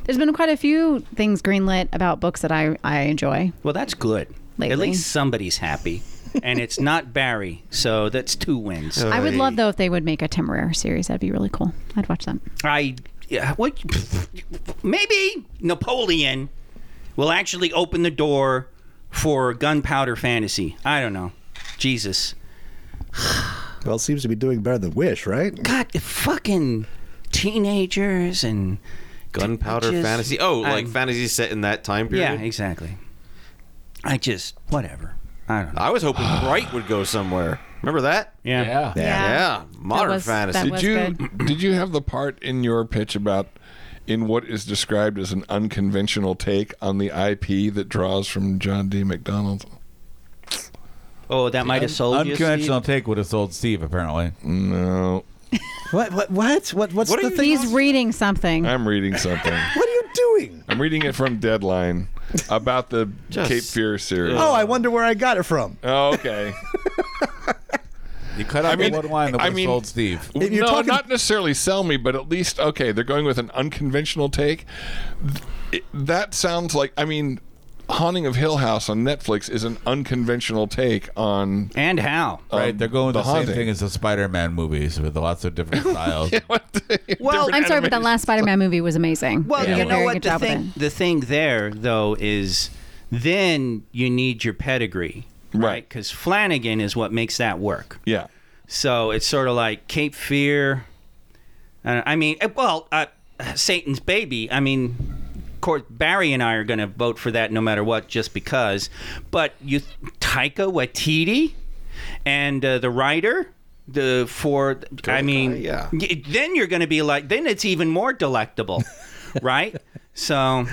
F: There's been quite a few things greenlit about books that I, I enjoy.
B: Well, that's good.
F: lately.
M: At least somebody's happy, and it's not Barry, so that's two wins.
F: I would love though if they would make a Temeraire series. That'd be really cool. I'd watch that.
M: I yeah, what? Maybe Napoleon will actually open the door for gunpowder fantasy. I don't know. Jesus,
E: Well, it seems to be doing better than Wish, right?
M: God, fucking teenagers and
G: Gunpowder
M: Just-
G: fantasy. Oh, like
M: I'm-
G: fantasy set in that time period.
M: yeah, exactly. I just whatever. I don't know.
G: I was hoping Bright would go somewhere. Remember that? Ah,
M: Yeah.
G: Yeah, modern
F: was-
G: fantasy.
F: that
C: Did
F: was
C: you
F: good.
C: did you have the part in your pitch about in what is described as an unconventional take on the IP that draws from John D. McDonald?
M: Oh, that might have sold you.
D: Unconventional
M: Steve.
D: take would have sold Steve apparently.
C: No,
E: What? What? What? what what's
G: What
E: the
G: are you-
E: thing?
F: He's reading something.
C: I'm reading something.
E: What are you doing?
C: I'm reading it from Deadline about the
G: Just-
C: Cape Fear series.
E: Oh, I wonder where I got it from.
C: Oh, okay.
D: You cut out
C: mean-
D: the one line that
C: I
D: would have
C: mean-
D: sold Steve.
E: If you're
C: no,
E: talking-
C: not necessarily sell me, but at least okay, they're going with an unconventional take. Th- it- that sounds like I mean, Haunting of Hill House on Netflix is an unconventional take on
M: And how?
D: Right, they're going with
C: The
D: the, same
C: Haunting.
D: thing as the Spider-Man movies with lots of different styles.
M: Well,
F: Oh, I'm sorry, but that last Spider-Man movie was amazing.
M: Well,
F: They did
M: you
F: a
M: know
F: very
M: what
F: good
M: the
F: job with
M: thing
F: it.
M: the thing there though is then you need your pedigree,
C: Right.
M: Because Flanagan is what makes that work.
C: yeah.
M: So it's sort of like Cape Fear. Uh, I mean, uh, well, uh, Satan's Baby. I mean, of course, Barry and I are going to vote for that no matter what, just because. But you, Taika Waititi, and uh, the writer. The for, I mean,
G: yeah.
M: y- Then you're going to be like, then it's even more delectable, right? So,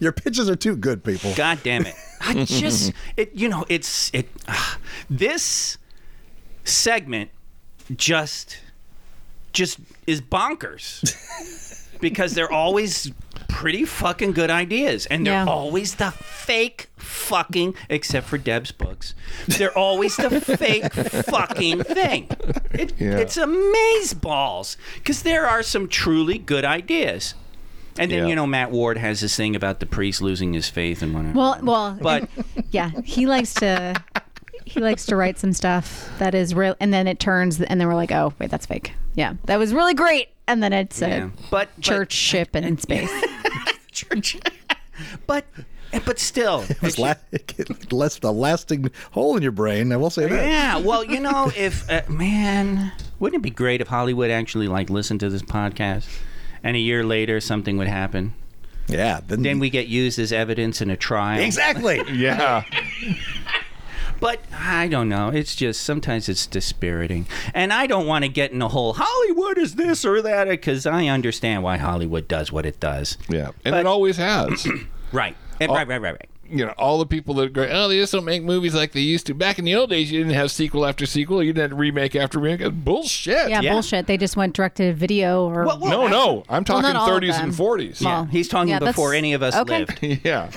E: Your pitches are too good, people.
M: God damn it! I just it you know it's it ah, this segment just just is bonkers because they're always pretty fucking good ideas and they're
F: Yeah.
M: always the fake fucking except for Deb's books they're always the fake fucking thing it, it's a maze balls because there are some truly good ideas and then
C: Yeah.
M: you know Matt Ward has this thing about the priest losing his faith and whatever
F: Well, well,
M: but
F: yeah, he likes to he likes to write some stuff that is real, and then it turns, and then we're like, oh wait, that's fake. Yeah, that was really great, and then it's a
M: Yeah. But-
F: church ship and in space.
M: church. but eh, but still,
E: It's la- it left a lasting hole in your brain. I will say that.
M: yeah. Well, you know, if uh, man, wouldn't it be great if Hollywood actually like listened to this podcast, and a year later something would happen?
E: Yeah.
M: Then we get used as evidence in a trial.
E: exactly.
C: Yeah.
M: But I don't know. It's just sometimes it's dispiriting, and I don't want to get in a whole Hollywood is this or that because I understand why Hollywood does what it does.
C: Yeah. And
M: But-
C: it always has.
M: Right. Oh. And right. Right. Right. Right.
C: you know, all the people that go, oh, they just don't make movies like they used to. Back in the old days, you didn't have sequel after sequel. You didn't have remake after remake. That's bullshit.
F: Yeah,
M: Yeah.
F: bullshit. They just went direct to video or
M: Well, well,
C: No,
M: I-
C: no. I'm
F: Well,
C: talking
F: not all of
C: 30s and
F: them.
C: 40s.
F: Well,
M: He's talking
F: yeah, that's-
M: before any of us
F: okay.
M: lived.
C: Yeah.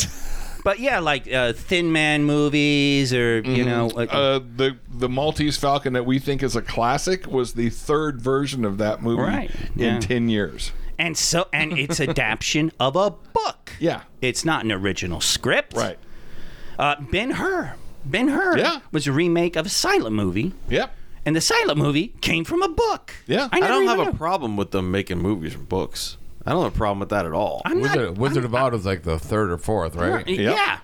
M: But yeah, like uh, Thin Man movies, or you know, uh,
C: Uh, the the Maltese Falcon that we think is a classic was the third version of that movie
M: Right,
C: in
M: yeah.
C: ten years.
M: and so and it's adaptation of a book.
C: Yeah.
M: it's not an original script.
C: Right.
M: Uh, ben Hur, Ben Hur,
C: Yeah.
M: was a remake of a silent movie,
C: Yep.
M: and the silent movie came from a book.
C: Yeah.
M: I,
G: I
M: never
G: don't
M: even
G: have a
M: knew.
G: problem with them making movies from books. I don't have a problem with that at all.
M: I'm not,
D: Wizard, Wizard of Oz was like the third or fourth, right?
M: yeah,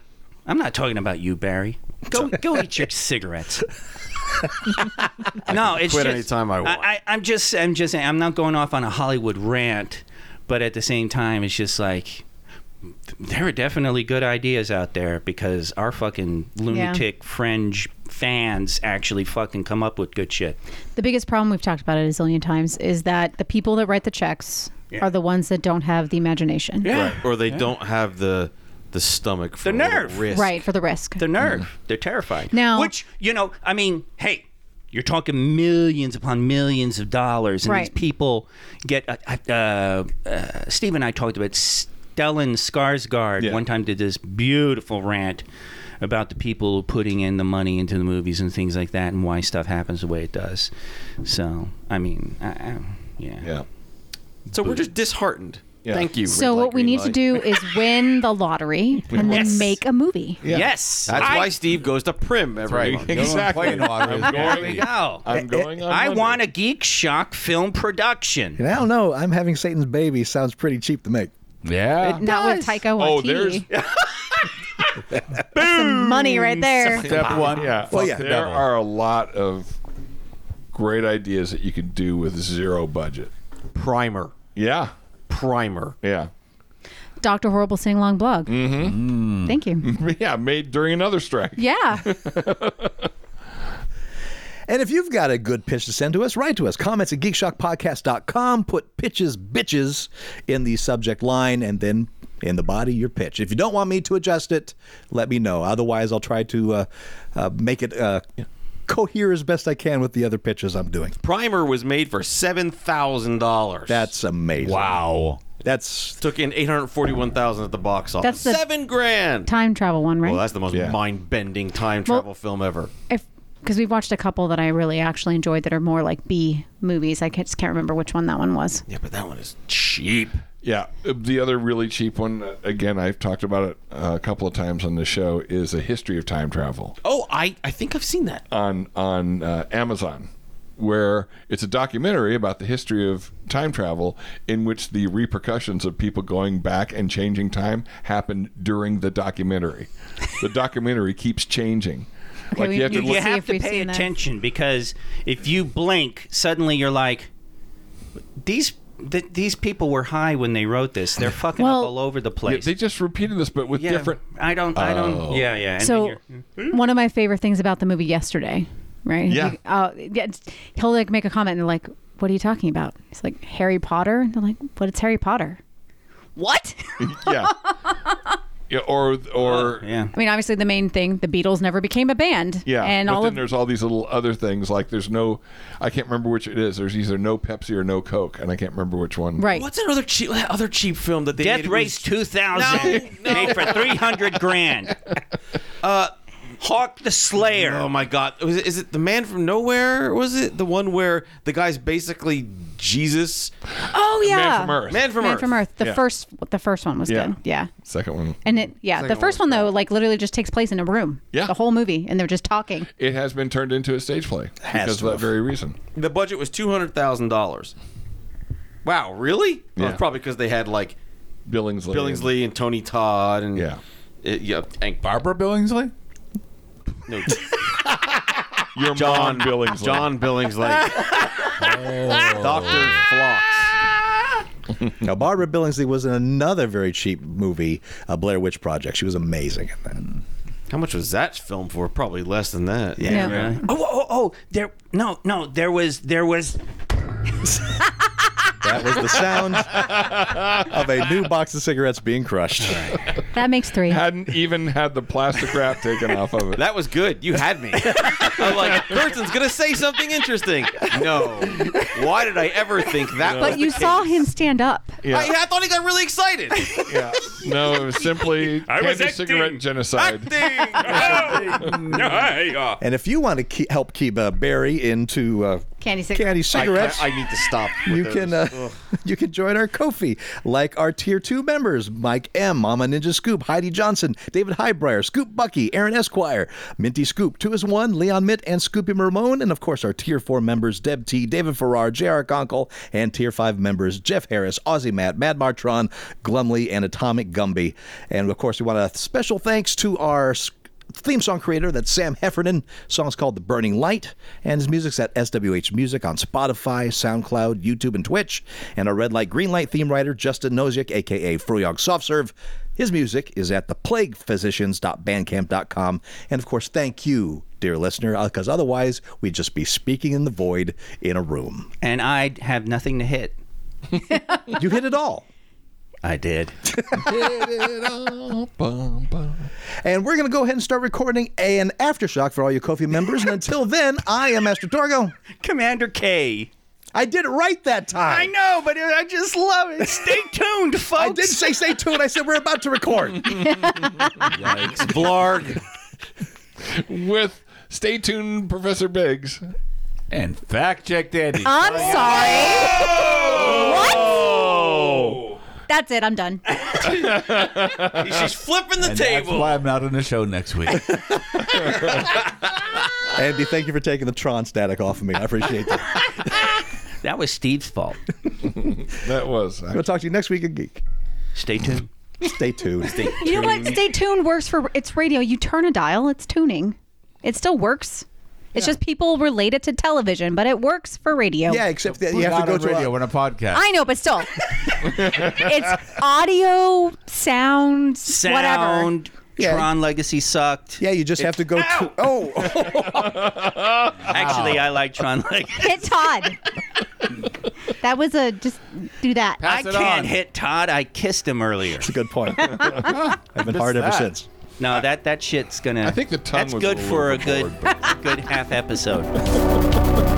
M: I'm not talking about you, Barry. Go go eat your cigarettes. no, it's
G: quit
M: just,
G: anytime I want.
M: I, am just I'm just saying I'm not going off on a Hollywood rant, but at the same time, it's just like there are definitely good ideas out there because our fucking lunatic fringe fans actually fucking come up with good shit.
F: The biggest problem we've talked about it a zillion times is that the people that write the checks are the ones that don't have the imagination.
G: Right. Or they don't have the the stomach for a
M: The
G: little
M: nerve.
G: risk.
F: Right, for the risk.
M: The nerve.
G: Mm.
M: They're terrified.
F: Now-
M: which you know, I mean, hey, you're talking millions upon millions of dollars, and these
F: Right.
M: people get. Uh, uh, uh, Steve and I talked about Stellan Skarsgård
C: Yeah.
M: one time. Did this beautiful rant about the people putting in the money into the movies and things like that, and why stuff happens the way it does. So, I mean, I, I, yeah.
C: Yeah.
G: So we're just disheartened. Thank you.
F: So what we need to do is win the lottery and then
B: Yes.
F: make a movie.
B: Yes.
G: That's
B: I,
G: why Steve goes to Prim every
D: Right.
G: month.
D: Exactly.
C: I'm going.
B: No.
C: I'm going on.
B: I
C: Monday.
B: want a Geek Shock film production.
E: And I don't know. I'm having Satan's baby sounds pretty cheap to make.
D: Yeah.
F: Not with Taika
C: Oh, there's-
F: Waititi. Some money right there.
D: Step one.
C: Yeah.
E: Well, yeah.
C: There are a lot of great ideas that you can do with zero budget.
G: Primer.
C: Yeah.
G: Primer.
C: Yeah.
F: Doctor Horrible sing along blog.
C: Mm-hmm.
G: Mm.
F: Thank you.
G: Mm-hmm.
C: Yeah. Made during another strike.
F: Yeah.
E: And if you've got a good pitch to send to us, write to us. Comments at geekshockpodcast.com. Put pitches, bitches in the subject line and then in the body, your pitch. If you don't want me to adjust it, let me know. Otherwise, I'll try to uh, uh, make it uh, cohere as best I can with the other pitches I'm doing.
G: Primer was made for seven thousand dollars.
E: That's amazing.
D: Wow.
E: That's
G: took in eight hundred forty-one thousand at the box
F: That's
G: office.
F: the-
G: seven grand.
F: Time travel one, right?
G: Well, that's the most
C: Yeah.
G: mind-bending time
F: Well-
G: travel film ever.
F: because we've watched a couple that I really actually enjoyed that are more like B movies. I ca- just can't remember which one that one was.
G: Yeah, but that one is cheap.
C: Yeah. uh, The other really cheap one, uh, again, I've talked about it uh, a couple of times on the show, is a history of time travel
G: Oh, I I think I've seen that.
C: on on uh, Amazon, where it's a documentary about the history of time travel, in which the repercussions of people going back and changing time happen during the documentary. the documentary keeps changing. like
F: we-
C: you have to
F: you-
B: you
C: look.
F: see
B: have
F: if
B: to
F: we've
B: pay
F: seen that.
B: attention because if you blink, suddenly you're like, these th- these people were high when they wrote this. They're fucking
F: Well-
B: up all over the
C: Yeah,
B: place.
C: they just repeated this, but with
B: Yeah,
C: different.
B: I don't. I don't. Yeah, yeah. and then
F: so
B: you're- mm-hmm.
F: one of my favorite things about the movie yesterday, right?
C: Yeah.
F: Like, uh, yeah, it's- he'll like make a comment and they're like, "What are you talking about?" It's like Harry Potter. And they're like, "But it's Harry Potter." What?
C: Yeah. yeah or or
B: yeah.
F: I mean, obviously the main thing, the Beatles never became a band.
C: Yeah,
F: and
C: but
F: all
C: then
F: of
C: there's all these little other things like there's no, I can't remember which it is. There's either no Pepsi or no Coke, and I can't remember which one.
F: right.
G: What's another cheap other cheap film that they
B: Death
G: made? It
B: Race
G: was-
B: 2000 made for 300 grand. Uh, Hawk the Slayer.
G: Oh my God! Was it, is it the Man from Nowhere? Was it the one where the guy's basically Jesus?
F: Oh yeah,
C: Man from Earth.
G: Man from
F: Man
G: Earth.
F: from Earth. The
C: Yeah.
F: first, the first one was
C: Yeah.
F: good. Yeah.
C: Second one.
F: And it, yeah, the first one though, like literally just takes place in a room.
C: Yeah.
F: The whole movie, and they're just talking.
C: It has been turned into a stage play
E: Has
C: because
E: to
C: of that
E: have.
C: very reason.
G: The budget was two hundred thousand dollars. Wow, really? Well,
C: Yeah.
G: it's probably because they had like
C: Billingsley.
G: Billingsley and Tony Todd and
C: Yeah.
G: It- yeah, and
D: Barbara Billingsley?
G: no,
C: Your
G: John
C: mom, Billingsley.
G: John Billingsley, Doctor Flox.
E: now Barbara Billingsley was in another very cheap movie, uh, Blair Witch Project. She was amazing in that.
G: How much was that film for? Probably less than that.
F: Yeah.
B: Oh, oh, oh, there. No, no, there was, there was.
E: That was the sound of a new box of cigarettes being crushed.
F: That makes three.
C: hadn't even had the plastic wrap taken off of it.
G: That was good. You had me. I'm like, Kurtz's gonna say something interesting. No. Why did I ever think that? was
F: But you
G: the
F: saw
G: case?
F: him stand up.
C: Yeah.
G: I, I thought he got really excited.
C: yeah. No, it was simply I
A: was acting.
C: cigarette genocide.
E: And if you want to keep, help keep uh, Barry into uh,
F: Candy cigarettes.
E: candy cigarettes,
G: I, I need to stop. with
E: you
G: those.
E: can uh, you can join our Kofi like our tier two members: Mike M, Mama Ninja Scoop, Heidi Johnson, David Highbrier, Scoop Bucky, Aaron Esquire, Minty Scoop, Two is One, Leon Mitt, and Scoopy Ramon, and of course our tier four members: Deb T, David Farrar, J.R. Conkle, and tier five members: Jeff Harris, Aussie Matt, Mad Martron, Glumly, and Atomic Gumby. And of course, we want a special thanks to our. Sc- theme song creator. That's Sam Heffernan. Song's called The Burning Light, and his music's at SWH Music on Spotify, SoundCloud, YouTube, and Twitch. And our Red Light, Green Light theme writer, Justin Nozick, aka Fruyog Softserve. His music is at theplaguephysicians.bandcamp.com. And of course, thank you, dear listener, because otherwise we'd just be speaking in the void in a room.
B: And I have nothing to hit.
E: You hit it all.
B: I did.
E: And we're going to go ahead and start recording an aftershock for all you Kofi members. And until then, I am Master Torgo.
B: Commander K.
E: I did it right that time.
B: I know, but I just love it. Stay tuned, folks.
E: I did say stay tuned. I said we're about to record.
G: Yikes. Vlarg.
C: with stay tuned, Professor Biggs.
D: And fact checked Andy.
F: I'm sorry.
C: Oh.
F: That's it. I'm done.
G: She's flipping the
D: And that's
G: table.
D: why I'm not on the show next week.
E: Andy, thank you for taking the Tron static off of me. I appreciate that.
M: That was Steve's fault.
C: That was.
E: We'll talk to you next week in Geek.
M: Stay tuned.
E: Stay tuned.
F: You know what? Stay tuned works for it's radio. You turn a dial, it's tuning. It still works. It's just people relate it to television, but it works for radio.
E: Yeah, except that you
D: We're
E: have to
D: not
E: go
D: on
E: to
D: radio.
E: a,
D: We're on a podcast.
F: I know, but still. it's audio, sound, whatever.
M: Sound. Tron Legacy sucked.
E: Yeah, you just have to go to. Oh,
M: Actually, I like Tron Legacy.
F: Hit Todd. that was a just do that.
M: I
D: it
M: can't
D: on.
M: hit Todd. I kissed him earlier.
E: good point. I've been hard ever
D: that.
E: since.
M: No, that that shit's gonna.
C: I think the tongue
M: That's
C: was a
M: good
C: little
M: for a good,
C: overboard, but-
M: good half episode.